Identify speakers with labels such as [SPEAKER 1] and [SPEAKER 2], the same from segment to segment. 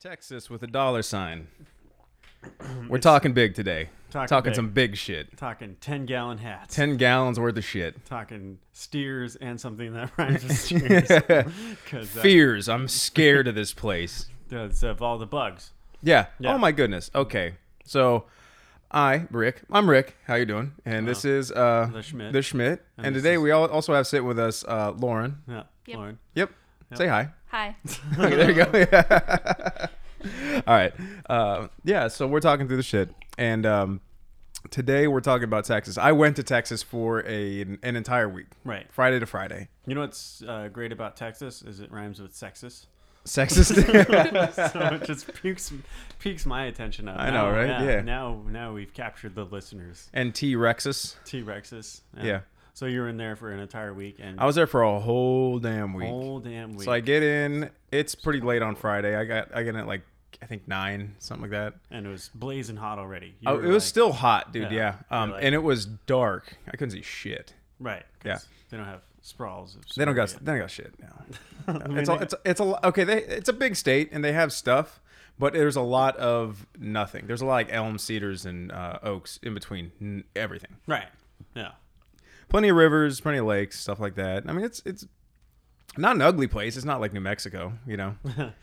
[SPEAKER 1] Texas with a dollar sign. We're talking big today.
[SPEAKER 2] Talking
[SPEAKER 1] Talking,
[SPEAKER 2] big.
[SPEAKER 1] some big shit.
[SPEAKER 2] Talking 10 gallon hats.
[SPEAKER 1] 10 gallons worth of shit.
[SPEAKER 2] Talking steers and something that rhymes with steers. Because
[SPEAKER 1] Fears. I'm scared of this place.
[SPEAKER 2] that's of all the bugs.
[SPEAKER 1] Yeah.
[SPEAKER 2] Yeah.
[SPEAKER 1] Oh my goodness. Okay. So I, Rick, I'm Rick. How you doing? And this is uh
[SPEAKER 2] The Schmidt.
[SPEAKER 1] The Schmidt. And,
[SPEAKER 2] this
[SPEAKER 1] today we all also have sitting with us uh Lauren.
[SPEAKER 2] Yeah.
[SPEAKER 3] Yep.
[SPEAKER 2] Lauren.
[SPEAKER 1] Yep. Say hi.
[SPEAKER 3] Hi.
[SPEAKER 1] Okay, there you go. all right. Uh, yeah. So we're talking through the shit, and um, today we're talking about Texas. I went to Texas for a an entire week,
[SPEAKER 2] Right.
[SPEAKER 1] Friday to Friday.
[SPEAKER 2] You know what's uh, great about Texas is it rhymes with sexist.
[SPEAKER 1] Sexist.
[SPEAKER 2] so it just piques, piques my attention up.
[SPEAKER 1] I know, right? Yeah.
[SPEAKER 2] Now, now we've captured the listeners.
[SPEAKER 1] and T Rexus.
[SPEAKER 2] T Rexes.
[SPEAKER 1] Yeah.
[SPEAKER 2] So you were in there for an entire week and
[SPEAKER 1] I was there for a whole damn week.
[SPEAKER 2] whole damn week.
[SPEAKER 1] So I get in. It's pretty late on Friday. I got I get in at like I think nine something like that.
[SPEAKER 2] and it was blazing hot already. You
[SPEAKER 1] Oh,
[SPEAKER 2] were
[SPEAKER 1] it was
[SPEAKER 2] like-
[SPEAKER 1] still hot, dude.
[SPEAKER 2] Yeah.
[SPEAKER 1] Yeah.
[SPEAKER 2] You're
[SPEAKER 1] Um,
[SPEAKER 2] like-
[SPEAKER 1] and it was dark. I couldn't see shit.
[SPEAKER 2] Right. 'cause
[SPEAKER 1] Yeah.
[SPEAKER 2] They don't have sprawls. Of
[SPEAKER 1] They don't got
[SPEAKER 2] suburbia.
[SPEAKER 1] they don't got shit now.
[SPEAKER 2] mean,
[SPEAKER 1] it's
[SPEAKER 2] they
[SPEAKER 1] a, it's it's a okay. They, it's a big state and they have stuff, but there's a lot of nothing. There's a lot like elm, cedars, and uh, oaks in between n- everything.
[SPEAKER 2] Right. Yeah.
[SPEAKER 1] Plenty of rivers, plenty of lakes, stuff like that. I mean, it's it's not an ugly place. It's not like New Mexico, you know. what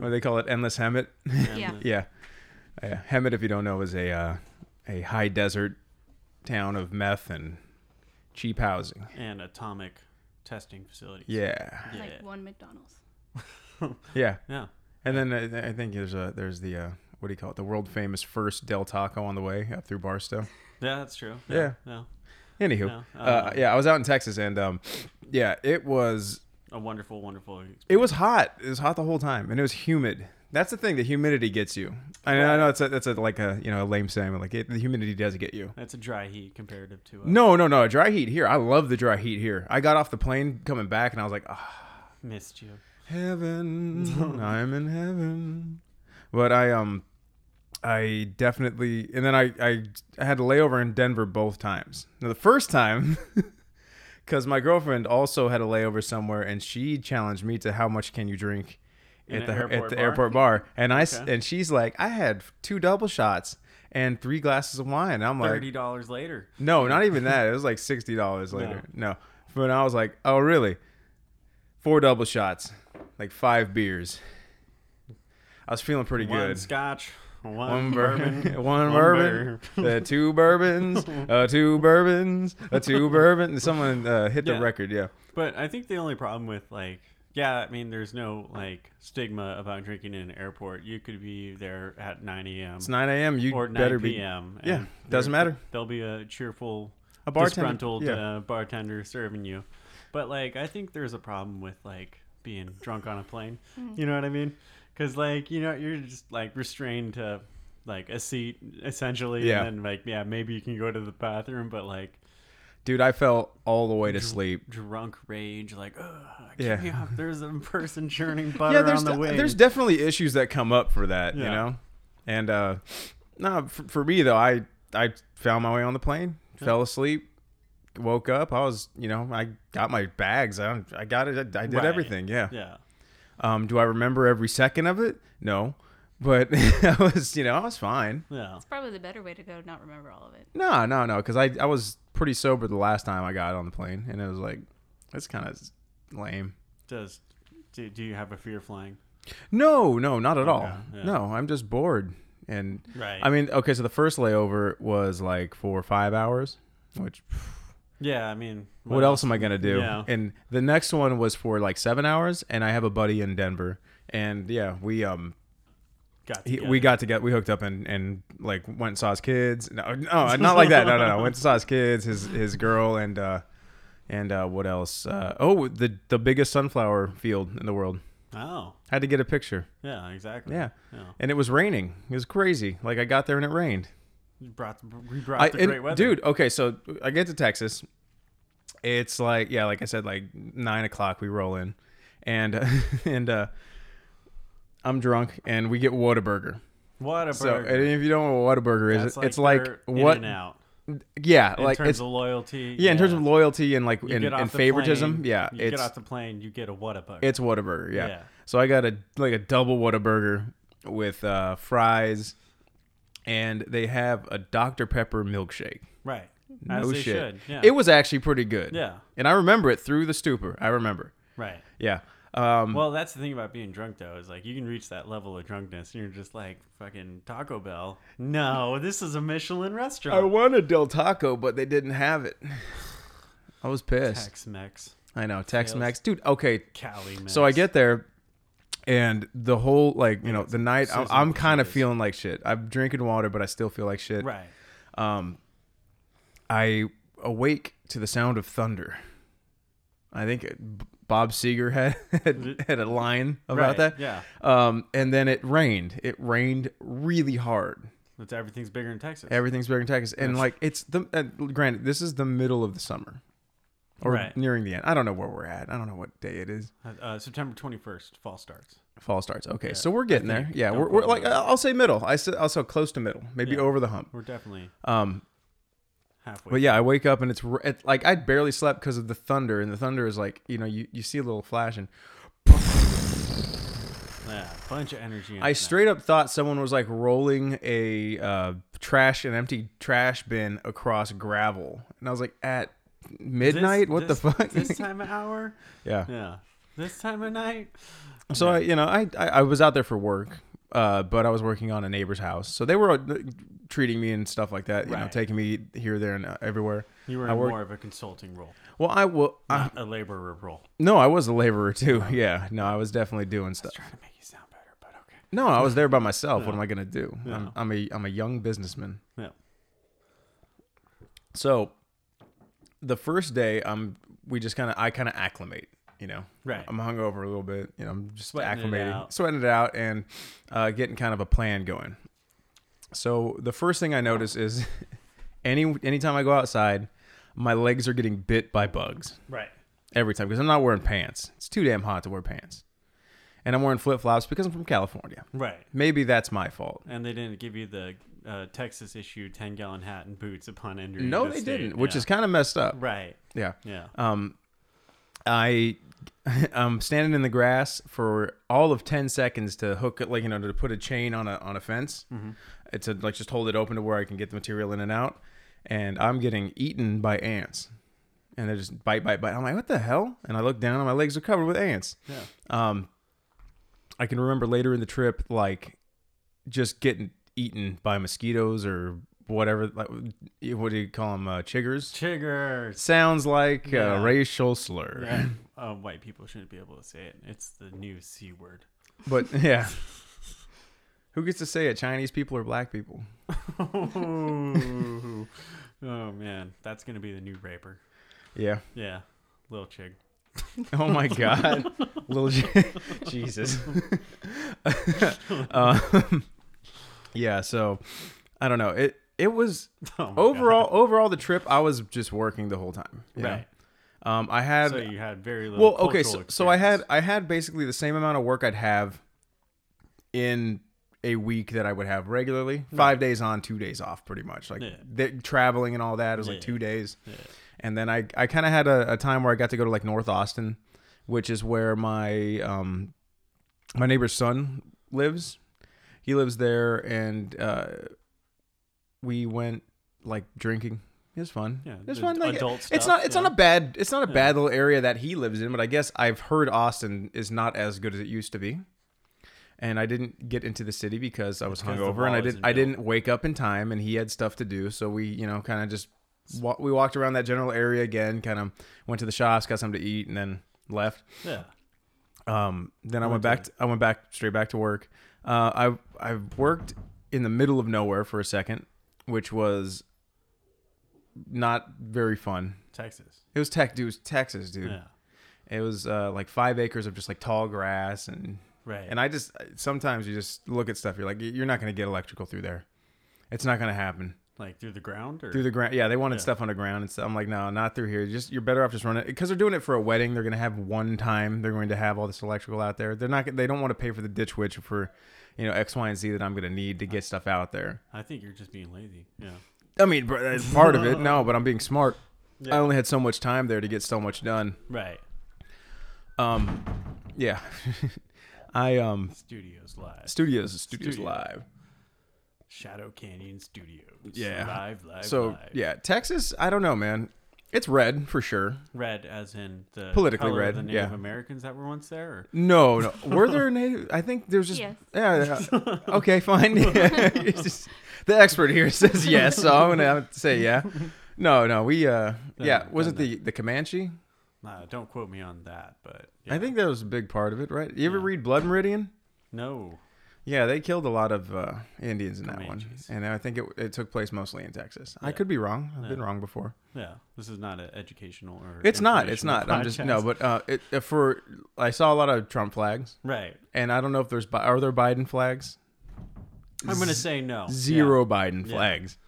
[SPEAKER 1] do they call it? Endless Hemet.
[SPEAKER 3] Yeah.
[SPEAKER 1] yeah, yeah. Hemet, if you don't know, is a uh, a high desert town of meth and cheap housing.
[SPEAKER 2] And atomic testing facilities.
[SPEAKER 1] Yeah,
[SPEAKER 2] Yeah.
[SPEAKER 3] Like one McDonald's.
[SPEAKER 1] yeah.
[SPEAKER 2] Yeah.
[SPEAKER 1] And then I, I think there's a there's the uh, what do you call it? The world famous first Del Taco on the way up through Barstow.
[SPEAKER 2] Yeah, that's true.
[SPEAKER 1] Yeah.
[SPEAKER 2] No.
[SPEAKER 1] Anywho,
[SPEAKER 2] No,
[SPEAKER 1] uh,
[SPEAKER 2] uh,
[SPEAKER 1] yeah, I was out in Texas and um, yeah, it was
[SPEAKER 2] A wonderful, wonderful experience.
[SPEAKER 1] it was hot. It was hot the whole time, and it was humid. That's the thing. The humidity gets you. I know, I know it's a, that's a, like a you know a lame saying, but like it, the humidity does get you.
[SPEAKER 2] That's a dry heat comparative to. Uh,
[SPEAKER 1] No, no, no. Dry heat here. I love the dry heat here. I got off the plane coming back, and I was like, ah,
[SPEAKER 2] Missed you.
[SPEAKER 1] heaven i'm in heaven but i um i definitely and then i i, I had a layover in denver both times now the first time because my girlfriend also had a layover somewhere and she challenged me to how much can you drink
[SPEAKER 2] In
[SPEAKER 1] at the at
[SPEAKER 2] an airport
[SPEAKER 1] the
[SPEAKER 2] bar?
[SPEAKER 1] airport bar and i s-
[SPEAKER 2] Okay.
[SPEAKER 1] and she's like i had two double shots and three glasses of wine And i'm like
[SPEAKER 2] Thirty dollars later.
[SPEAKER 1] no, not even that. It was like sixty dollars later. No. But I was like, oh really? Four double shots, like five beers. I was feeling pretty
[SPEAKER 2] One
[SPEAKER 1] good.
[SPEAKER 2] scotch. One,
[SPEAKER 1] One
[SPEAKER 2] bourbon.
[SPEAKER 1] bourbon, one bourbon, uh, two bourbons, uh, two bourbons, uh, two bourbon. Someone uh, hit
[SPEAKER 2] Yeah.
[SPEAKER 1] the record, yeah.
[SPEAKER 2] But I think the only problem with like. Yeah, I mean, there's no like stigma about drinking in an airport. You could be there at 9 a.m.
[SPEAKER 1] It's nine a.m. You
[SPEAKER 2] or 9
[SPEAKER 1] better be
[SPEAKER 2] p.m.
[SPEAKER 1] Yeah,
[SPEAKER 2] and
[SPEAKER 1] doesn't
[SPEAKER 2] there-
[SPEAKER 1] matter.
[SPEAKER 2] There'll be a cheerful,
[SPEAKER 1] A bartender,
[SPEAKER 2] disgruntled
[SPEAKER 1] yeah.
[SPEAKER 2] uh, bartender serving you. But like, I think there's a problem with like being drunk on a plane. You know what I mean? Because like, you know, you're just like restrained to like a seat essentially,
[SPEAKER 1] Yeah.
[SPEAKER 2] and then like, yeah, maybe you can go to the bathroom, but like
[SPEAKER 1] dude. I fell all the way to sleep.
[SPEAKER 2] drunk rage, like, Ugh, I
[SPEAKER 1] Yeah.
[SPEAKER 2] can't- there's a person churning butter
[SPEAKER 1] yeah, there's
[SPEAKER 2] on the
[SPEAKER 1] de-
[SPEAKER 2] wing.
[SPEAKER 1] there's definitely issues that come up for that, you
[SPEAKER 2] Yeah.
[SPEAKER 1] know. And uh no, for, for me though, I I found my way on the plane, fell asleep, woke up. I was, you know, I got my bags. I I got it. I, I did
[SPEAKER 2] Right.
[SPEAKER 1] everything. Yeah.
[SPEAKER 2] yeah.
[SPEAKER 1] Um, do I remember every second of it? No, but I was, you know, I was fine.
[SPEAKER 2] Yeah.
[SPEAKER 3] It's probably the better way to go, not remember all of it.
[SPEAKER 1] No, no, no, because I I was pretty sober the last time I got on the plane, and it was like that's kind of lame.
[SPEAKER 2] Does do, do you have a fear of flying?
[SPEAKER 1] No, no, not at all.
[SPEAKER 2] yeah.
[SPEAKER 1] No, I'm just bored. And
[SPEAKER 2] Right.
[SPEAKER 1] I mean, okay, so the first layover was like four or five hours, which
[SPEAKER 2] Yeah, I mean,
[SPEAKER 1] what, else am I going to do?
[SPEAKER 2] Yeah.
[SPEAKER 1] And the next one was for like seven hours. And I have a buddy in Denver. And yeah, we, um,
[SPEAKER 2] Got
[SPEAKER 1] he,
[SPEAKER 2] together.
[SPEAKER 1] we got to get, we hooked up and, and like went and saw his kids. No, no, not like that. No, no, no. Went to saw his kids, his, his girl and, uh, and, uh, what else? Uh, oh, the, the biggest sunflower field in the world.
[SPEAKER 2] Oh,
[SPEAKER 1] Had to get a picture.
[SPEAKER 2] yeah, exactly.
[SPEAKER 1] Yeah.
[SPEAKER 2] Yeah.
[SPEAKER 1] And it was raining. It was crazy. Like I got there and it rained.
[SPEAKER 2] You brought we brought
[SPEAKER 1] I,
[SPEAKER 2] the
[SPEAKER 1] and-
[SPEAKER 2] great weather,
[SPEAKER 1] dude. Okay, so I get to Texas. It's like yeah, like I said, like nine o'clock. We roll in, and and uh, I'm drunk, and we get Whataburger.
[SPEAKER 2] What a
[SPEAKER 1] So
[SPEAKER 2] burger!
[SPEAKER 1] and if you don't know what Whataburger is,
[SPEAKER 2] That's
[SPEAKER 1] it's like
[SPEAKER 2] their
[SPEAKER 1] what?
[SPEAKER 2] in and out
[SPEAKER 1] Yeah,
[SPEAKER 2] in
[SPEAKER 1] like
[SPEAKER 2] terms
[SPEAKER 1] it's
[SPEAKER 2] of loyalty.
[SPEAKER 1] yeah, in terms of loyalty and like
[SPEAKER 2] You
[SPEAKER 1] and,
[SPEAKER 2] get off
[SPEAKER 1] and
[SPEAKER 2] the
[SPEAKER 1] favoritism.
[SPEAKER 2] plane,
[SPEAKER 1] yeah,
[SPEAKER 2] you
[SPEAKER 1] it's
[SPEAKER 2] get off the plane, you get a what a burger.
[SPEAKER 1] it's Whataburger. Yeah.
[SPEAKER 2] Yeah.
[SPEAKER 1] So I got a like a double Whataburger with uh, fries, and they have a Dr Pepper milkshake.
[SPEAKER 2] Right.
[SPEAKER 1] No
[SPEAKER 2] As they
[SPEAKER 1] Oh, shit.
[SPEAKER 2] should. Yeah.
[SPEAKER 1] It was actually pretty good.
[SPEAKER 2] Yeah.
[SPEAKER 1] And I remember it through the stupor. I remember.
[SPEAKER 2] Right.
[SPEAKER 1] Yeah. Um,
[SPEAKER 2] Well, that's the thing about being drunk, though, is like you can reach that level of drunkenness and you're just like, fucking Taco Bell. No, this is a Michelin
[SPEAKER 1] I
[SPEAKER 2] restaurant.
[SPEAKER 1] wanted Del Taco, but they didn't have it. I was pissed.
[SPEAKER 2] Tex Mex,
[SPEAKER 1] I know. Tex Mex. Dude, okay.
[SPEAKER 2] Cali Mex.
[SPEAKER 1] So I get there, and the whole, like, you know, the night, I'm,
[SPEAKER 2] Sizzle
[SPEAKER 1] I'm kind of
[SPEAKER 2] cheese.
[SPEAKER 1] feeling like shit. I'm drinking water, but I still feel like shit. Um,
[SPEAKER 2] Right.
[SPEAKER 1] I awake to the sound of thunder. I think it- B- Bob Seger had had, had a line about
[SPEAKER 2] Right,
[SPEAKER 1] that.
[SPEAKER 2] yeah.
[SPEAKER 1] Um, and then it rained. It rained really hard.
[SPEAKER 2] That's everything's bigger in Texas.
[SPEAKER 1] Everything's bigger in Texas, and like it's the uh, granted this is the middle of the summer, or
[SPEAKER 2] Right.
[SPEAKER 1] nearing the end. I don't know where we're at. I don't know what day it is.
[SPEAKER 2] Uh, uh, September 21st, fall starts.
[SPEAKER 1] Fall starts. Okay, so we're getting there. Yeah,
[SPEAKER 2] Don't
[SPEAKER 1] we're,
[SPEAKER 2] quote
[SPEAKER 1] we're
[SPEAKER 2] me
[SPEAKER 1] like uh,
[SPEAKER 2] on that.
[SPEAKER 1] I'll say middle. I said also close to middle, maybe
[SPEAKER 2] Yeah.
[SPEAKER 1] over the hump.
[SPEAKER 2] We're definitely
[SPEAKER 1] Um,
[SPEAKER 2] halfway.
[SPEAKER 1] But yeah, I wake up and it's, r- it, like I barely slept because of the thunder, and the thunder is like you know you, you see a little flash, and
[SPEAKER 2] yeah, bunch of energy. in
[SPEAKER 1] I
[SPEAKER 2] it now.
[SPEAKER 1] straight up thought someone was like rolling a uh, trash an empty trash bin across gravel, and I was like at
[SPEAKER 2] This-
[SPEAKER 1] midnight, what
[SPEAKER 2] this-
[SPEAKER 1] the fuck?
[SPEAKER 2] This time of hour?
[SPEAKER 1] yeah.
[SPEAKER 2] Yeah. This time of night?
[SPEAKER 1] So I you know I, I I was out there for work, uh, but I was working on a neighbor's house, so they were uh, treating me and stuff like that, you know,
[SPEAKER 2] Right.
[SPEAKER 1] taking me here, there, and uh, everywhere.
[SPEAKER 2] You were
[SPEAKER 1] I
[SPEAKER 2] in
[SPEAKER 1] work- Um,
[SPEAKER 2] more of a consulting role,
[SPEAKER 1] Well, I will. I,
[SPEAKER 2] not a laborer role.
[SPEAKER 1] no, I was a laborer too. Yeah, no, I was definitely doing stuff.
[SPEAKER 2] Trying to make you sound better, but okay.
[SPEAKER 1] No, I was there by myself. What am I gonna do? I'm,
[SPEAKER 2] No.
[SPEAKER 1] I'm a I'm a young businessman.
[SPEAKER 2] Yeah.
[SPEAKER 1] So the first day, I'm we just kind of I kind of acclimate. You know,
[SPEAKER 2] Right.
[SPEAKER 1] I'm hungover a little bit. You know, I'm just
[SPEAKER 2] Sweating it
[SPEAKER 1] acclimating,
[SPEAKER 2] out.
[SPEAKER 1] sweating it out, and uh, getting kind of a plan going. So the first thing I notice is any anytime I go outside, my legs are getting bit by bugs
[SPEAKER 2] Right.
[SPEAKER 1] every time because I'm not wearing pants. It's too damn hot to wear pants, and I'm wearing flip flops because I'm from California.
[SPEAKER 2] Right.
[SPEAKER 1] Maybe that's my fault.
[SPEAKER 2] And they didn't give you the uh, Texas issue 10 gallon hat and boots upon entering.
[SPEAKER 1] No,
[SPEAKER 2] the
[SPEAKER 1] they
[SPEAKER 2] state.
[SPEAKER 1] didn't, which
[SPEAKER 2] Yeah.
[SPEAKER 1] is kind of messed up.
[SPEAKER 2] Right.
[SPEAKER 1] Yeah.
[SPEAKER 2] Yeah.
[SPEAKER 1] Um, I I'm standing in the grass for all of ten seconds to hook it, like you know, to put a chain on a on a fence,
[SPEAKER 2] Mm-hmm.
[SPEAKER 1] It's to like just hold it open to where I can get the material in and out. And I'm getting eaten by ants, and they just bite, bite, bite. I'm like, what the hell? And I look down, and my legs are covered with ants.
[SPEAKER 2] yeah.
[SPEAKER 1] Um, I can remember later in the trip, like just getting eaten by mosquitoes or whatever. Like, what do you call them? Uh, chiggers.
[SPEAKER 2] Chiggers.
[SPEAKER 1] Sounds like a
[SPEAKER 2] Yeah.
[SPEAKER 1] racial slur.
[SPEAKER 2] Yeah. Uh, white people shouldn't be able to say it. It's the new C word.
[SPEAKER 1] But yeah. Who gets to say it? Chinese people or black people?
[SPEAKER 2] oh, man. That's going to be the new raper.
[SPEAKER 1] Yeah.
[SPEAKER 2] Yeah. Little Chig.
[SPEAKER 1] Oh my God. Little J- Jesus. um, yeah. So I don't know. It it was
[SPEAKER 2] Oh my
[SPEAKER 1] overall overall the trip. I was just working the whole time. you
[SPEAKER 2] God.
[SPEAKER 1] know?
[SPEAKER 2] Right.
[SPEAKER 1] Um. I had
[SPEAKER 2] So you had very little.
[SPEAKER 1] well. Okay. So,
[SPEAKER 2] cultural
[SPEAKER 1] so I had
[SPEAKER 2] experience.
[SPEAKER 1] I had basically the same amount of work I'd have in a week that I would have regularly. Five days on, two days off, pretty much. Like
[SPEAKER 2] Yeah.
[SPEAKER 1] the, traveling and all that. It was like
[SPEAKER 2] Yeah.
[SPEAKER 1] two days.
[SPEAKER 2] Yeah.
[SPEAKER 1] and then I, I kind of had a, a time where I got to go to like North Austin, which is where my um my neighbor's son lives. He lives there, and uh, we went like drinking. It was fun.
[SPEAKER 2] Yeah,
[SPEAKER 1] it was
[SPEAKER 2] the
[SPEAKER 1] fun. Like,
[SPEAKER 2] adult
[SPEAKER 1] it's
[SPEAKER 2] stuff,
[SPEAKER 1] not it's
[SPEAKER 2] yeah.
[SPEAKER 1] not a bad it's not a bad little area that he lives in, but I guess I've heard Austin is not as good as it used to be. And I didn't get into the city because I was
[SPEAKER 2] 'cause the
[SPEAKER 1] hungover, and I
[SPEAKER 2] wall
[SPEAKER 1] didn't
[SPEAKER 2] isn't
[SPEAKER 1] I
[SPEAKER 2] built.
[SPEAKER 1] didn't wake up in time, and he had stuff to do, so we you know kind of just wa- we walked around that general area again, kind of went to the shops, got something to eat, and then left.
[SPEAKER 2] Yeah.
[SPEAKER 1] Um, then I went back. To, I went back straight back to work. Uh, I I worked in the middle of nowhere for a second, which was not very fun.
[SPEAKER 2] Texas.
[SPEAKER 1] It was tech, dude. It was Texas, dude.
[SPEAKER 2] Yeah.
[SPEAKER 1] It was uh, like five acres of just like tall grass and
[SPEAKER 2] Right.
[SPEAKER 1] and I just sometimes you just look at stuff. You're like, you're not gonna get electrical through there. It's not gonna happen
[SPEAKER 2] like through the ground or
[SPEAKER 1] through the ground. Yeah, they wanted
[SPEAKER 2] Yeah.
[SPEAKER 1] stuff underground and stuff. I'm like, no, not through here. Just you're better off just running because they're doing it for a wedding. They're gonna have one time. They're going to have all this electrical out there. They're not. They don't want to pay for the ditch witch for, you know, X, Y, and Z that I'm gonna need to get stuff out there.
[SPEAKER 2] I think you're just being lazy. Yeah.
[SPEAKER 1] I mean, bro, that's part of it. No, but I'm being smart. I
[SPEAKER 2] Yeah.
[SPEAKER 1] only had so much time there to get so much done.
[SPEAKER 2] Right.
[SPEAKER 1] Um, yeah. I um
[SPEAKER 2] Studios Live.
[SPEAKER 1] studios studios
[SPEAKER 2] Studio.
[SPEAKER 1] live.
[SPEAKER 2] Shadow Canyon Studios.
[SPEAKER 1] Yeah.
[SPEAKER 2] Live, live,
[SPEAKER 1] So
[SPEAKER 2] live.
[SPEAKER 1] yeah, Texas. I don't know, man. It's red for sure.
[SPEAKER 2] Red as in the
[SPEAKER 1] Politically
[SPEAKER 2] color
[SPEAKER 1] red,
[SPEAKER 2] of the Native
[SPEAKER 1] yeah.
[SPEAKER 2] Americans that were once there? Or?
[SPEAKER 1] No, no. Were there native? I think there's just
[SPEAKER 3] Yes.
[SPEAKER 1] yeah. yeah. Okay, fine. It's just- the expert here says yes, so I'm gonna have to say yeah. No, no, we uh yeah.
[SPEAKER 2] Done,
[SPEAKER 1] Was it
[SPEAKER 2] done
[SPEAKER 1] the the Comanche?
[SPEAKER 2] Nah, don't quote me on that, but
[SPEAKER 1] I think that was a big part of it, right? You ever read Blood Meridian?
[SPEAKER 2] no.
[SPEAKER 1] Yeah, they killed a lot of uh, Indians in that
[SPEAKER 2] Comanches.
[SPEAKER 1] one, and I think it, it took place mostly in Texas. I could be wrong. I've been wrong before.
[SPEAKER 2] Yeah, this is not an educational or
[SPEAKER 1] It's not. It's not.
[SPEAKER 2] informational
[SPEAKER 1] I'm just
[SPEAKER 2] podcast.
[SPEAKER 1] no, but uh, it, uh, for I saw a lot of Trump flags,
[SPEAKER 2] right.
[SPEAKER 1] and I don't know if there's Bi- are there Biden flags.
[SPEAKER 2] I'm gonna say no.
[SPEAKER 1] Zero Biden
[SPEAKER 2] Yeah.
[SPEAKER 1] flags.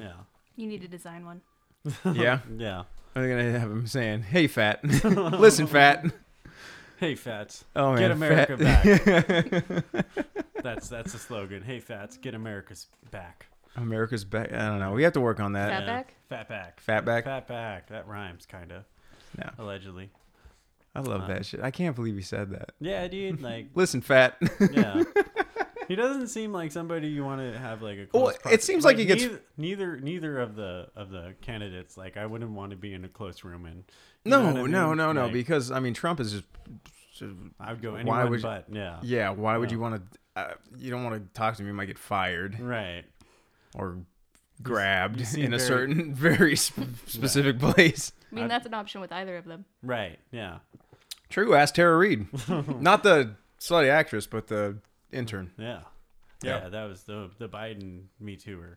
[SPEAKER 2] Yeah.
[SPEAKER 3] You need to design one.
[SPEAKER 1] Yeah,
[SPEAKER 2] Yeah. yeah.
[SPEAKER 1] I'm gonna have him saying, "Hey, fat, listen, fat."
[SPEAKER 2] Hey, fats.
[SPEAKER 1] Oh man,
[SPEAKER 2] get America
[SPEAKER 1] fat.
[SPEAKER 2] back. that's that's the slogan. Hey, fats. Get America's back.
[SPEAKER 1] America's back. I don't know. We have to work on that.
[SPEAKER 3] Fat back?
[SPEAKER 2] Fat back.
[SPEAKER 1] Fat back?
[SPEAKER 2] Fat back. That rhymes, kind of.
[SPEAKER 1] No.
[SPEAKER 2] Allegedly.
[SPEAKER 1] I love
[SPEAKER 2] Uh,
[SPEAKER 1] that shit. I can't believe he said that.
[SPEAKER 2] Yeah, dude. Like,
[SPEAKER 1] Listen, fat.
[SPEAKER 2] yeah. He doesn't seem like somebody you want to have like a.
[SPEAKER 1] Well,
[SPEAKER 2] Close
[SPEAKER 1] it
[SPEAKER 2] proxi-
[SPEAKER 1] seems like he gets-
[SPEAKER 2] neither, neither neither of the of the candidates. Like, I wouldn't want to be in a close room and. you know
[SPEAKER 1] no,
[SPEAKER 2] what I
[SPEAKER 1] no,
[SPEAKER 2] mean?
[SPEAKER 1] no, no.
[SPEAKER 2] Like,
[SPEAKER 1] Because I mean, Trump is just.
[SPEAKER 2] I would go
[SPEAKER 1] why
[SPEAKER 2] anyone
[SPEAKER 1] would you-
[SPEAKER 2] but yeah.
[SPEAKER 1] Yeah. Why would
[SPEAKER 2] Yeah.
[SPEAKER 1] you want to? Uh, you don't want to talk to me. You might get fired
[SPEAKER 2] Right.
[SPEAKER 1] or grabbed
[SPEAKER 2] you seem
[SPEAKER 1] in a
[SPEAKER 2] very-
[SPEAKER 1] certain very sp- specific place.
[SPEAKER 3] I mean,
[SPEAKER 2] I'd-
[SPEAKER 3] that's an option with either of them.
[SPEAKER 2] Right. Yeah.
[SPEAKER 1] True. Ask Tara Reid, not the slutty actress, but the intern.
[SPEAKER 2] Yeah. Yeah,
[SPEAKER 1] Yeah.
[SPEAKER 2] that was the the Biden Me Tooer.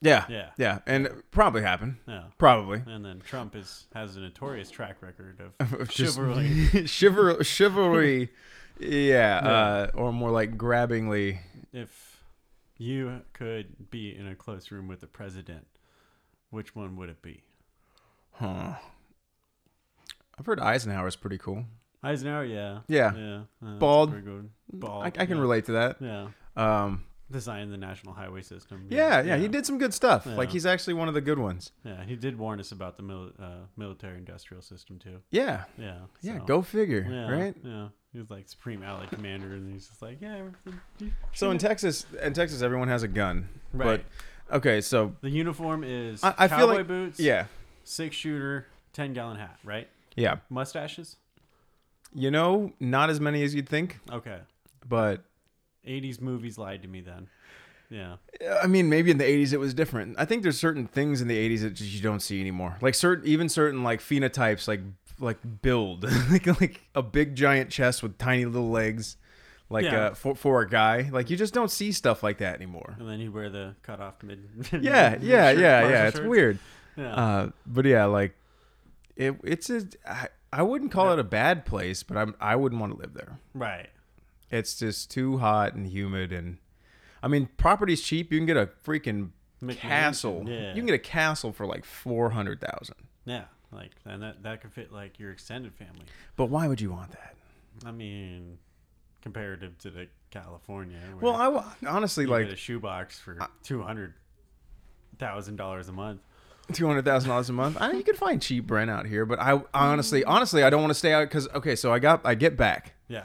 [SPEAKER 1] Yeah.
[SPEAKER 2] Yeah.
[SPEAKER 1] Yeah. And it probably happened.
[SPEAKER 2] Yeah.
[SPEAKER 1] Probably.
[SPEAKER 2] And then Trump is has a notorious track record of,
[SPEAKER 1] Of just-
[SPEAKER 2] chivalry.
[SPEAKER 1] Chival- chivalry. Yeah. Uh, or more like grabbingly.
[SPEAKER 2] if you could be in a close room with the president, which one would it be?
[SPEAKER 1] Huh. I've heard Eisenhower's pretty cool.
[SPEAKER 2] Eisenhower, yeah.
[SPEAKER 1] Yeah.
[SPEAKER 2] Yeah. uh, that's
[SPEAKER 1] Bald. Mm,
[SPEAKER 2] pretty good. Bald.
[SPEAKER 1] I, I can
[SPEAKER 2] yeah.
[SPEAKER 1] relate to that.
[SPEAKER 2] Yeah.
[SPEAKER 1] Um,
[SPEAKER 2] Design the national highway system.
[SPEAKER 1] yeah, yeah, he did some good stuff. Like
[SPEAKER 2] Yeah.
[SPEAKER 1] he's actually one of the good ones.
[SPEAKER 2] Yeah, he did warn us about the mil- uh, military industrial system, too.
[SPEAKER 1] Yeah,
[SPEAKER 2] Yeah.
[SPEAKER 1] yeah,
[SPEAKER 2] so-
[SPEAKER 1] go figure,
[SPEAKER 2] Yeah,
[SPEAKER 1] right?
[SPEAKER 2] Yeah. He was like Supreme Allied Commander, and he's just like, yeah. everything- you-
[SPEAKER 1] So in Texas, in Texas, everyone has a gun,
[SPEAKER 2] Right.
[SPEAKER 1] But okay, so
[SPEAKER 2] The uniform is
[SPEAKER 1] I- I feel
[SPEAKER 2] cowboy
[SPEAKER 1] like-
[SPEAKER 2] boots,
[SPEAKER 1] yeah,
[SPEAKER 2] six shooter, ten gallon hat, right?
[SPEAKER 1] yeah,
[SPEAKER 2] Mustaches.
[SPEAKER 1] you know, not as many as you'd think,
[SPEAKER 2] Okay.
[SPEAKER 1] but
[SPEAKER 2] Eighties movies lied to me then. Yeah.
[SPEAKER 1] uh, I mean, maybe in the '80s it was different. I think there's certain things in the '80s that just you don't see anymore, like certain, even certain like phenotypes, like like build, like like a big giant chest with tiny little legs. Like
[SPEAKER 2] Yeah.
[SPEAKER 1] uh, for for a guy, like you just don't see stuff like that anymore.
[SPEAKER 2] And then he'd wear the cut off mid.
[SPEAKER 1] yeah,
[SPEAKER 2] mid
[SPEAKER 1] yeah,
[SPEAKER 2] shirt,
[SPEAKER 1] yeah,
[SPEAKER 2] partial
[SPEAKER 1] yeah. It's
[SPEAKER 2] shirts.
[SPEAKER 1] weird.
[SPEAKER 2] Yeah.
[SPEAKER 1] Uh, but yeah, like it, it's a. I, I wouldn't call it a bad place, but I'm. I wouldn't want to live there.
[SPEAKER 2] right.
[SPEAKER 1] It's just too hot and humid, and I mean, property's cheap. You can get a freaking
[SPEAKER 2] McMansion,
[SPEAKER 1] castle.
[SPEAKER 2] yeah.
[SPEAKER 1] You can get a castle for like four hundred thousand.
[SPEAKER 2] Yeah. Like, and that that could fit like your extended family.
[SPEAKER 1] But why would you want that?
[SPEAKER 2] I mean, comparative to the California. where
[SPEAKER 1] Well, I wa- honestly
[SPEAKER 2] you
[SPEAKER 1] like
[SPEAKER 2] get a shoebox for two hundred thousand dollars a month.
[SPEAKER 1] two hundred thousand dollars a month. I you could find cheap rent out here, but I
[SPEAKER 2] Mm.
[SPEAKER 1] honestly, honestly, I don't want to stay out because okay, so I got I get back.
[SPEAKER 2] Yeah.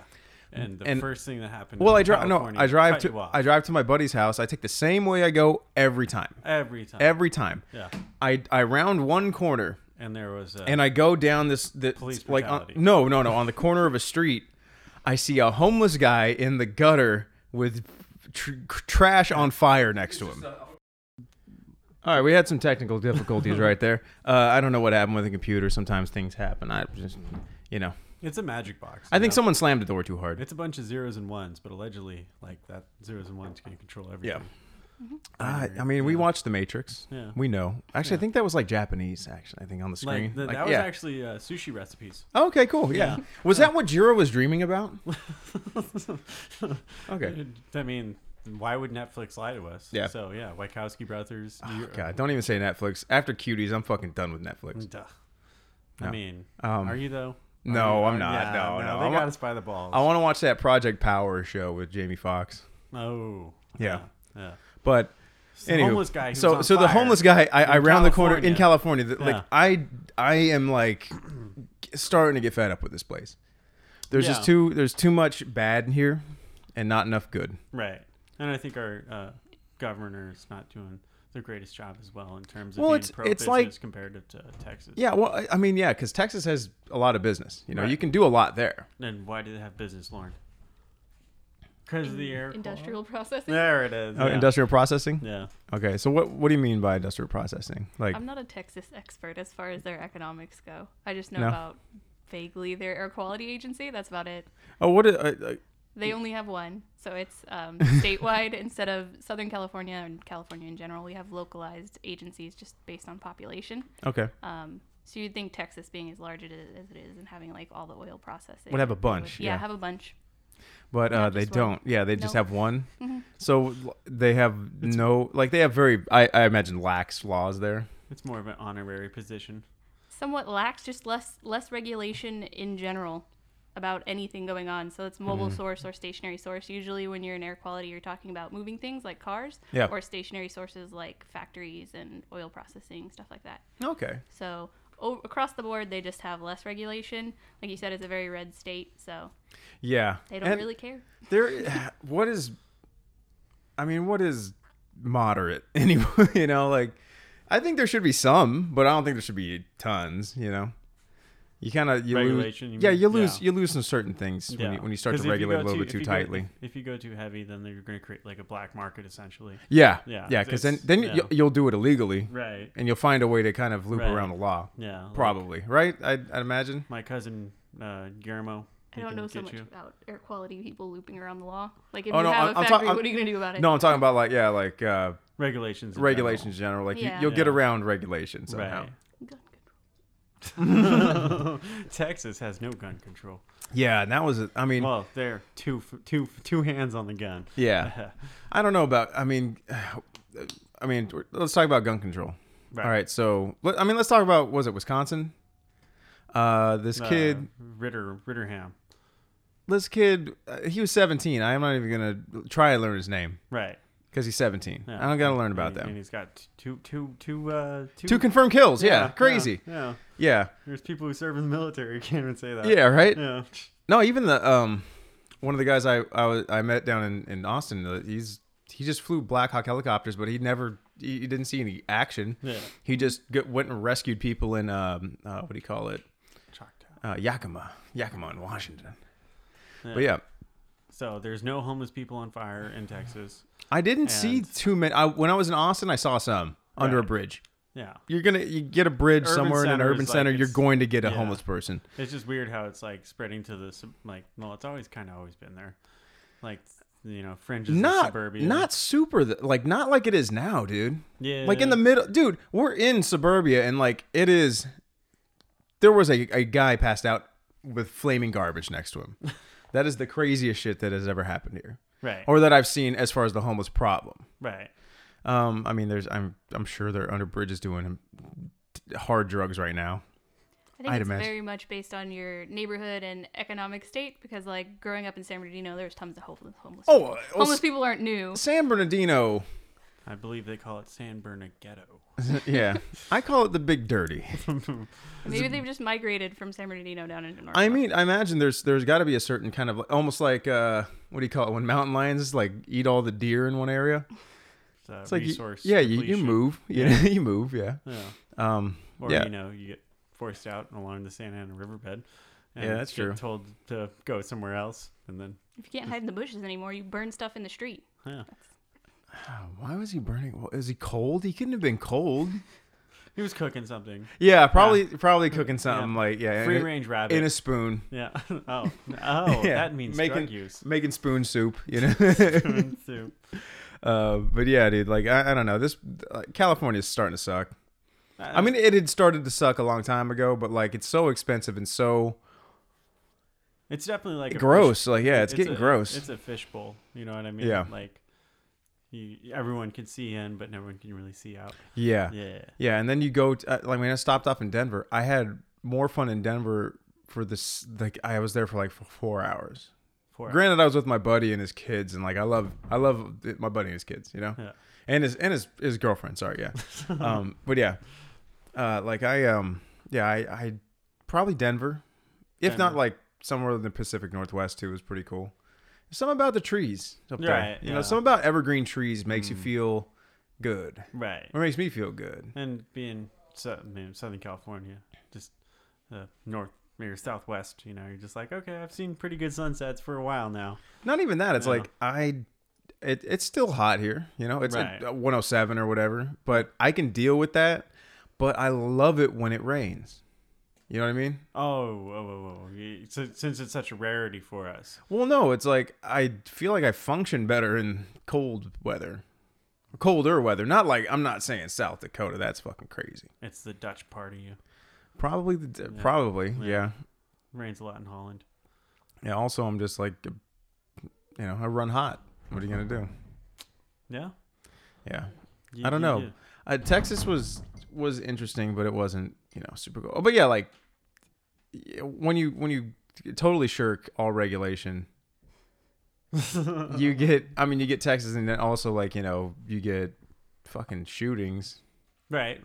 [SPEAKER 2] And the
[SPEAKER 1] And-
[SPEAKER 2] first thing that happened.
[SPEAKER 1] Well,
[SPEAKER 2] in
[SPEAKER 1] I drive. No,
[SPEAKER 2] California
[SPEAKER 1] I drive
[SPEAKER 2] cut you
[SPEAKER 1] to
[SPEAKER 2] off.
[SPEAKER 1] I drive to my buddy's house. I take the same way I go every time.
[SPEAKER 2] every time.
[SPEAKER 1] Every time.
[SPEAKER 2] yeah.
[SPEAKER 1] I I round one corner
[SPEAKER 2] And there was a,
[SPEAKER 1] and I go down this the
[SPEAKER 2] Police
[SPEAKER 1] like on,
[SPEAKER 2] brutality.
[SPEAKER 1] no no no on the corner of a street. I see a homeless guy in the gutter with tr- trash on fire next to him. All right, we had some technical difficulties right there. Uh, I don't know what happened with the computer. Sometimes things happen. I just you know
[SPEAKER 2] it's a magic box.
[SPEAKER 1] I
[SPEAKER 2] you
[SPEAKER 1] think
[SPEAKER 2] know?
[SPEAKER 1] someone slammed the door too hard.
[SPEAKER 2] It's a bunch of zeros and ones, but allegedly, like that zeros and ones can control everything.
[SPEAKER 1] Uh, I mean, we watched The Matrix.
[SPEAKER 2] Mm-hmm. Yeah.
[SPEAKER 1] We know. Actually, I think that was like Japanese. Actually, I think on the screen.
[SPEAKER 2] Like, th-
[SPEAKER 1] Like,
[SPEAKER 2] that was
[SPEAKER 1] yeah.
[SPEAKER 2] actually uh, sushi recipes.
[SPEAKER 1] Okay, cool. Yeah.
[SPEAKER 2] Yeah.
[SPEAKER 1] Was that what Jiro was dreaming about? Okay.
[SPEAKER 2] I mean, why would Netflix lie to us?
[SPEAKER 1] Yeah. Oh,
[SPEAKER 2] So yeah, Wachowski brothers. you-
[SPEAKER 1] God, don't even say Netflix. After Cuties, I'm fucking done with Netflix.
[SPEAKER 2] Duh.
[SPEAKER 1] No.
[SPEAKER 2] I mean,
[SPEAKER 1] Um,
[SPEAKER 2] are you though? Are
[SPEAKER 1] no,
[SPEAKER 2] you-
[SPEAKER 1] I'm
[SPEAKER 2] are-
[SPEAKER 1] not.
[SPEAKER 2] yeah,
[SPEAKER 1] No, no,
[SPEAKER 2] They
[SPEAKER 1] I'm-
[SPEAKER 2] got us by the balls.
[SPEAKER 1] I want to watch that Project Power show with Jamie Foxx.
[SPEAKER 2] oh.
[SPEAKER 1] Yeah.
[SPEAKER 2] Yeah. yeah.
[SPEAKER 1] But
[SPEAKER 2] So the
[SPEAKER 1] anywho,
[SPEAKER 2] homeless guy. who's
[SPEAKER 1] So
[SPEAKER 2] on
[SPEAKER 1] so the
[SPEAKER 2] fire.
[SPEAKER 1] homeless guy. I, I
[SPEAKER 2] in
[SPEAKER 1] round the corner in California. that,
[SPEAKER 2] Yeah.
[SPEAKER 1] Like I I am like starting to get fed up with this place. There's just
[SPEAKER 2] Yeah.
[SPEAKER 1] too there's too much bad here, and not enough good.
[SPEAKER 2] Right. And I think our uh, governor is not doing the greatest job as well in terms of
[SPEAKER 1] Well,
[SPEAKER 2] being
[SPEAKER 1] it's-
[SPEAKER 2] pro
[SPEAKER 1] it's
[SPEAKER 2] business
[SPEAKER 1] like-
[SPEAKER 2] compared to, to Texas.
[SPEAKER 1] Yeah, well, I- I mean, yeah, because Texas has a lot of business. You know,
[SPEAKER 2] Right.
[SPEAKER 1] you can do a lot there.
[SPEAKER 2] Then why do they have business, Lauren? Because of the air.
[SPEAKER 3] Industrial processing.
[SPEAKER 2] There it is.
[SPEAKER 1] Oh,
[SPEAKER 2] yeah.
[SPEAKER 1] industrial processing.
[SPEAKER 2] Yeah.
[SPEAKER 1] Okay, so what what do you mean by industrial processing? Like,
[SPEAKER 3] I'm not a Texas expert as far as their economics go. I just know
[SPEAKER 1] No.
[SPEAKER 3] about vaguely their air quality agency. That's about it.
[SPEAKER 1] oh, what? Is, uh,
[SPEAKER 3] They only have one, so it's um, statewide instead of Southern California and California in general. We have localized agencies just based on population.
[SPEAKER 1] uh, okay,
[SPEAKER 3] Um, so you'd think Texas, being as large it is- as it is, and having like all the oil processing,
[SPEAKER 1] Would have a
[SPEAKER 3] they
[SPEAKER 1] bunch, yeah.
[SPEAKER 3] have a bunch.
[SPEAKER 1] but uh,
[SPEAKER 3] Not
[SPEAKER 1] they
[SPEAKER 3] just one. Mm-hmm.
[SPEAKER 1] don't. Yeah, they just
[SPEAKER 3] No.
[SPEAKER 1] have one. So l- they have no, like, they have very, I, I imagine, lax laws there.
[SPEAKER 2] It's more of an honorary position.
[SPEAKER 3] Somewhat lax, just less less regulation in general about anything going on. So it's mobile
[SPEAKER 1] Mm-hmm.
[SPEAKER 3] source or stationary source. Usually, when you're in air quality, you're talking about moving things like cars,
[SPEAKER 1] Yeah.
[SPEAKER 3] or stationary sources like factories and oil processing stuff like that.
[SPEAKER 1] Okay.
[SPEAKER 3] So o- across the board, they just have less regulation. Like you said, it's a very red state, so
[SPEAKER 1] Yeah.
[SPEAKER 3] they don't
[SPEAKER 1] And
[SPEAKER 3] really care.
[SPEAKER 1] There, what is? I mean, what is moderate anyway? You know, like, I think there should be some, but I don't think there should be tons. You know. You kind of you
[SPEAKER 2] Regulation, you
[SPEAKER 1] Lose, yeah,
[SPEAKER 2] mean?
[SPEAKER 1] you lose
[SPEAKER 2] Yeah.
[SPEAKER 1] you lose some certain things when, you, when you start
[SPEAKER 2] 'Cause
[SPEAKER 1] to
[SPEAKER 2] if
[SPEAKER 1] regulate a
[SPEAKER 2] go
[SPEAKER 1] little bit
[SPEAKER 2] if
[SPEAKER 1] too
[SPEAKER 2] you go-
[SPEAKER 1] tightly.
[SPEAKER 2] if- if you go too heavy, then you're going to create like a black market essentially.
[SPEAKER 1] Yeah,
[SPEAKER 2] Yeah,
[SPEAKER 1] yeah, because then
[SPEAKER 2] it's-
[SPEAKER 1] then
[SPEAKER 2] yeah.
[SPEAKER 1] you, you'll do it illegally,
[SPEAKER 2] Right.
[SPEAKER 1] and you'll find a way to kind of loop
[SPEAKER 2] Right.
[SPEAKER 1] around the law,
[SPEAKER 2] Yeah.
[SPEAKER 3] Oh,
[SPEAKER 2] like
[SPEAKER 1] probably, right? I'd, I'd imagine.
[SPEAKER 2] My cousin uh, Guillermo.
[SPEAKER 3] I
[SPEAKER 2] he
[SPEAKER 3] don't
[SPEAKER 2] can
[SPEAKER 3] know so
[SPEAKER 2] get
[SPEAKER 3] much
[SPEAKER 2] you.
[SPEAKER 3] about air quality people looping around the law. Like if
[SPEAKER 1] Oh,
[SPEAKER 3] you
[SPEAKER 1] no,
[SPEAKER 3] have
[SPEAKER 1] I'm-
[SPEAKER 3] a
[SPEAKER 1] I'm ta-
[SPEAKER 3] factory,
[SPEAKER 1] I'm-
[SPEAKER 3] what are you gonna do about it?
[SPEAKER 1] No, I'm talking about like yeah, like uh,
[SPEAKER 2] regulations. in
[SPEAKER 1] regulations in general. Like
[SPEAKER 3] Yeah.
[SPEAKER 1] you, you'll get
[SPEAKER 2] Yeah.
[SPEAKER 1] around regulations
[SPEAKER 2] general.
[SPEAKER 1] somehow.
[SPEAKER 3] Gun
[SPEAKER 2] Right. Texas has no gun control.
[SPEAKER 1] Yeah, and that was I mean,
[SPEAKER 2] Well, they're two f- two f- two hands on the gun.
[SPEAKER 1] yeah, I don't know about. I mean, I mean, let's talk about gun control.
[SPEAKER 2] Right.
[SPEAKER 1] All right, so let, I mean, let's talk about was it Wisconsin? Uh, this
[SPEAKER 2] Uh,
[SPEAKER 1] kid
[SPEAKER 2] Ritter Ritterham.
[SPEAKER 1] this kid, uh, he was 17. I'm not even gonna try to learn his name
[SPEAKER 2] Right.
[SPEAKER 1] because he's 17.
[SPEAKER 2] Yeah.
[SPEAKER 1] I don't gotta learn about
[SPEAKER 2] and, And
[SPEAKER 1] them.
[SPEAKER 2] he's got t- two two two uh two,
[SPEAKER 1] Two confirmed kills. Yeah, crazy.
[SPEAKER 2] Yeah,
[SPEAKER 1] Yeah.
[SPEAKER 2] There's people who serve in the military can't even say that.
[SPEAKER 1] yeah, right.
[SPEAKER 2] Yeah.
[SPEAKER 1] No, even the um, one of the guys I I, was, I met down in in Austin, uh, he's he just flew Black Hawk helicopters, but he never he, he didn't see any action.
[SPEAKER 2] Yeah.
[SPEAKER 1] He just get, went and rescued people in um uh, what do you call it
[SPEAKER 2] Choctaw.
[SPEAKER 1] uh, Yakima Yakima in Washington.
[SPEAKER 2] Yeah.
[SPEAKER 1] But yeah.
[SPEAKER 2] So there's no homeless people on fire in Texas.
[SPEAKER 1] I didn't see
[SPEAKER 2] And-
[SPEAKER 1] too many. I, when I was in Austin, I saw some under a
[SPEAKER 2] Right.
[SPEAKER 1] bridge.
[SPEAKER 2] Yeah.
[SPEAKER 1] You're gonna you get a bridge
[SPEAKER 2] Urban
[SPEAKER 1] somewhere in an
[SPEAKER 2] center
[SPEAKER 1] urban
[SPEAKER 2] is like
[SPEAKER 1] center, you're
[SPEAKER 2] it's-
[SPEAKER 1] going to get a
[SPEAKER 2] yeah.
[SPEAKER 1] homeless person.
[SPEAKER 2] It's just weird how it's like spreading to the sub- like. Well, it's always kind of always been there, like you know fringes of
[SPEAKER 1] not
[SPEAKER 2] suburbia.
[SPEAKER 1] not super th- like not like it is now, dude.
[SPEAKER 2] yeah.
[SPEAKER 1] Like in the middle, dude. We're in suburbia, and like it is. There was a, a guy passed out with flaming garbage next to him. that is the craziest shit that has ever happened here,
[SPEAKER 2] right
[SPEAKER 1] or that I've seen as far as the homeless problem.
[SPEAKER 2] right.
[SPEAKER 1] Um, I mean, there's I'm I'm sure they're under bridges doing hard drugs right now.
[SPEAKER 3] I think
[SPEAKER 1] I'd
[SPEAKER 3] it's
[SPEAKER 1] imagine.
[SPEAKER 3] very much based on your neighborhood and economic state because, like, growing up in San Bernardino, there's tons of homeless. homeless
[SPEAKER 1] Oh,
[SPEAKER 3] people.
[SPEAKER 1] uh, well,
[SPEAKER 3] homeless
[SPEAKER 1] s-
[SPEAKER 3] people aren't new.
[SPEAKER 1] San Bernardino.
[SPEAKER 2] I believe they call it San Bernard Ghetto.
[SPEAKER 1] yeah. I call it the big dirty.
[SPEAKER 3] Maybe they've just migrated from San Bernardino down into North.
[SPEAKER 1] I mean, I imagine there's there's got to be a certain kind of almost like uh what do you call it when mountain lions like eat all the deer in one area?
[SPEAKER 2] It's, a
[SPEAKER 1] It's like you-
[SPEAKER 2] resource.
[SPEAKER 1] yeah, you, you
[SPEAKER 2] depletion.
[SPEAKER 1] move, you,
[SPEAKER 2] Yeah.
[SPEAKER 1] you move, yeah.
[SPEAKER 2] Yeah.
[SPEAKER 1] Um
[SPEAKER 2] Or
[SPEAKER 1] yeah.
[SPEAKER 2] you know you get forced out along the Santa Ana Riverbed. And
[SPEAKER 1] Yeah, that's
[SPEAKER 2] get
[SPEAKER 1] true.
[SPEAKER 2] Told to go somewhere else, and then
[SPEAKER 3] if you can't hide in the bushes anymore, you burn stuff in the street.
[SPEAKER 2] yeah,
[SPEAKER 1] Ah, Why was he burning? Well, is he cold? He couldn't have been cold.
[SPEAKER 2] he was cooking something.
[SPEAKER 1] Yeah, probably probably cooking something like yeah,
[SPEAKER 2] Free
[SPEAKER 1] in, a-
[SPEAKER 2] range rabbit.
[SPEAKER 1] in a spoon.
[SPEAKER 2] yeah. Oh. Oh,
[SPEAKER 1] Yeah,
[SPEAKER 2] that means
[SPEAKER 1] making-
[SPEAKER 2] drug use.
[SPEAKER 1] Making spoon soup, you know.
[SPEAKER 2] Soup.
[SPEAKER 1] uh, but yeah, dude, like I, I don't know. This uh, California's starting to suck.
[SPEAKER 2] Uh,
[SPEAKER 1] I mean, it had started to suck a long time ago, but like it's so expensive and so
[SPEAKER 2] It's definitely like a
[SPEAKER 1] gross.
[SPEAKER 2] fish-
[SPEAKER 1] Like, yeah, it's, getting
[SPEAKER 2] a-
[SPEAKER 1] gross.
[SPEAKER 2] It's a fishbowl. You know what I mean?
[SPEAKER 1] Yeah.
[SPEAKER 2] Like, you, everyone can see in, but no one can really see out.
[SPEAKER 1] yeah. yeah,
[SPEAKER 2] Yeah.
[SPEAKER 1] And then you go. To, uh, like when I stopped off in Denver, I had more fun in Denver for this. Like I was there for like for four hours.
[SPEAKER 2] Four.
[SPEAKER 1] Granted, I was with my buddy and his kids, and like I love, I love th- my buddy and his kids. You know,
[SPEAKER 2] Yeah.
[SPEAKER 1] and his and his his girlfriend. Sorry, yeah. um, but yeah, uh, like I um, yeah, I I probably Denver, if not
[SPEAKER 2] Denver.
[SPEAKER 1] like somewhere in the Pacific Northwest too was pretty cool. Some about the trees up there.
[SPEAKER 2] Right,
[SPEAKER 1] You know,
[SPEAKER 2] yeah. Mm.
[SPEAKER 1] some about evergreen trees makes you feel good.
[SPEAKER 2] Right.
[SPEAKER 1] Or makes me feel good.
[SPEAKER 2] And being so, I mean, Southern California, just uh, north or southwest, you know, you're just like, okay, I've seen pretty good sunsets for a while now.
[SPEAKER 1] Not even that. It's
[SPEAKER 2] Yeah.
[SPEAKER 1] like I, it, it's still hot here. You know, it's at
[SPEAKER 2] Right.
[SPEAKER 1] 107 or whatever, but I can deal with that. But I love it when it rains. You know what I mean?
[SPEAKER 2] Oh, oh, oh, oh. So, since it's such a rarity for us.
[SPEAKER 1] Well, no, it's like I feel like I function better in cold weather, colder weather. Not like I'm not saying South Dakota. That's fucking crazy.
[SPEAKER 2] It's the Dutch part of you.
[SPEAKER 1] Probably, the, probably, yeah. yeah.
[SPEAKER 2] Rains a lot in Holland.
[SPEAKER 1] Also, I'm just like, you know, I run hot. What are you gonna do?
[SPEAKER 2] Yeah.
[SPEAKER 1] Yeah.
[SPEAKER 2] You-
[SPEAKER 1] I don't
[SPEAKER 2] you
[SPEAKER 1] know.
[SPEAKER 2] do.
[SPEAKER 1] Uh, Texas was was interesting, but it wasn't you know super cool. Oh, but yeah, like y- when you when you totally shirk all regulation, you get. I mean, you get Texas, and then also like you know you get fucking shootings.
[SPEAKER 2] Right.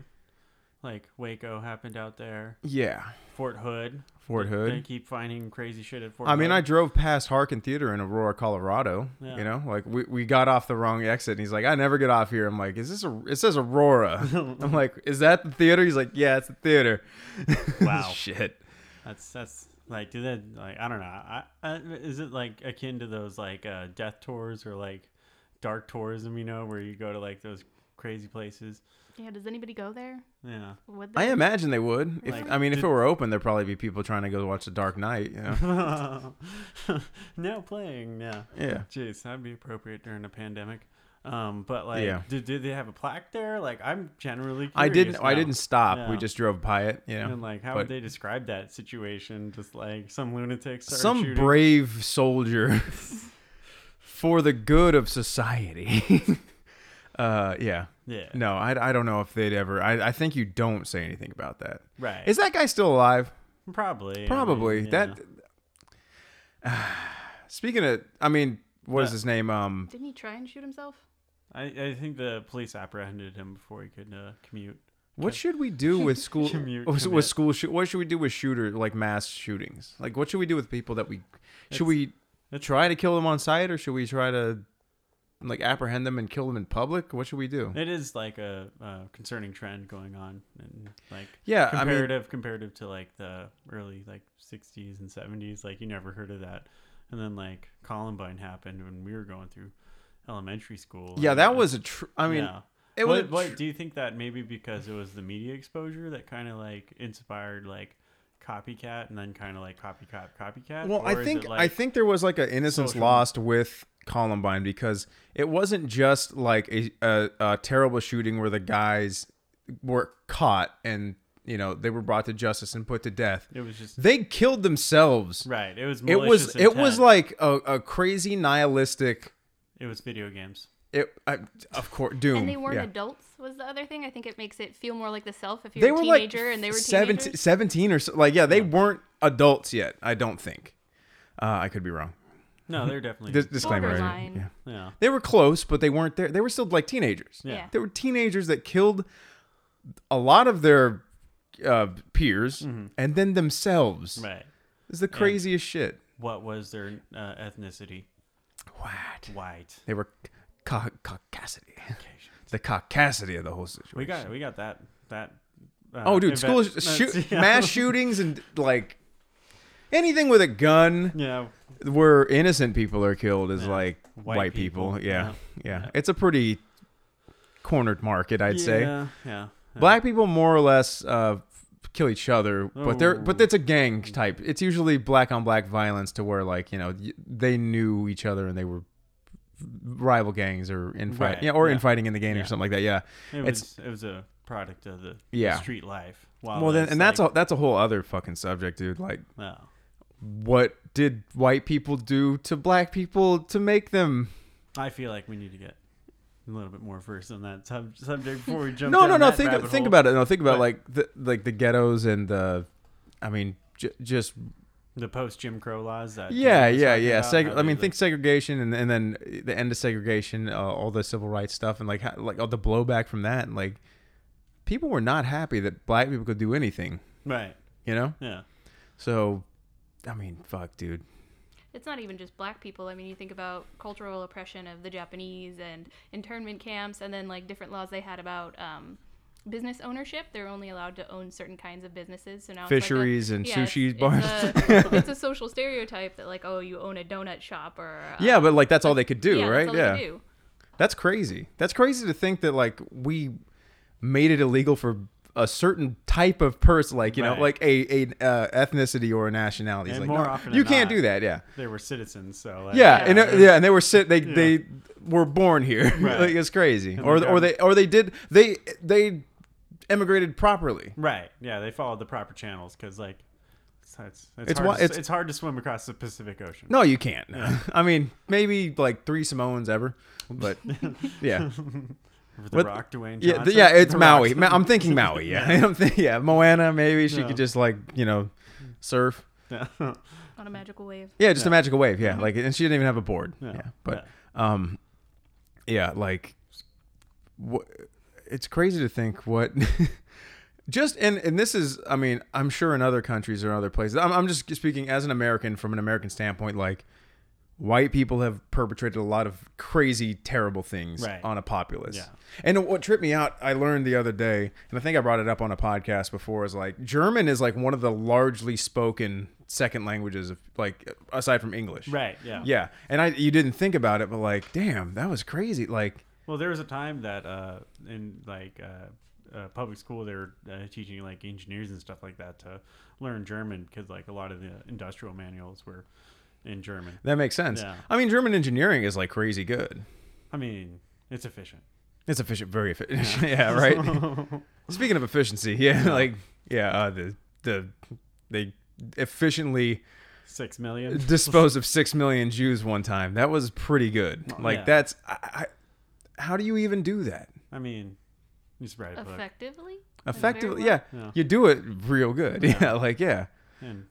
[SPEAKER 2] Like Waco happened out there.
[SPEAKER 1] Yeah,
[SPEAKER 2] Fort Hood.
[SPEAKER 1] Fort
[SPEAKER 2] They
[SPEAKER 1] Hood.
[SPEAKER 2] keep finding crazy shit at Fort
[SPEAKER 1] I mean, I
[SPEAKER 2] Hood.
[SPEAKER 1] drove past Harkin Theater in Aurora, Colorado.
[SPEAKER 2] Yeah.
[SPEAKER 1] You know, like we, we got off the wrong exit, and he's like, "I never get off here." I'm like, "Is this a?" It says Aurora. I'm like, "Is that the theater?" He's like, "Yeah, it's the theater."
[SPEAKER 2] Wow.
[SPEAKER 1] Shit.
[SPEAKER 2] That's that's like do that like I don't know. I, I is it like akin to those like uh, death tours or like dark tourism? You know, where you go to like those crazy places.
[SPEAKER 3] Yeah, does anybody go there?
[SPEAKER 2] Yeah,
[SPEAKER 3] Would
[SPEAKER 1] I
[SPEAKER 3] they?
[SPEAKER 1] imagine they would. If,
[SPEAKER 2] Like,
[SPEAKER 1] I mean, if
[SPEAKER 2] did-
[SPEAKER 1] it were open, there'd probably be people trying to go watch The Dark Knight. You know?
[SPEAKER 2] now playing. Yeah,
[SPEAKER 1] yeah.
[SPEAKER 2] jeez, that'd be appropriate during a pandemic. Um, but like,
[SPEAKER 1] Yeah.
[SPEAKER 2] did, did they have a plaque there? Like, I'm generally
[SPEAKER 1] I didn't.
[SPEAKER 2] curious
[SPEAKER 1] I
[SPEAKER 2] now.
[SPEAKER 1] didn't stop. We
[SPEAKER 2] Yeah.
[SPEAKER 1] just drove by it. You know.
[SPEAKER 2] And like, how
[SPEAKER 1] But
[SPEAKER 2] would they describe that situation? Just like some lunatics,
[SPEAKER 1] some brave soldier for the good of society. uh, yeah.
[SPEAKER 2] yeah,
[SPEAKER 1] No, I, I don't know if they'd ever. I, I think you don't say anything about that.
[SPEAKER 2] right,
[SPEAKER 1] Is that guy still alive?
[SPEAKER 2] probably, I mean,
[SPEAKER 1] Probably.
[SPEAKER 2] yeah.
[SPEAKER 1] That. speaking of, I mean, what is his name? Um,
[SPEAKER 3] Didn't he try and shoot himself?
[SPEAKER 2] I, I think the police apprehended him before he could uh, commute.
[SPEAKER 1] What should we do with school?
[SPEAKER 2] Commute,
[SPEAKER 1] with, with
[SPEAKER 2] commit.
[SPEAKER 1] school? Shoot, what should we do with shooter like mass shootings? Like, what should we do with people that we should
[SPEAKER 2] It's-
[SPEAKER 1] we
[SPEAKER 2] it's-
[SPEAKER 1] try to kill them on site, or should we try to like apprehend them and kill them in public? What should we do?
[SPEAKER 2] It is like a uh, concerning trend going on, and like
[SPEAKER 1] Yeah, I mean-
[SPEAKER 2] comparative comparative to like the early like '60s and '70s. Like you never heard of that, and then like Columbine happened when we were going through elementary school.
[SPEAKER 1] yeah,
[SPEAKER 2] and,
[SPEAKER 1] that
[SPEAKER 2] uh,
[SPEAKER 1] was a. Tr- I mean,
[SPEAKER 2] yeah.
[SPEAKER 1] it was.
[SPEAKER 2] what,
[SPEAKER 1] a
[SPEAKER 2] what
[SPEAKER 1] tr-
[SPEAKER 2] do you think that maybe because it was the media exposure that kind of like inspired like copycat and then kind of like copycat copycat?
[SPEAKER 1] well, I
[SPEAKER 2] Or is it,
[SPEAKER 1] think I
[SPEAKER 2] like-
[SPEAKER 1] think there was like an innocence
[SPEAKER 2] social-
[SPEAKER 1] lost with Columbine because it wasn't just like a, a, a terrible shooting where the guys were caught and you know they were brought to justice and put to death.
[SPEAKER 2] it was just
[SPEAKER 1] They killed themselves.
[SPEAKER 2] right. It was
[SPEAKER 1] it was
[SPEAKER 2] malicious
[SPEAKER 1] it was
[SPEAKER 2] intent.
[SPEAKER 1] like a, a crazy nihilistic
[SPEAKER 2] it was video games.
[SPEAKER 1] it I, of course doom
[SPEAKER 3] And they weren't
[SPEAKER 1] yeah.
[SPEAKER 3] adults was the other thing. I think it makes it feel more like the self if you're
[SPEAKER 1] they
[SPEAKER 3] a
[SPEAKER 1] were like
[SPEAKER 3] teenager and they were
[SPEAKER 1] 17,
[SPEAKER 3] teenagers.
[SPEAKER 1] 17 or so like yeah they weren't adults yet i don't think uh, i could be wrong
[SPEAKER 2] No, they're definitely
[SPEAKER 1] Dis- disclaimer right
[SPEAKER 3] Borderline.
[SPEAKER 1] yeah.
[SPEAKER 2] yeah.
[SPEAKER 1] they were close but they weren't there they were still like teenagers
[SPEAKER 2] Yeah.
[SPEAKER 3] Yeah.
[SPEAKER 1] they were teenagers that killed a lot of their uh, peers and then themselves
[SPEAKER 2] Mm-hmm. Right.
[SPEAKER 1] it's the craziest shit
[SPEAKER 2] What was their uh, ethnicity?
[SPEAKER 1] what
[SPEAKER 2] White.
[SPEAKER 1] they were ca- caucasity the caucasity of the whole situation
[SPEAKER 2] We got we got that that. Uh,
[SPEAKER 1] Oh, dude,
[SPEAKER 2] event-
[SPEAKER 1] school
[SPEAKER 2] that's-
[SPEAKER 1] shoot,
[SPEAKER 2] yeah.
[SPEAKER 1] mass shootings and like anything with a gun
[SPEAKER 2] Yeah,
[SPEAKER 1] where innocent people are killed is
[SPEAKER 2] Yeah.
[SPEAKER 1] like white,
[SPEAKER 2] White
[SPEAKER 1] people.
[SPEAKER 2] people.
[SPEAKER 1] Yeah. yeah,
[SPEAKER 2] Yeah.
[SPEAKER 1] It's a pretty cornered market, I'd
[SPEAKER 2] yeah,
[SPEAKER 1] say.
[SPEAKER 2] yeah, yeah.
[SPEAKER 1] Black people more or less uh, kill each other, but they're but
[SPEAKER 2] Oh.
[SPEAKER 1] it's a gang type. It's usually black on black violence to where like you know y- they knew each other and they were rival gangs or infight,
[SPEAKER 2] Right,
[SPEAKER 1] yeah, or
[SPEAKER 2] yeah.
[SPEAKER 1] infighting in the gang or
[SPEAKER 2] Yeah.
[SPEAKER 1] something like that. Yeah.
[SPEAKER 2] It was
[SPEAKER 1] it's-
[SPEAKER 2] it was a product of the
[SPEAKER 1] Yeah.
[SPEAKER 2] street life.
[SPEAKER 1] Well, then, and that's a that's a whole other fucking subject, dude. Like.
[SPEAKER 2] all. No.
[SPEAKER 1] what did white people do to black people to make them
[SPEAKER 2] I feel like we need to get a little bit more versed on that sub- subject before we jump.
[SPEAKER 1] no
[SPEAKER 2] down
[SPEAKER 1] no no
[SPEAKER 2] that
[SPEAKER 1] think
[SPEAKER 2] rabbit
[SPEAKER 1] think
[SPEAKER 2] hole.
[SPEAKER 1] about it no think about
[SPEAKER 2] But-
[SPEAKER 1] like the like the ghettos and the i mean j- just
[SPEAKER 2] the post Jim Crow laws. That
[SPEAKER 1] yeah
[SPEAKER 2] David was
[SPEAKER 1] yeah
[SPEAKER 2] talking
[SPEAKER 1] yeah
[SPEAKER 2] about,
[SPEAKER 1] Seg-
[SPEAKER 2] how
[SPEAKER 1] i mean
[SPEAKER 2] they-
[SPEAKER 1] think segregation and, and then the end of segregation uh, all the civil rights stuff and like how, like all the blowback from that and like people were not happy that black people could do anything
[SPEAKER 2] right.
[SPEAKER 1] you know
[SPEAKER 2] Yeah.
[SPEAKER 1] so I mean, fuck, dude.
[SPEAKER 3] It's not even just black people. I mean, you think about cultural oppression of the Japanese and internment camps, and then like different laws they had about um, business ownership. They're only allowed to own certain kinds of businesses. So now it's like a-
[SPEAKER 1] Fisheries and
[SPEAKER 3] yeah, it's-
[SPEAKER 1] sushi
[SPEAKER 3] it's
[SPEAKER 1] bars.
[SPEAKER 3] a- it's a social stereotype that like, oh, you own a donut shop or uh,
[SPEAKER 1] yeah, but like that's all they could do,
[SPEAKER 3] yeah, that's
[SPEAKER 1] right?
[SPEAKER 3] all they
[SPEAKER 1] yeah.
[SPEAKER 3] do.
[SPEAKER 1] That's crazy. That's crazy to think that like we made it illegal for a certain type of person, like you
[SPEAKER 2] Right.
[SPEAKER 1] know, like a, a uh, ethnicity or a nationality. It's
[SPEAKER 2] And
[SPEAKER 1] like,
[SPEAKER 2] more
[SPEAKER 1] no,
[SPEAKER 2] often than
[SPEAKER 1] you can't
[SPEAKER 2] not-
[SPEAKER 1] do that. Yeah.
[SPEAKER 2] They were citizens, so like,
[SPEAKER 1] Yeah, and uh,
[SPEAKER 2] they're-
[SPEAKER 1] it- yeah, and they were sit. They they were born here.
[SPEAKER 2] Right.
[SPEAKER 1] like, it's crazy.
[SPEAKER 2] And
[SPEAKER 1] Or
[SPEAKER 2] they
[SPEAKER 1] or they or they did they they emigrated properly.
[SPEAKER 2] Right. Yeah, they followed the proper channels because like it's it's, it's,
[SPEAKER 1] It's
[SPEAKER 2] hard
[SPEAKER 1] why-
[SPEAKER 2] to, it's,
[SPEAKER 1] it's-
[SPEAKER 2] hard to swim across the Pacific Ocean.
[SPEAKER 1] No, you can't. I mean, maybe like three Samoans ever, but yeah,
[SPEAKER 2] The
[SPEAKER 1] what-
[SPEAKER 2] Rock, Dwayne
[SPEAKER 1] yeah,
[SPEAKER 2] Johnson.
[SPEAKER 1] th- yeah. It's
[SPEAKER 2] The
[SPEAKER 1] Maui.
[SPEAKER 2] Rock's-
[SPEAKER 1] Ma- I'm thinking Maui. Yeah, I'm think- yeah. Moana. Maybe she
[SPEAKER 2] Yeah.
[SPEAKER 1] could just like you know surf.
[SPEAKER 2] Yeah.
[SPEAKER 3] On a magical wave.
[SPEAKER 1] Yeah, just a
[SPEAKER 2] Yeah.
[SPEAKER 1] magical wave. Yeah, like and she didn't even have a board.
[SPEAKER 2] Yeah.
[SPEAKER 1] Yeah, but um, yeah, like what? It's crazy to think what. Just and, and this is I mean I'm sure in other countries or other places I'm, I'm just speaking as an American from an American standpoint like white people have perpetrated a lot of crazy terrible things
[SPEAKER 2] Right.
[SPEAKER 1] on a populace
[SPEAKER 2] Yeah.
[SPEAKER 1] and what tripped me out I learned the other day and I think I brought it up on a podcast before is like German is like one of the largely spoken second languages of like aside from English
[SPEAKER 2] Right. Yeah.
[SPEAKER 1] yeah and I you didn't think about it but like damn that was crazy like
[SPEAKER 2] Well, there was a time that uh, in like uh, uh, public school, they were uh, teaching like engineers and stuff like that to learn German because like a lot of the industrial manuals were in German.
[SPEAKER 1] that makes sense
[SPEAKER 2] Yeah.
[SPEAKER 1] I mean German engineering is like crazy good
[SPEAKER 2] I mean, it's efficient.
[SPEAKER 1] It's efficient, very efficient. Yeah, right. Speaking of efficiency, yeah, like yeah, uh, the the they efficiently
[SPEAKER 2] Six million.
[SPEAKER 1] disposed of six million Jews one time. That was pretty good. Like
[SPEAKER 2] yeah.
[SPEAKER 1] that's I, I, how do you even do that
[SPEAKER 2] I mean, you should write a book.
[SPEAKER 3] Effectively? Like, very
[SPEAKER 1] effectively?
[SPEAKER 3] well.
[SPEAKER 1] Yeah,
[SPEAKER 2] Yeah.
[SPEAKER 1] you do it real good. Yeah, like yeah,
[SPEAKER 2] and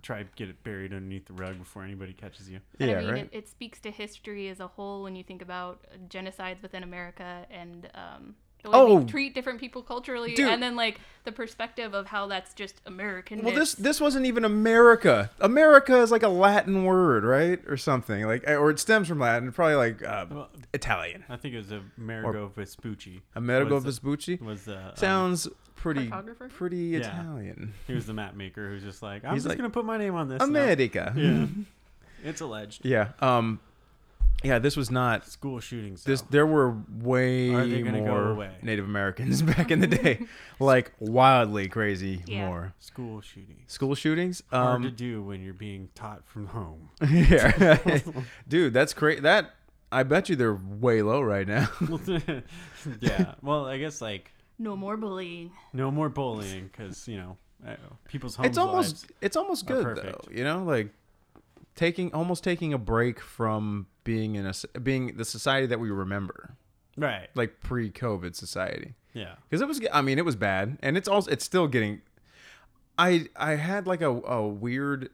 [SPEAKER 2] try to get it buried underneath the rug before anybody catches you.
[SPEAKER 3] And
[SPEAKER 1] yeah,
[SPEAKER 3] I mean,
[SPEAKER 1] right.
[SPEAKER 3] it, it speaks to history as a whole when you think about genocides within America and um, the way
[SPEAKER 1] Oh.
[SPEAKER 3] we treat different people culturally,
[SPEAKER 1] Dude.
[SPEAKER 3] and then like the perspective of how that's just American.
[SPEAKER 1] well, this this wasn't even America. America is like a Latin word, right, or something like, eh, or it stems from Latin, probably like uh,
[SPEAKER 2] Well,
[SPEAKER 1] Italian.
[SPEAKER 2] I think it was Amerigo Vespucci.
[SPEAKER 1] Amerigo
[SPEAKER 2] was the-
[SPEAKER 1] Vespucci.
[SPEAKER 2] was the um,
[SPEAKER 1] Sounds pretty
[SPEAKER 3] Cartographer?
[SPEAKER 1] pretty
[SPEAKER 2] Yeah.
[SPEAKER 1] Italian.
[SPEAKER 2] he was the map maker who's just like I'm
[SPEAKER 1] He's
[SPEAKER 2] just
[SPEAKER 1] like,
[SPEAKER 2] gonna put my name on this. now."
[SPEAKER 1] America.
[SPEAKER 2] Yeah, it's alleged.
[SPEAKER 1] Yeah. Um yeah, this was not
[SPEAKER 2] School shootings.
[SPEAKER 1] this
[SPEAKER 2] though.
[SPEAKER 1] there were way
[SPEAKER 2] Are they gonna go
[SPEAKER 1] more
[SPEAKER 2] away?
[SPEAKER 1] Native Americans back in the day. like wildly crazy
[SPEAKER 3] Yeah.
[SPEAKER 1] more.
[SPEAKER 2] school shootings.
[SPEAKER 1] School shootings?
[SPEAKER 2] Hard to
[SPEAKER 1] Um
[SPEAKER 2] do when you're being taught from home.
[SPEAKER 1] yeah. Dude, that's crazy. That I bet you they're way low right now.
[SPEAKER 2] yeah. Well, I guess like
[SPEAKER 3] no more bullying.
[SPEAKER 2] no more bullying because you know I- people's homes.
[SPEAKER 1] it's almost
[SPEAKER 2] lives-
[SPEAKER 1] it's almost
[SPEAKER 2] are
[SPEAKER 1] good though.
[SPEAKER 2] perfect.
[SPEAKER 1] You know, like taking almost taking a break from being in a s- being the society that we remember,
[SPEAKER 2] right.
[SPEAKER 1] like pre-COVID society.
[SPEAKER 2] Yeah.
[SPEAKER 1] because it was i mean it was bad and it's also it's still getting i i had like a, a weird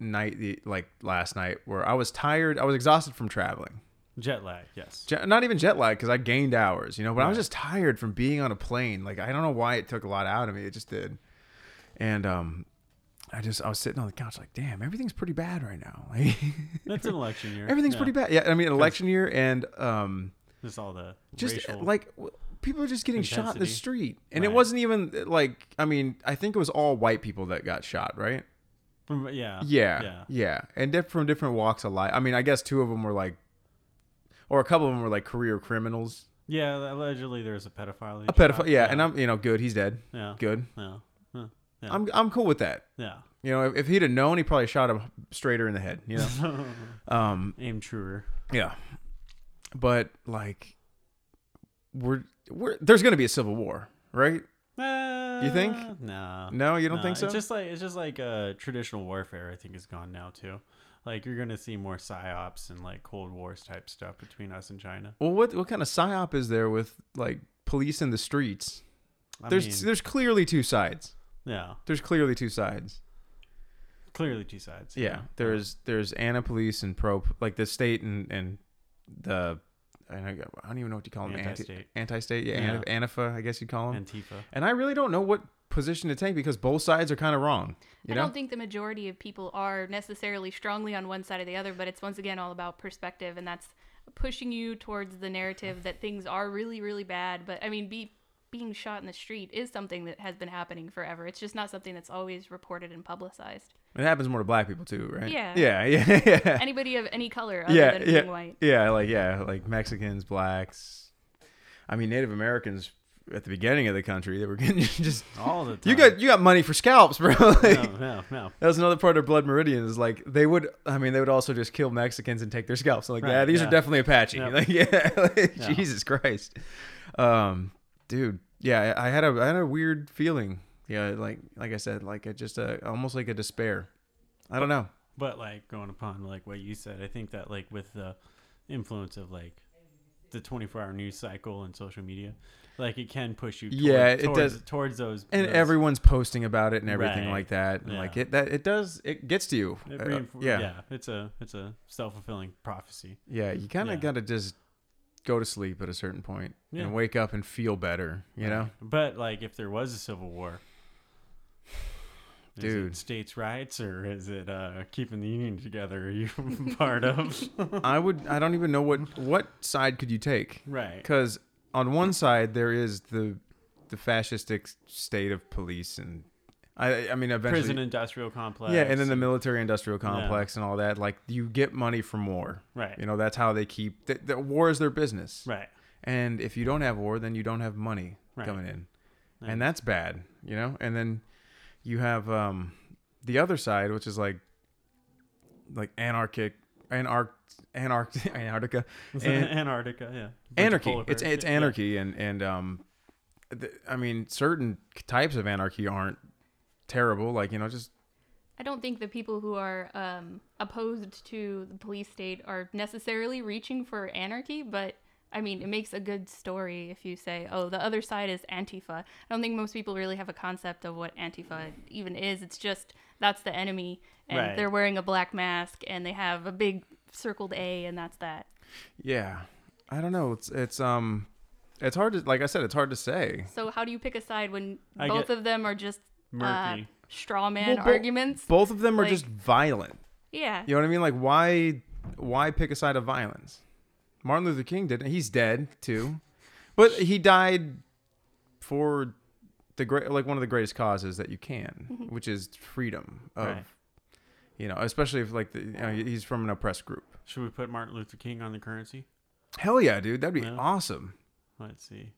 [SPEAKER 1] night the, like last night where i was tired i was exhausted from traveling
[SPEAKER 2] Jet lag. Yes.
[SPEAKER 1] Jet, not even jet lag because i gained hours you know but i was just tired from being on a plane like i don't know why it took a lot out of me it just did and um i just i was sitting on the couch like damn everything's pretty bad right now like
[SPEAKER 2] That's an election year.
[SPEAKER 1] everything's
[SPEAKER 2] Yeah.
[SPEAKER 1] pretty bad yeah i mean election year and um
[SPEAKER 2] Just all the
[SPEAKER 1] just uh,
[SPEAKER 2] racial.
[SPEAKER 1] like w- people are just getting shot in the
[SPEAKER 2] intensity.
[SPEAKER 1] street and
[SPEAKER 2] Right.
[SPEAKER 1] it wasn't even uh, like i mean i think it was all white people that got shot right
[SPEAKER 2] from- yeah.
[SPEAKER 1] yeah
[SPEAKER 2] Yeah.
[SPEAKER 1] yeah, and diff- from different walks of life i mean i guess two of them were like or a couple of them were like career criminals
[SPEAKER 2] Yeah, allegedly there's a pedophile.
[SPEAKER 1] a pedophile yeah, and i'm you know good he's dead
[SPEAKER 2] yeah,
[SPEAKER 1] good
[SPEAKER 2] yeah, yeah, yeah.
[SPEAKER 1] i'm i'm cool with that
[SPEAKER 2] yeah.
[SPEAKER 1] you know if, if he'd have known he probably shot him straighter in the head you know um
[SPEAKER 2] aim truer.
[SPEAKER 1] Yeah. But like we're we're there's gonna be a civil war, right?
[SPEAKER 2] Uh,
[SPEAKER 1] think?
[SPEAKER 2] No,
[SPEAKER 1] No, you don't think so?
[SPEAKER 2] It's just like it's just like uh, traditional warfare. I think is gone now too. Like you're gonna see more psyops and like Cold Wars type stuff between us and China.
[SPEAKER 1] Well what what kind of psyop is there with like police in the streets?
[SPEAKER 2] I
[SPEAKER 1] there's
[SPEAKER 2] mean,
[SPEAKER 1] there's clearly two sides.
[SPEAKER 2] yeah,
[SPEAKER 1] There's clearly two sides.
[SPEAKER 2] clearly two sides.
[SPEAKER 1] Yeah. There's there's anti police and pro like the state and and the I don't I don't even know what you call them.
[SPEAKER 2] Anti-state.
[SPEAKER 1] Anti state, yeah.
[SPEAKER 2] Yeah.
[SPEAKER 1] Antifa, I guess you'd call them.
[SPEAKER 2] Antifa.
[SPEAKER 1] And I really don't know what position to take because both sides are kind of wrong. You
[SPEAKER 3] I
[SPEAKER 1] know,
[SPEAKER 3] don't think the majority of people are necessarily strongly on one side or the other, but it's once again all about perspective, and that's pushing you towards the narrative that things are really, really bad. But I mean, be, being shot in the street is something that has been happening forever. It's just not something that's always reported and publicized.
[SPEAKER 1] it happens more to black people too, right?
[SPEAKER 3] Yeah.
[SPEAKER 1] yeah, yeah, yeah.
[SPEAKER 3] Anybody of any color other
[SPEAKER 1] yeah,
[SPEAKER 3] than
[SPEAKER 1] yeah,
[SPEAKER 3] being white.
[SPEAKER 1] yeah, like yeah, like Mexicans, blacks. I mean, Native Americans at the beginning of the country they were getting just
[SPEAKER 2] all the time.
[SPEAKER 1] you got you got money for scalps, bro. Like,
[SPEAKER 2] no, no, no.
[SPEAKER 1] That was another part of Blood Meridian is like they would. I mean, they would also just kill Mexicans and take their scalps. like,
[SPEAKER 2] Right,
[SPEAKER 1] yeah, these
[SPEAKER 2] yeah.
[SPEAKER 1] are definitely Apache.
[SPEAKER 2] Yep.
[SPEAKER 1] Like, yeah, like,
[SPEAKER 2] Yeah.
[SPEAKER 1] Jesus Christ, um, dude. Yeah, I I had a I had a weird feeling. Yeah, like like I said, like a, just a almost like a despair. I don't know.
[SPEAKER 2] But like going upon like what you said, I think that like with the influence of like the 24-hour news cycle and social media, like it can push you. Toward,
[SPEAKER 1] Yeah, it
[SPEAKER 2] towards,
[SPEAKER 1] does.
[SPEAKER 2] towards those.
[SPEAKER 1] and
[SPEAKER 2] those-
[SPEAKER 1] everyone's posting about it and everything
[SPEAKER 2] Right.
[SPEAKER 1] like that and
[SPEAKER 2] Yeah.
[SPEAKER 1] like it that it does it gets to you
[SPEAKER 2] It
[SPEAKER 1] Uh,
[SPEAKER 2] reinfor-
[SPEAKER 1] yeah.
[SPEAKER 2] yeah.
[SPEAKER 1] yeah
[SPEAKER 2] it's a it's a self fulfilling prophecy.
[SPEAKER 1] you kind of
[SPEAKER 2] Yeah.
[SPEAKER 1] got to just go to sleep at a certain point
[SPEAKER 2] Yeah.
[SPEAKER 1] and wake up and feel better you know
[SPEAKER 2] But like, if there was a civil war, is it
[SPEAKER 1] Dude.
[SPEAKER 2] states' rights or is it uh, keeping the union together? Are you part of?
[SPEAKER 1] i would i don't even know what what side could you take
[SPEAKER 2] right.
[SPEAKER 1] because on one side there is the the fascistic state of police and i i mean eventually
[SPEAKER 2] Prison industrial complex.
[SPEAKER 1] yeah and then the military industrial complex and all that like you get money from war
[SPEAKER 2] Right.
[SPEAKER 1] you know that's how they keep that the, war is their business
[SPEAKER 2] right.
[SPEAKER 1] And if you don't have war, then you don't have money
[SPEAKER 2] Right.
[SPEAKER 1] coming in.
[SPEAKER 2] Right.
[SPEAKER 1] And that's bad, you know? And then you have um, the other side, which is like like anarchic anarch anarch Antarctica. And,
[SPEAKER 2] Antarctica. Yeah. Bunch of
[SPEAKER 1] anarchy.
[SPEAKER 2] polar
[SPEAKER 1] It's
[SPEAKER 2] bears,
[SPEAKER 1] it's
[SPEAKER 2] yeah, yeah.
[SPEAKER 1] anarchy and and um th- I mean certain types of anarchy aren't terrible like you know just
[SPEAKER 3] I don't think the people who are um, opposed to the police state are necessarily reaching for anarchy, but I mean, it makes a good story if you say, oh, the other side is Antifa. I don't think most people really have a concept of what Antifa even is. It's just that's the enemy, and
[SPEAKER 2] Right.
[SPEAKER 3] they're wearing a black mask, and they have a big circled A, and that's that.
[SPEAKER 1] yeah I don't know it's it's um it's hard to like I said it's hard to say
[SPEAKER 3] So, how do you pick a side when
[SPEAKER 2] I
[SPEAKER 3] both
[SPEAKER 2] get
[SPEAKER 3] of them are just uh,
[SPEAKER 2] murky.
[SPEAKER 3] straw man
[SPEAKER 1] Well, bo-
[SPEAKER 3] arguments?
[SPEAKER 1] both of them are
[SPEAKER 3] Like-
[SPEAKER 1] just violent
[SPEAKER 3] yeah.
[SPEAKER 1] You know what I mean? Like why why pick a side of violence? Martin Luther King did. He's dead too, but he died for the great like one of the greatest causes that you can, which is freedom of.
[SPEAKER 2] Mm-hmm. Right.
[SPEAKER 1] You know, especially if like the, you know, he's from an oppressed group.
[SPEAKER 2] Should we put Martin Luther King on the currency?
[SPEAKER 1] Hell yeah, dude! That'd be
[SPEAKER 2] Yeah.
[SPEAKER 1] awesome.
[SPEAKER 2] Let's see.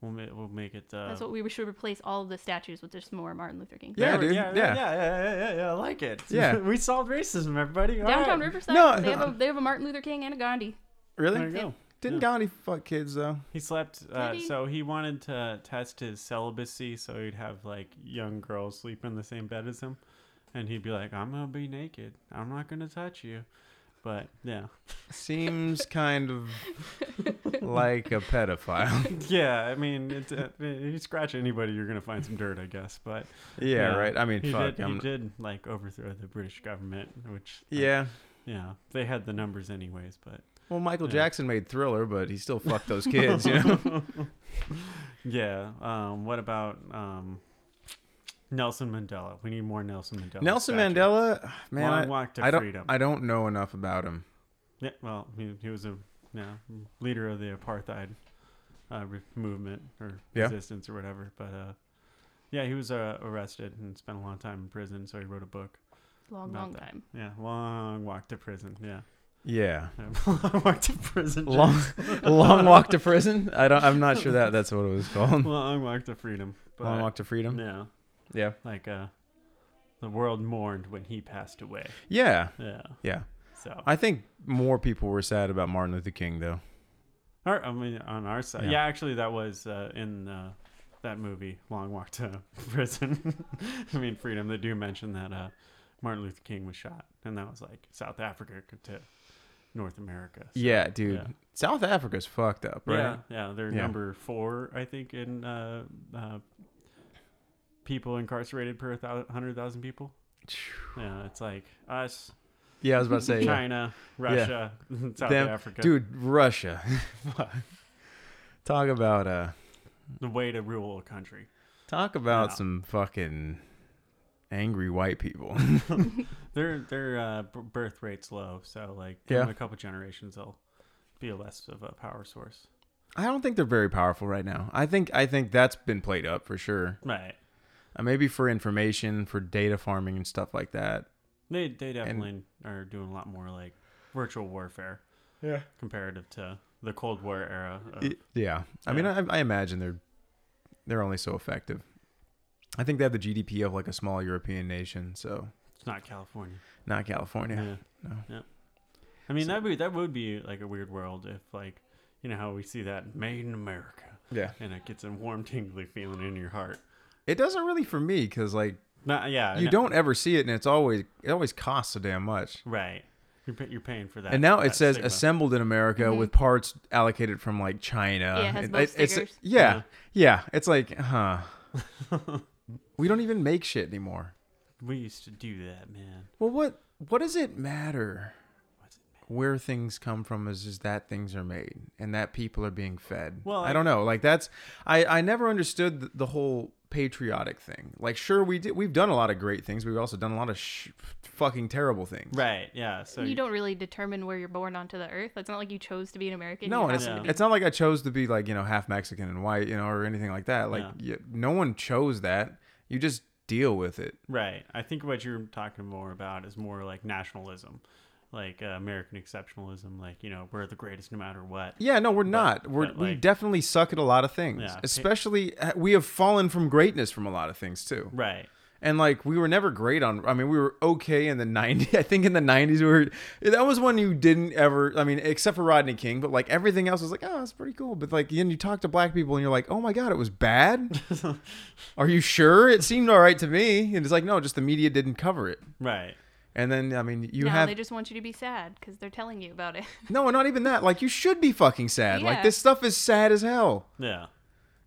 [SPEAKER 2] We'll ma- we'll make it. Uh,
[SPEAKER 3] That's what we should replace all of the statues with just more Martin Luther King.
[SPEAKER 1] Yeah,
[SPEAKER 2] there we-
[SPEAKER 1] dude.
[SPEAKER 2] Yeah,
[SPEAKER 1] Yeah.
[SPEAKER 2] yeah, yeah, yeah, yeah, yeah, yeah, I like it.
[SPEAKER 1] Yeah.
[SPEAKER 2] we solved racism, everybody. All
[SPEAKER 3] Downtown
[SPEAKER 2] right.
[SPEAKER 3] Riverside.
[SPEAKER 1] No,
[SPEAKER 3] they,
[SPEAKER 1] no.
[SPEAKER 3] Have a, they have a Martin Luther King and a Gandhi.
[SPEAKER 1] Really?
[SPEAKER 2] There you go.
[SPEAKER 1] Didn't Gandhi fuck kids though?
[SPEAKER 2] He slept. Uh,
[SPEAKER 3] Did he?
[SPEAKER 2] so he wanted to test his celibacy, so he'd have like young girls sleep in the same bed as him, and he'd be like, "I'm gonna be naked. I'm not gonna touch you." But yeah,
[SPEAKER 1] Seems kind of like a pedophile.
[SPEAKER 2] yeah. I mean, it's, uh, you scratch anybody, you're gonna find some dirt, I guess. But
[SPEAKER 1] Yeah, right. I mean,
[SPEAKER 2] he
[SPEAKER 1] fuck.
[SPEAKER 2] Did,
[SPEAKER 1] I'm,
[SPEAKER 2] he did like overthrow the British government, which like,
[SPEAKER 1] Yeah.
[SPEAKER 2] yeah, they had the numbers anyways. But
[SPEAKER 1] Well, Michael
[SPEAKER 2] Yeah.
[SPEAKER 1] Jackson made Thriller, but he still fucked those kids. You know.
[SPEAKER 2] yeah, um, what about um, Nelson Mandela? We need more Nelson Mandela.
[SPEAKER 1] Nelson
[SPEAKER 2] statue.
[SPEAKER 1] Mandela, man,
[SPEAKER 2] Long
[SPEAKER 1] I,
[SPEAKER 2] walk to
[SPEAKER 1] I don't,
[SPEAKER 2] freedom.
[SPEAKER 1] I don't know enough about him.
[SPEAKER 2] Yeah, well, he, he was a yeah, leader of the apartheid uh, re- movement or
[SPEAKER 1] Yeah.
[SPEAKER 2] resistance or whatever. But uh, yeah, he was uh, arrested and spent a long time in prison. So he wrote a book.
[SPEAKER 3] Long,
[SPEAKER 2] About
[SPEAKER 3] long
[SPEAKER 2] that.
[SPEAKER 3] time.
[SPEAKER 2] Yeah, long walk to prison. Yeah,
[SPEAKER 1] Yeah,
[SPEAKER 2] long walk to prison.
[SPEAKER 1] long, long walk to prison. I don't. I'm not sure that that's what it was called.
[SPEAKER 2] long walk to freedom. But,
[SPEAKER 1] long walk to freedom.
[SPEAKER 2] Yeah,
[SPEAKER 1] Yeah,
[SPEAKER 2] like uh, the world mourned when he passed away.
[SPEAKER 1] yeah,
[SPEAKER 2] Yeah,
[SPEAKER 1] yeah.
[SPEAKER 2] so
[SPEAKER 1] I think more people were sad about Martin Luther King though.
[SPEAKER 2] Our, I mean, on our side.
[SPEAKER 1] Yeah.
[SPEAKER 2] Yeah, actually, that was uh, in uh, that movie, Long Walk to Prison. I mean, Freedom. They do mention that uh, Martin Luther King was shot, and that was like South Africa to North America. So,
[SPEAKER 1] yeah, dude.
[SPEAKER 2] yeah.
[SPEAKER 1] South Africa's fucked up, right?
[SPEAKER 2] Yeah, yeah. They're
[SPEAKER 1] Yeah.
[SPEAKER 2] number four, I think, in uh, uh, people incarcerated per thou- 100,000 people. Yeah, it's like us,
[SPEAKER 1] Yeah, I was about to say. yeah.
[SPEAKER 2] China, Russia, South
[SPEAKER 1] Them-
[SPEAKER 2] Africa.
[SPEAKER 1] Dude, Russia. Fuck. Talk about uh
[SPEAKER 2] The way to rule a country.
[SPEAKER 1] Talk about
[SPEAKER 2] Yeah.
[SPEAKER 1] some fucking angry white people.
[SPEAKER 2] Their their uh, b- birth rate's low, so like
[SPEAKER 1] Yeah.
[SPEAKER 2] give 'em a couple generations, they'll be less of a power source.
[SPEAKER 1] I don't think they're very powerful right now. I think I think that's been played up for sure.
[SPEAKER 2] Right.
[SPEAKER 1] Uh, maybe for information, for data farming and stuff like that.
[SPEAKER 2] They they definitely are doing a lot more like virtual warfare
[SPEAKER 1] Yeah.
[SPEAKER 2] comparative to the Cold War era. Of,
[SPEAKER 1] yeah. I mean,
[SPEAKER 2] Uh. Yeah.
[SPEAKER 1] I, I imagine they're they're only so effective. I think they have the GDP of like a small European nation, so
[SPEAKER 2] It's not California.
[SPEAKER 1] not California.
[SPEAKER 2] Yeah.
[SPEAKER 1] No.
[SPEAKER 2] Yeah. I mean that would that would be like a weird world if like you know how we see that made in America
[SPEAKER 1] Yeah.
[SPEAKER 2] and it gets a warm tingly feeling in your heart.
[SPEAKER 1] It doesn't really for me because like
[SPEAKER 2] Not yeah.
[SPEAKER 1] you
[SPEAKER 2] no-
[SPEAKER 1] don't ever see it, and it's always it always costs so damn much.
[SPEAKER 2] right. You're, pa- you're paying for that.
[SPEAKER 1] And now it
[SPEAKER 2] that
[SPEAKER 1] says
[SPEAKER 2] stigma.
[SPEAKER 1] assembled in America with parts allocated from like China.
[SPEAKER 3] Mm-hmm. Yeah, it has
[SPEAKER 1] It-
[SPEAKER 3] both
[SPEAKER 1] it- it's-
[SPEAKER 3] stickers.
[SPEAKER 1] yeah, yeah,
[SPEAKER 2] Yeah.
[SPEAKER 1] It's like, huh? we don't even make shit anymore.
[SPEAKER 2] we used to do that, man.
[SPEAKER 1] Well, what what does it matter
[SPEAKER 2] What's it
[SPEAKER 1] where things come from? Is is that things are made and that people are being fed?
[SPEAKER 2] Well,
[SPEAKER 1] I,
[SPEAKER 2] I-
[SPEAKER 1] don't know. Like that's I I never understood the, the whole patriotic thing. Like, sure, we did we've done a lot of great things. We've also done a lot of sh- fucking terrible things.
[SPEAKER 2] Right. Yeah. So
[SPEAKER 3] you don't really determine where you're born onto the earth. It's not like you chose to be an American.
[SPEAKER 1] No,
[SPEAKER 3] you
[SPEAKER 1] and it's,
[SPEAKER 3] happened to
[SPEAKER 2] Yeah.
[SPEAKER 3] be-
[SPEAKER 1] it's not like I chose to be like you know half Mexican and white, you know, or anything like that. Like you, no one chose that. You just deal with it.
[SPEAKER 2] Right. I think what you're talking more about is more like nationalism, like uh, American exceptionalism, like, you know, we're the greatest no matter what.
[SPEAKER 1] Yeah, no, we're not. We're
[SPEAKER 2] but,
[SPEAKER 1] we
[SPEAKER 2] like-
[SPEAKER 1] definitely suck at a lot of things.
[SPEAKER 2] Yeah.
[SPEAKER 1] Especially uh, we have fallen from greatness from a lot of things too.
[SPEAKER 2] Right.
[SPEAKER 1] And like we were never great on. I mean, we were okay in the '90s. I think in the '90s we were. That was when you didn't ever. I mean, except for Rodney King, but like everything else was like, oh, that's pretty cool. But like, then you talk to black people and you're like, oh my god, it was bad. Are you sure? It seemed all right to me. And it's like, no, just the media didn't cover it.
[SPEAKER 2] Right.
[SPEAKER 1] And then I mean, you
[SPEAKER 3] no,
[SPEAKER 1] have
[SPEAKER 3] they just want you to be sad because they're telling you about it.
[SPEAKER 1] no, not even that. Like you should be fucking sad. Like
[SPEAKER 3] Yeah.
[SPEAKER 1] this stuff is sad as hell.
[SPEAKER 2] Yeah.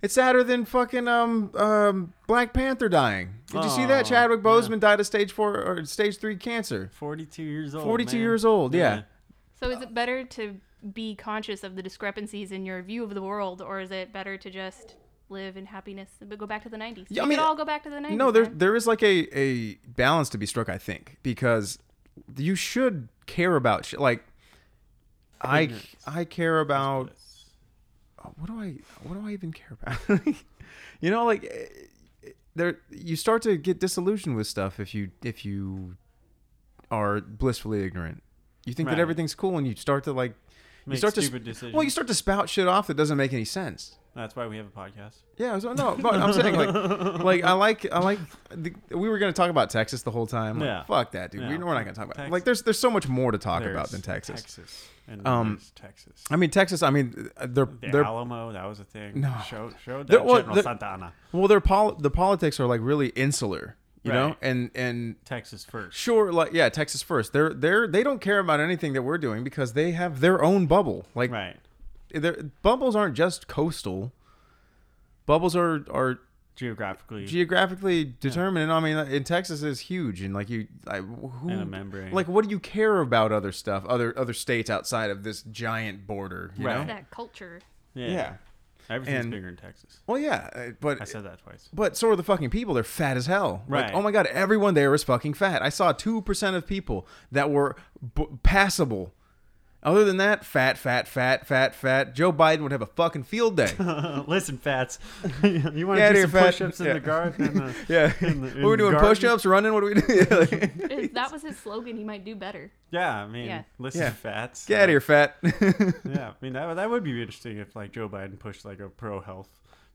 [SPEAKER 1] It's sadder than fucking um um Black Panther dying. Did you see that?
[SPEAKER 2] Aw,
[SPEAKER 1] Chadwick Boseman died of stage four or stage three cancer.
[SPEAKER 2] 42 years old.
[SPEAKER 1] 42
[SPEAKER 2] Oh, man.
[SPEAKER 1] years old, yeah.
[SPEAKER 3] so
[SPEAKER 2] Oh.
[SPEAKER 3] is it better to be conscious of the discrepancies in your view of the world, or is it better to just live in happiness but go back to the 90s?
[SPEAKER 1] Yeah, I
[SPEAKER 3] we
[SPEAKER 1] mean,
[SPEAKER 3] could all go back to the 90s.
[SPEAKER 1] No, there
[SPEAKER 3] man.
[SPEAKER 1] there is like a a balance to be struck, I think, because you should care about shit. Like I
[SPEAKER 2] Ignorance.
[SPEAKER 1] I care about uh,
[SPEAKER 2] Bliss.
[SPEAKER 1] what do I what do I even care about? you know, like eh, there you start to get disillusioned with stuff if you if you are blissfully ignorant. You think
[SPEAKER 2] Right.
[SPEAKER 1] that everything's cool, and you start to like you
[SPEAKER 2] Make
[SPEAKER 1] start
[SPEAKER 2] stupid
[SPEAKER 1] to
[SPEAKER 2] decisions.
[SPEAKER 1] well, you start to spout shit off that doesn't make any sense.
[SPEAKER 2] That's why we have a podcast.
[SPEAKER 1] Yeah, so no, but I'm saying like, like I like I like the, we were gonna talk about Texas the whole time. Like,
[SPEAKER 2] Yeah.
[SPEAKER 1] fuck that, dude. We,
[SPEAKER 2] Yeah.
[SPEAKER 1] we're not gonna talk about
[SPEAKER 2] Tex-
[SPEAKER 1] like there's there's so much more to talk about
[SPEAKER 2] There's
[SPEAKER 1] than Texas.
[SPEAKER 2] Texas. And
[SPEAKER 1] Um,
[SPEAKER 2] there's Texas.
[SPEAKER 1] I mean Texas. I mean uh, they're
[SPEAKER 2] The
[SPEAKER 1] they're
[SPEAKER 2] Alamo, that was a thing.
[SPEAKER 1] No.
[SPEAKER 2] Show, show
[SPEAKER 1] They're-
[SPEAKER 2] that
[SPEAKER 1] well,
[SPEAKER 2] General
[SPEAKER 1] they're-
[SPEAKER 2] Santa Ana.
[SPEAKER 1] Well, their pol- the politics are like really insular, you know,
[SPEAKER 2] Right.
[SPEAKER 1] and and
[SPEAKER 2] Texas first.
[SPEAKER 1] sure, like yeah, Texas first. They're they're they don't care about anything that we're doing because they have their own bubble. Like
[SPEAKER 2] Right.
[SPEAKER 1] their bubbles aren't just coastal. Bubbles are are
[SPEAKER 2] Geographically.
[SPEAKER 1] geographically determined. And I mean, in Texas is huge, and like you, I, who,
[SPEAKER 2] And a membrane.
[SPEAKER 1] like what do you care about other stuff, other other states outside of this giant border? You
[SPEAKER 2] Right.
[SPEAKER 1] Know?
[SPEAKER 3] that culture.
[SPEAKER 2] yeah.
[SPEAKER 1] Yeah.
[SPEAKER 2] Everything's
[SPEAKER 1] And-
[SPEAKER 2] bigger in Texas.
[SPEAKER 1] Well, yeah, uh, but
[SPEAKER 2] I said that twice.
[SPEAKER 1] But so are the fucking people. They're fat as hell. Like,
[SPEAKER 2] Right.
[SPEAKER 1] oh my god, everyone there is fucking fat. I saw two percent of people that were b- passable. Other than that, fat, fat, fat, fat, fat. Joe Biden would have a fucking field day.
[SPEAKER 2] Listen, fats. you want
[SPEAKER 1] Get out
[SPEAKER 2] to
[SPEAKER 1] of
[SPEAKER 2] do
[SPEAKER 1] here,
[SPEAKER 2] some
[SPEAKER 1] fat.
[SPEAKER 2] push-ups in
[SPEAKER 1] Yeah.
[SPEAKER 2] the garden? uh, In the,
[SPEAKER 1] yeah,
[SPEAKER 2] In the-
[SPEAKER 1] we were
[SPEAKER 2] in the
[SPEAKER 1] doing
[SPEAKER 2] garden?
[SPEAKER 1] push-ups, running. What do we do? Like,
[SPEAKER 3] If that was his slogan, he might do better.
[SPEAKER 2] yeah, I mean,
[SPEAKER 3] Yeah.
[SPEAKER 2] listen,
[SPEAKER 1] Yeah.
[SPEAKER 2] fats. uh,
[SPEAKER 1] Get out of here, fat.
[SPEAKER 2] Yeah, I mean that that would be interesting if like Joe Biden pushed like a pro-health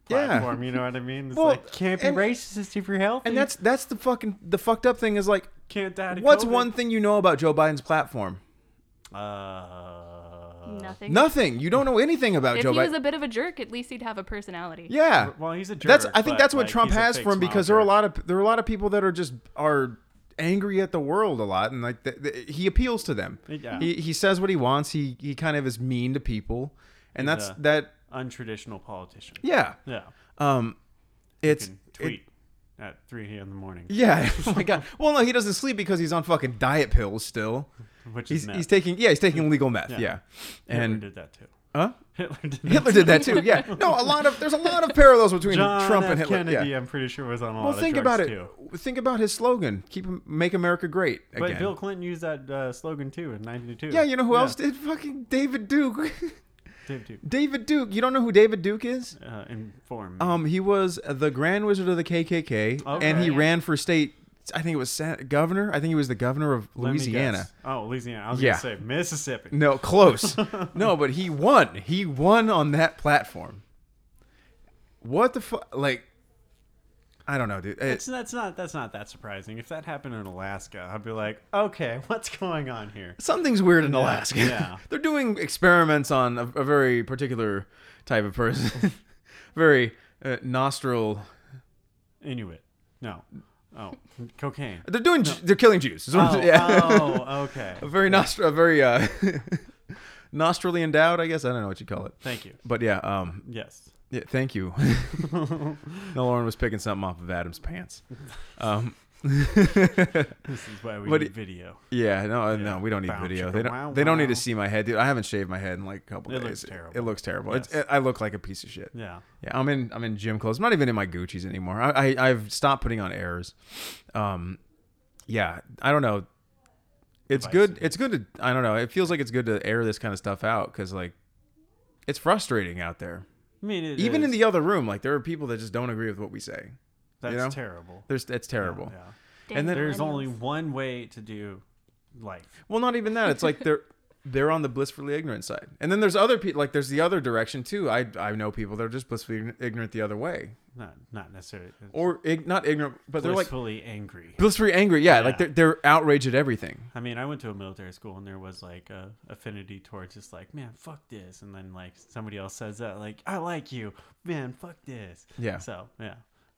[SPEAKER 1] Yeah.
[SPEAKER 2] platform. You know what I mean? It's
[SPEAKER 1] Well,
[SPEAKER 2] like can't be
[SPEAKER 1] and-
[SPEAKER 2] racist if you're healthy.
[SPEAKER 1] and that's that's the fucking the fucked up thing is like,
[SPEAKER 2] can't die. Of
[SPEAKER 1] what's
[SPEAKER 2] COVID.
[SPEAKER 1] one thing you know about Joe Biden's platform?
[SPEAKER 2] Uh,
[SPEAKER 3] Nothing.
[SPEAKER 1] Nothing. You don't know anything about
[SPEAKER 3] If
[SPEAKER 1] Joe
[SPEAKER 3] he was
[SPEAKER 1] Biden.
[SPEAKER 3] a bit of a jerk, at least he'd have a personality.
[SPEAKER 1] yeah.
[SPEAKER 2] Well, he's a jerk.
[SPEAKER 1] That's I think
[SPEAKER 2] but,
[SPEAKER 1] that's what
[SPEAKER 2] like,
[SPEAKER 1] Trump
[SPEAKER 2] he's a
[SPEAKER 1] has
[SPEAKER 2] fake
[SPEAKER 1] for him because there
[SPEAKER 2] smile
[SPEAKER 1] are a
[SPEAKER 2] jerk.
[SPEAKER 1] lot of there are a lot of people that are just are angry at the world a lot and like th th- he appeals to them.
[SPEAKER 2] Yeah.
[SPEAKER 1] He he says what he wants. He he kind of is mean to people, and
[SPEAKER 2] He's
[SPEAKER 1] that's
[SPEAKER 2] a-
[SPEAKER 1] that.
[SPEAKER 2] untraditional politician.
[SPEAKER 1] Yeah.
[SPEAKER 2] Yeah,
[SPEAKER 1] Um, it's
[SPEAKER 2] can
[SPEAKER 1] it-
[SPEAKER 2] tweet at three in the morning,
[SPEAKER 1] yeah. Oh my god. Well, no, he doesn't sleep because he's on fucking diet pills still.
[SPEAKER 2] which
[SPEAKER 1] He's
[SPEAKER 2] is meth.
[SPEAKER 1] he's taking yeah he's taking legal meth. Yeah.
[SPEAKER 2] Hitler
[SPEAKER 1] And
[SPEAKER 2] did that too.
[SPEAKER 1] Huh?
[SPEAKER 2] Hitler did. that.
[SPEAKER 1] Hitler did that too. Yeah. No, a lot of there's a lot of parallels between
[SPEAKER 2] John
[SPEAKER 1] Trump
[SPEAKER 2] F.
[SPEAKER 1] and Hitler.
[SPEAKER 2] Kennedy,
[SPEAKER 1] yeah.
[SPEAKER 2] I'm pretty sure, was on a
[SPEAKER 1] Well,
[SPEAKER 2] lot
[SPEAKER 1] think
[SPEAKER 2] of drugs
[SPEAKER 1] about it.
[SPEAKER 2] too.
[SPEAKER 1] Think about his slogan: "Keep Make America Great
[SPEAKER 2] But
[SPEAKER 1] again."
[SPEAKER 2] Bill Clinton used that uh, slogan too in 1992.
[SPEAKER 1] yeah, you know who else did? Fucking David Duke.
[SPEAKER 2] Dave Duke.
[SPEAKER 1] David Duke. You don't know who David Duke is?
[SPEAKER 2] Uh, inform. me.
[SPEAKER 1] Um, he was the Grand Wizard of the KKK,
[SPEAKER 2] Okay.
[SPEAKER 1] and he
[SPEAKER 3] Yeah.
[SPEAKER 1] ran for state. I think it was sa- governor. I think he was the governor of
[SPEAKER 2] Let me guess.
[SPEAKER 1] Louisiana.
[SPEAKER 2] Oh, Louisiana. I was
[SPEAKER 1] Yeah.
[SPEAKER 2] gonna say Mississippi.
[SPEAKER 1] No, close. no, but he won. He won on that platform. What the fuck? Like, I don't know, dude. It-
[SPEAKER 2] It's, that's not that's not that surprising. If that happened in Alaska, I'd be like, okay, what's going on here?
[SPEAKER 1] something's weird in Alaska.
[SPEAKER 2] yeah.
[SPEAKER 1] They're doing experiments on a, a very particular type of person, very uh, nostril.
[SPEAKER 2] Inuit. No. Oh, cocaine.
[SPEAKER 1] They're doing. Ju- they're killing Jews. is what
[SPEAKER 2] Oh,
[SPEAKER 1] I'm- yeah.
[SPEAKER 2] oh, okay.
[SPEAKER 1] a very nostril. A very uh, nostrily endowed. I guess I don't know what you call it.
[SPEAKER 2] Thank you.
[SPEAKER 1] But yeah. Um.
[SPEAKER 2] Yes.
[SPEAKER 1] Yeah, thank you. no, Lauren was picking something off of Adam's pants. Um.
[SPEAKER 2] This is why we
[SPEAKER 1] But
[SPEAKER 2] need
[SPEAKER 1] it-
[SPEAKER 2] video.
[SPEAKER 1] Yeah, no, uh,
[SPEAKER 2] Yeah.
[SPEAKER 1] no, we don't need
[SPEAKER 2] Bow,
[SPEAKER 1] video.
[SPEAKER 2] chicka,
[SPEAKER 1] They don't.
[SPEAKER 2] wow,
[SPEAKER 1] they don't need to
[SPEAKER 2] wow.
[SPEAKER 1] see my head, dude. I haven't shaved my head in like a couple
[SPEAKER 2] It
[SPEAKER 1] days.
[SPEAKER 2] looks
[SPEAKER 1] It,
[SPEAKER 2] terrible.
[SPEAKER 1] looks terrible. It's,
[SPEAKER 2] Yes.
[SPEAKER 1] I look like a piece of shit. Yeah.
[SPEAKER 2] Yeah.
[SPEAKER 1] I'm in. I'm in gym clothes. I'm not even in my Gucci's anymore. I, I I've stopped putting on airs. Um, yeah, I don't know. It's good. It's good to. I don't know. It feels like it's good to air this kind of stuff out because like, it's frustrating out there.
[SPEAKER 2] I mean, it
[SPEAKER 1] Even in
[SPEAKER 2] is-
[SPEAKER 1] the other room, like there are people that just don't agree with what we say.
[SPEAKER 2] that's
[SPEAKER 1] know?
[SPEAKER 2] terrible.
[SPEAKER 1] There's that's terrible.
[SPEAKER 2] Yeah.
[SPEAKER 1] And then-
[SPEAKER 2] There's
[SPEAKER 3] millennials.
[SPEAKER 2] only one way to do life.
[SPEAKER 1] Well, not even that. It's like they're they're on the blissfully ignorant side, and then there's other people. Like there's the other direction too. I I know people that are just blissfully ign- ignorant the other way,
[SPEAKER 2] Not not necessarily.
[SPEAKER 1] or ig- not ignorant, but they're like
[SPEAKER 2] blissfully angry.
[SPEAKER 1] blissfully angry. Yeah, like
[SPEAKER 2] Yeah.
[SPEAKER 1] they're they're outraged at everything.
[SPEAKER 2] I mean, I went to a military school and there was like a affinity towards just like, man, fuck this, and then like somebody else says that, like, I like you, man, fuck this.
[SPEAKER 1] Yeah.
[SPEAKER 2] So yeah,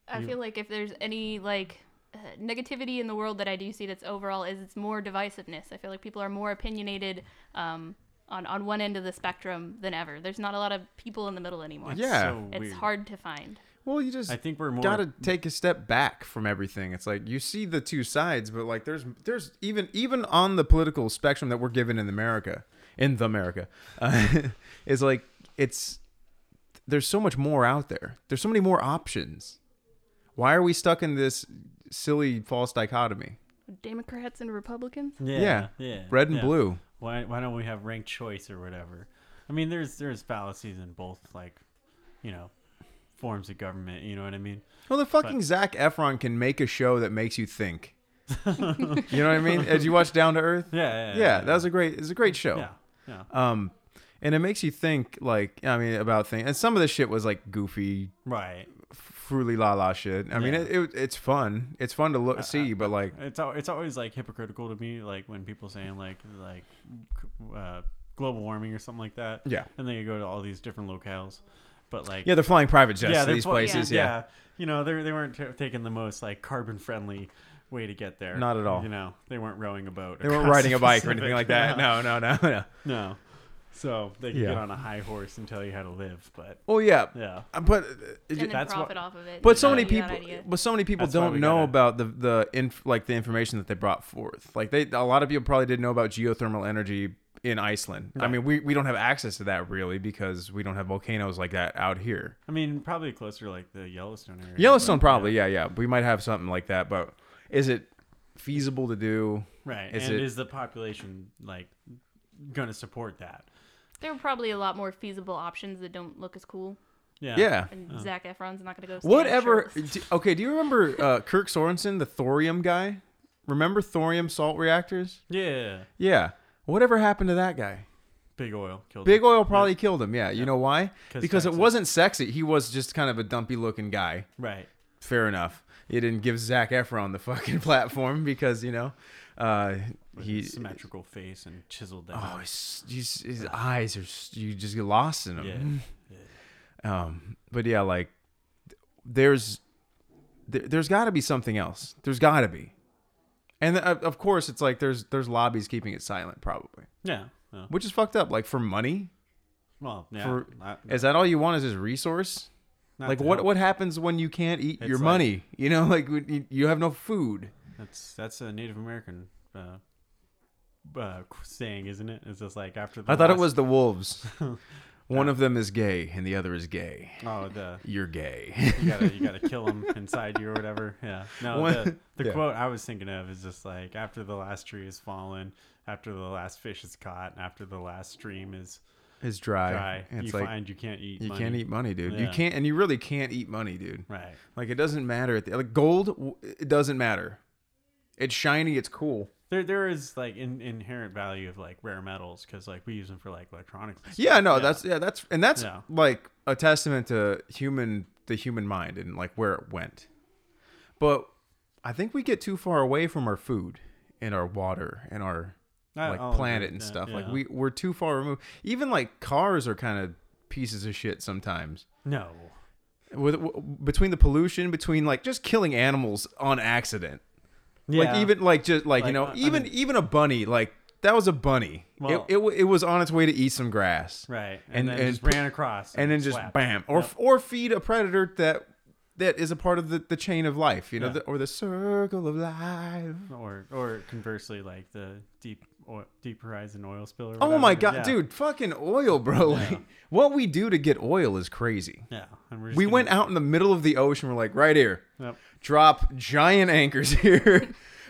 [SPEAKER 3] I feel like if there's any like uh, negativity in the world that I do see that's overall is it's more divisiveness. I feel like people are more opinionated um, on on one end of the spectrum than ever. There's not a lot of people in the middle anymore.
[SPEAKER 2] It's
[SPEAKER 1] Yeah.
[SPEAKER 2] so
[SPEAKER 3] It's
[SPEAKER 2] weird.
[SPEAKER 3] hard to find.
[SPEAKER 1] Well, you just
[SPEAKER 2] I think we're more.
[SPEAKER 1] gotta take a step back from everything. It's like you see the two sides, but like there's there's even even on the political spectrum that we're given in America, in the America, uh, is like it's there's so much more out there. There's so many more options. Why are we stuck in this silly false dichotomy?
[SPEAKER 3] Democrats and Republicans.
[SPEAKER 2] yeah,
[SPEAKER 1] yeah.
[SPEAKER 2] yeah,
[SPEAKER 1] Red and
[SPEAKER 2] yeah.
[SPEAKER 1] blue.
[SPEAKER 2] Why why don't we have ranked choice or whatever? I mean, there's there's fallacies in both like, you know, forms of government. You know what I mean?
[SPEAKER 1] Well, the fucking Zach Efron can make a show that makes you think. you know what I mean? As you watch Down to Earth.
[SPEAKER 2] Yeah, yeah,
[SPEAKER 1] Yeah, that was a great. It's a great show.
[SPEAKER 2] yeah, yeah.
[SPEAKER 1] Um, and it makes you think, like, I mean, about things. And some of the shit was like goofy,
[SPEAKER 2] right.
[SPEAKER 1] fruity la la shit. I mean,
[SPEAKER 2] Yeah. Uh,
[SPEAKER 1] it, it, it's fun. It's fun to look see, but like,
[SPEAKER 2] It's al- it's always like hypocritical to me, like when people saying like like uh, global warming or something like that.
[SPEAKER 1] Yeah.
[SPEAKER 2] and then you go to all these different locales, but like
[SPEAKER 1] yeah, they're flying private jets to
[SPEAKER 2] they're
[SPEAKER 1] these
[SPEAKER 2] fl-
[SPEAKER 1] places. Yeah.
[SPEAKER 2] you know they they weren't t- taking the most like carbon friendly way to get there.
[SPEAKER 1] Not at all.
[SPEAKER 2] You know they weren't rowing a boat.
[SPEAKER 1] they weren't
[SPEAKER 2] across
[SPEAKER 1] riding
[SPEAKER 2] the
[SPEAKER 1] a bike or
[SPEAKER 2] Pacific.
[SPEAKER 1] anything like that. No, no, no, no.
[SPEAKER 2] no. So they could
[SPEAKER 1] Yeah.
[SPEAKER 2] get on a high horse and tell you how to live, but
[SPEAKER 1] Well, yeah,
[SPEAKER 2] yeah,
[SPEAKER 1] Uh, but uh, it,
[SPEAKER 3] And
[SPEAKER 1] ju-
[SPEAKER 3] then
[SPEAKER 2] That's what-
[SPEAKER 3] profit off of it.
[SPEAKER 1] but so
[SPEAKER 3] You
[SPEAKER 1] many
[SPEAKER 3] know, that
[SPEAKER 1] people,
[SPEAKER 3] idea.
[SPEAKER 1] but so many people
[SPEAKER 2] That's why
[SPEAKER 1] don't
[SPEAKER 2] we
[SPEAKER 1] know
[SPEAKER 2] gotta-
[SPEAKER 1] about the the inf- like the information that they brought forth. Like they, a lot of people probably didn't know about geothermal energy in Iceland. I mean, we we don't have access to that really because we don't have volcanoes like that out here.
[SPEAKER 2] I mean probably closer to, like the Yellowstone area.
[SPEAKER 1] Yellowstone, probably. Yeah. yeah, We might have something like that, but is it feasible to do?
[SPEAKER 2] right?
[SPEAKER 1] Is
[SPEAKER 2] and
[SPEAKER 1] it-
[SPEAKER 2] is the population like going to support that?
[SPEAKER 3] there are probably a lot more feasible options that don't look as cool.
[SPEAKER 2] Yeah,
[SPEAKER 1] Yeah.
[SPEAKER 3] And Zach Efron's not going to go. stand
[SPEAKER 1] Oh. Whatever.
[SPEAKER 3] shirtless.
[SPEAKER 1] d- Okay. Do you remember uh, Kirk Sorensen, the thorium guy? Remember thorium salt reactors?
[SPEAKER 2] yeah.
[SPEAKER 1] Yeah. Whatever happened to that guy?
[SPEAKER 2] Big oil killed.
[SPEAKER 1] Big
[SPEAKER 2] him.
[SPEAKER 1] oil probably killed him. Yeah. You know why?
[SPEAKER 2] 'Cause
[SPEAKER 1] Because it
[SPEAKER 2] taxes.
[SPEAKER 1] wasn't sexy. He was just kind of a dumpy looking guy.
[SPEAKER 2] Right.
[SPEAKER 1] Fair enough. It didn't give Zach Efron the fucking platform because, you know, uh, he.
[SPEAKER 2] Symmetrical face and chiseled.
[SPEAKER 1] Oh,
[SPEAKER 2] down.
[SPEAKER 1] his, his, his eyes are. s- You just get lost in them.
[SPEAKER 2] yeah.
[SPEAKER 1] Um, but yeah, like there's there, there's got to be something else. There's got to be, and uh, of course, it's like there's there's lobbies keeping it silent, probably,
[SPEAKER 2] Yeah. yeah.
[SPEAKER 1] which is fucked up. Like for money,
[SPEAKER 2] Well, yeah.
[SPEAKER 1] for
[SPEAKER 2] not-
[SPEAKER 1] is that all you want is this resource?
[SPEAKER 2] not
[SPEAKER 1] like
[SPEAKER 2] to
[SPEAKER 1] what
[SPEAKER 2] help.
[SPEAKER 1] what happens when you can't eat your
[SPEAKER 2] like-
[SPEAKER 1] money? You know, like when you, you have no food.
[SPEAKER 2] That's that's a Native American uh, uh, saying, isn't it? It's just like after. The
[SPEAKER 1] I thought it
[SPEAKER 2] last-
[SPEAKER 1] was the wolves. One of them is gay and the other is gay.
[SPEAKER 2] Oh, the
[SPEAKER 1] You're gay.
[SPEAKER 2] you gotta you gotta kill them inside you or whatever. Yeah. No,
[SPEAKER 1] One-
[SPEAKER 2] the, the
[SPEAKER 1] yeah.
[SPEAKER 2] quote I was thinking of is just like after the last tree is fallen, after the last fish is caught, and after the last stream is
[SPEAKER 1] It's dry.
[SPEAKER 2] dry,
[SPEAKER 1] It's
[SPEAKER 2] you
[SPEAKER 1] like
[SPEAKER 2] find you can't eat.
[SPEAKER 1] you
[SPEAKER 2] money.
[SPEAKER 1] can't eat money, dude. You
[SPEAKER 2] Yeah.
[SPEAKER 1] can't, and you really can't eat money, dude.
[SPEAKER 2] Right.
[SPEAKER 1] Like it doesn't matter. At the, like gold, w- it doesn't matter. It's shiny. It's cool.
[SPEAKER 2] There there is like in, inherent value of like rare metals because like we use them for like electronics. and
[SPEAKER 1] Yeah,
[SPEAKER 2] stuff.
[SPEAKER 1] no, that's yeah, that's and that's
[SPEAKER 2] Yeah.
[SPEAKER 1] like a testament to human the human mind and like where it went. But I think we get too far away from our food and our water and our
[SPEAKER 2] I-
[SPEAKER 1] like
[SPEAKER 2] I'll
[SPEAKER 1] planet
[SPEAKER 2] agree
[SPEAKER 1] and
[SPEAKER 2] with that,
[SPEAKER 1] stuff. Like
[SPEAKER 2] yeah.
[SPEAKER 1] we we're too far removed. Even like cars are kind of pieces of shit sometimes.
[SPEAKER 2] no.
[SPEAKER 1] With w- between the pollution, between like just killing animals on accident. Like even like just like, you
[SPEAKER 2] Like,
[SPEAKER 1] know
[SPEAKER 2] I- I
[SPEAKER 1] even
[SPEAKER 2] mean-
[SPEAKER 1] even a bunny like that was a bunny.
[SPEAKER 2] Well-
[SPEAKER 1] it, it w- it was on its way to eat some grass
[SPEAKER 2] right,
[SPEAKER 1] and-
[SPEAKER 2] and, then
[SPEAKER 1] and
[SPEAKER 2] just
[SPEAKER 1] put-
[SPEAKER 2] ran across,
[SPEAKER 1] and then just
[SPEAKER 2] slapped.
[SPEAKER 1] bam, or
[SPEAKER 2] Yep.
[SPEAKER 1] or feed a predator that that is a part of the, the chain of life, you know,
[SPEAKER 2] Yeah.
[SPEAKER 1] the, or the circle of life.
[SPEAKER 2] or or conversely, like the deep oil, deep horizon oil spill. Or
[SPEAKER 1] Oh
[SPEAKER 2] whatever.
[SPEAKER 1] my god,
[SPEAKER 2] Yeah.
[SPEAKER 1] dude, fucking oil, bro! Like what we do to get oil is crazy.
[SPEAKER 2] Yeah, and we're just
[SPEAKER 1] We
[SPEAKER 2] gonna-
[SPEAKER 1] went out in the middle of the ocean. We're like, right here,
[SPEAKER 2] Yep.
[SPEAKER 1] drop giant anchors here,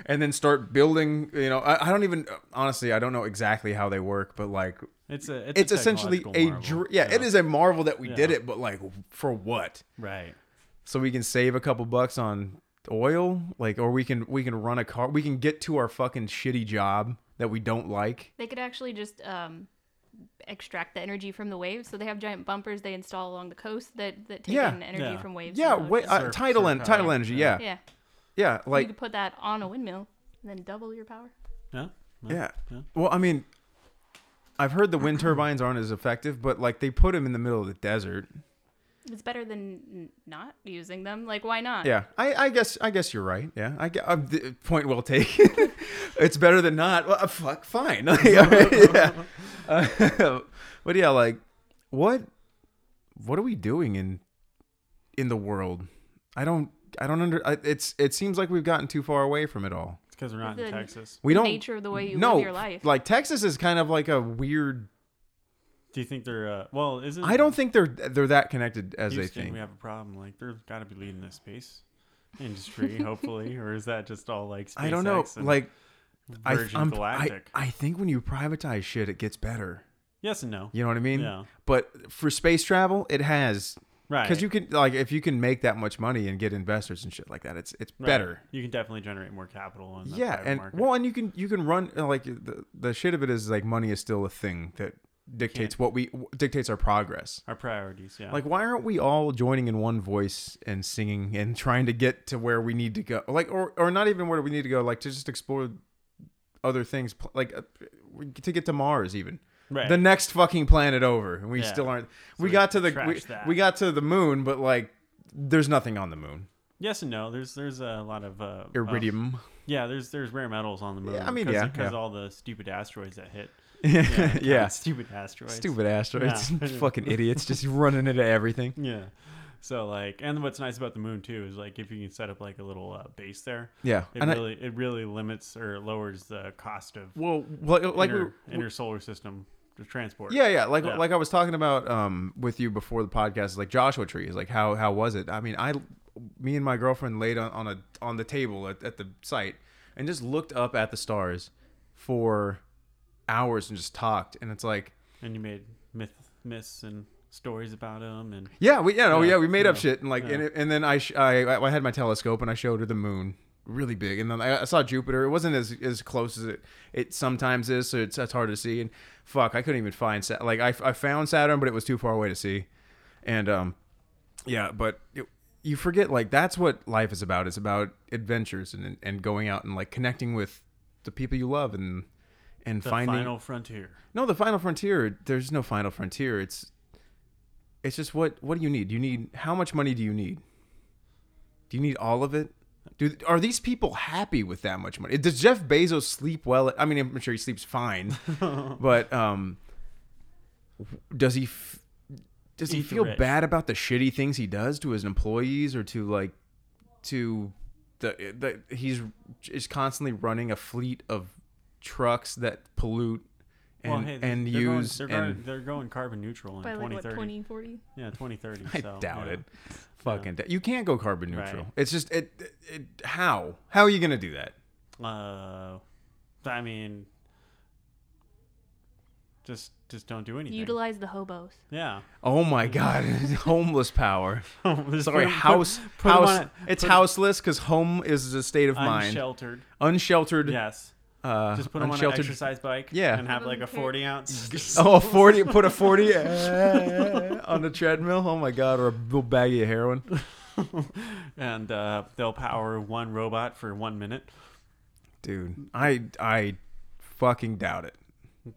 [SPEAKER 1] and then start building. You know, I, I don't even honestly, I don't know exactly how they work, but like,
[SPEAKER 2] It's a it's,
[SPEAKER 1] it's,
[SPEAKER 2] a
[SPEAKER 1] essentially a
[SPEAKER 2] technological marvel.
[SPEAKER 1] dr- yeah, it is a marvel that we did
[SPEAKER 2] Yeah.
[SPEAKER 1] it, but like, for what?
[SPEAKER 2] right.
[SPEAKER 1] so we can save a couple bucks on oil like or we can we can run a car we can get to our fucking shitty job that we don't like
[SPEAKER 3] They could actually just um, extract the energy from the waves. So they have giant bumpers they install along the coast that, that take
[SPEAKER 1] Yeah.
[SPEAKER 3] in energy
[SPEAKER 2] Yeah.
[SPEAKER 3] from waves.
[SPEAKER 1] yeah
[SPEAKER 3] and
[SPEAKER 1] wait
[SPEAKER 3] oceans.
[SPEAKER 1] uh,
[SPEAKER 2] Surf-
[SPEAKER 1] tidal
[SPEAKER 2] surf
[SPEAKER 1] en-
[SPEAKER 2] power.
[SPEAKER 1] tidal energy yeah yeah,
[SPEAKER 3] yeah. you
[SPEAKER 1] like
[SPEAKER 3] could put that on a windmill and then double your power.
[SPEAKER 2] Yeah.
[SPEAKER 1] yeah.
[SPEAKER 2] Yeah.
[SPEAKER 1] well i mean i've heard the wind turbines aren't as effective but like they put them in the middle of the desert
[SPEAKER 3] It's better than n- not using them. Like, why not?
[SPEAKER 1] yeah i, I guess i guess you're right yeah i gue- I'm, the- point well taken it's better than not well, uh, fuck fine Like, all right, yeah. Uh, but yeah like what what are we doing in in the world i don't i don't under I, it's it seems like we've gotten too far away from it all
[SPEAKER 2] It's because we're not
[SPEAKER 3] The-
[SPEAKER 2] in Texas.
[SPEAKER 1] we
[SPEAKER 3] The
[SPEAKER 1] don't
[SPEAKER 3] nature of the way you
[SPEAKER 1] no,
[SPEAKER 3] live your life.
[SPEAKER 1] like texas is kind of like a weird
[SPEAKER 2] Do you think they're uh, well? Isn't
[SPEAKER 1] i don't think they're they're that connected as
[SPEAKER 2] Houston,
[SPEAKER 1] they think
[SPEAKER 2] we have a problem? Like they're got to be leading the space industry, hopefully, or is that just all like
[SPEAKER 1] i don't know
[SPEAKER 2] SpaceX and
[SPEAKER 1] like I,
[SPEAKER 2] Virgin
[SPEAKER 1] I'm, I,
[SPEAKER 2] Galactic?
[SPEAKER 1] I think when you privatize shit it gets better
[SPEAKER 2] yes and no.
[SPEAKER 1] You know what I mean?
[SPEAKER 2] Yeah.
[SPEAKER 1] But for space travel, it has
[SPEAKER 2] Right.
[SPEAKER 1] because you can like if you can make that much money and get investors and shit like that, it's it's
[SPEAKER 2] Right.
[SPEAKER 1] better.
[SPEAKER 2] You can definitely generate more capital. In the
[SPEAKER 1] yeah,
[SPEAKER 2] private
[SPEAKER 1] and
[SPEAKER 2] market.
[SPEAKER 1] well, and you can you can run uh, like the the shit of it is like money is still a thing that dictates what we dictates our progress.
[SPEAKER 2] our priorities. Yeah.
[SPEAKER 1] Like, why aren't we all joining in one voice and singing and trying to get to where we need to go? Like, or or not even where we need to go. Like to just explore other things, pl- like uh, to get to Mars, even
[SPEAKER 2] Right.
[SPEAKER 1] the next fucking planet over, and we
[SPEAKER 2] Yeah.
[SPEAKER 1] still aren't. we
[SPEAKER 2] we
[SPEAKER 1] got to the we,
[SPEAKER 2] trashed that.
[SPEAKER 1] we got to the moon, but like, there's nothing on the moon.
[SPEAKER 2] yes and no. There's there's a lot of uh, of-
[SPEAKER 1] Iridium.
[SPEAKER 2] yeah. There's there's rare metals on the moon.
[SPEAKER 1] I mean,
[SPEAKER 2] because,
[SPEAKER 1] yeah,
[SPEAKER 2] Because
[SPEAKER 1] yeah.
[SPEAKER 2] all the stupid asteroids that hit.
[SPEAKER 1] yeah,
[SPEAKER 2] Yeah. Stupid asteroids.
[SPEAKER 1] stupid asteroids,
[SPEAKER 2] Yeah.
[SPEAKER 1] fucking idiots, just running into everything.
[SPEAKER 2] Yeah. So like, and what's nice about the moon too is like if you can set up like a little uh, base there,
[SPEAKER 1] Yeah,
[SPEAKER 2] it
[SPEAKER 1] and I-
[SPEAKER 2] really it really limits or lowers the cost of
[SPEAKER 1] Well, like, like we-
[SPEAKER 2] inter, inter solar system to transport.
[SPEAKER 1] Yeah, yeah. Like
[SPEAKER 2] Yeah.
[SPEAKER 1] like I was talking about um with you before the podcast, like Joshua Trees, like how how was it? I mean, I me and my girlfriend laid on, on a on the table at, at the site and just looked up at the stars for hours and just talked and it's like
[SPEAKER 2] And you made myth myths and stories about them and
[SPEAKER 1] yeah we yeah, no,
[SPEAKER 2] Yeah,
[SPEAKER 1] yeah we made up
[SPEAKER 2] yeah,
[SPEAKER 1] shit and like and,
[SPEAKER 2] yeah.
[SPEAKER 1] it, and then I, sh- I I had my telescope and I showed her the moon really big and then I, I saw Jupiter it wasn't as as close as it it sometimes is so it's that's hard to see and fuck I couldn't even find Sa- like I, I found Saturn but it was too far away to see and um yeah but it, you forget like that's what life is about it's about adventures and and going out and like connecting with the people you love and and
[SPEAKER 2] the
[SPEAKER 1] finding
[SPEAKER 2] final frontier.
[SPEAKER 1] no, the final frontier. There's no final frontier. It's it's just what what do you need? You need how much money do you need? Do you need all of it? Do are these people happy with that much money? Does Jeff Bezos sleep well? I mean, I'm sure he sleeps fine, but um, does he f- does he
[SPEAKER 2] Eat the
[SPEAKER 1] feel
[SPEAKER 2] rich.
[SPEAKER 1] bad about the shitty things he does to his employees or to like to the, the he's is constantly running a fleet of trucks that pollute and
[SPEAKER 2] well, hey,
[SPEAKER 1] and
[SPEAKER 2] they're going-
[SPEAKER 1] use
[SPEAKER 2] they're going,
[SPEAKER 1] and
[SPEAKER 2] they're going carbon neutral in
[SPEAKER 3] By like what
[SPEAKER 2] 2030.
[SPEAKER 3] 2040?
[SPEAKER 2] Yeah, 2030.
[SPEAKER 1] I
[SPEAKER 2] so,
[SPEAKER 1] doubt
[SPEAKER 2] yeah.
[SPEAKER 1] it. Fucking, doubt- you can't go carbon neutral.
[SPEAKER 2] Right.
[SPEAKER 1] It's just it, it, it- How how are you gonna do that?
[SPEAKER 2] Uh, I mean, just just don't do anything.
[SPEAKER 3] Utilize the hobos.
[SPEAKER 2] yeah.
[SPEAKER 1] Oh my god, homeless power.
[SPEAKER 2] Just
[SPEAKER 1] Sorry,
[SPEAKER 2] Mm. put 'em- put-
[SPEAKER 1] house
[SPEAKER 2] put 'em on
[SPEAKER 1] house.
[SPEAKER 2] it-
[SPEAKER 1] It's
[SPEAKER 2] put 'em
[SPEAKER 1] houseless because home is a state of mind.
[SPEAKER 2] Unsheltered.
[SPEAKER 1] Unsheltered.
[SPEAKER 2] Yes.
[SPEAKER 1] Uh,
[SPEAKER 2] Just put them on an
[SPEAKER 1] unsheltered.
[SPEAKER 2] exercise bike.
[SPEAKER 1] Yeah.
[SPEAKER 2] And have
[SPEAKER 3] Have
[SPEAKER 2] like
[SPEAKER 3] 'em
[SPEAKER 2] a
[SPEAKER 3] carry-
[SPEAKER 2] 40 ounce.
[SPEAKER 1] Oh, a 40, put a 40 eh, on the treadmill. Oh my God, or a little baggie of heroin.
[SPEAKER 2] and uh, they'll power one robot for one minute.
[SPEAKER 1] Dude, I, I fucking doubt it.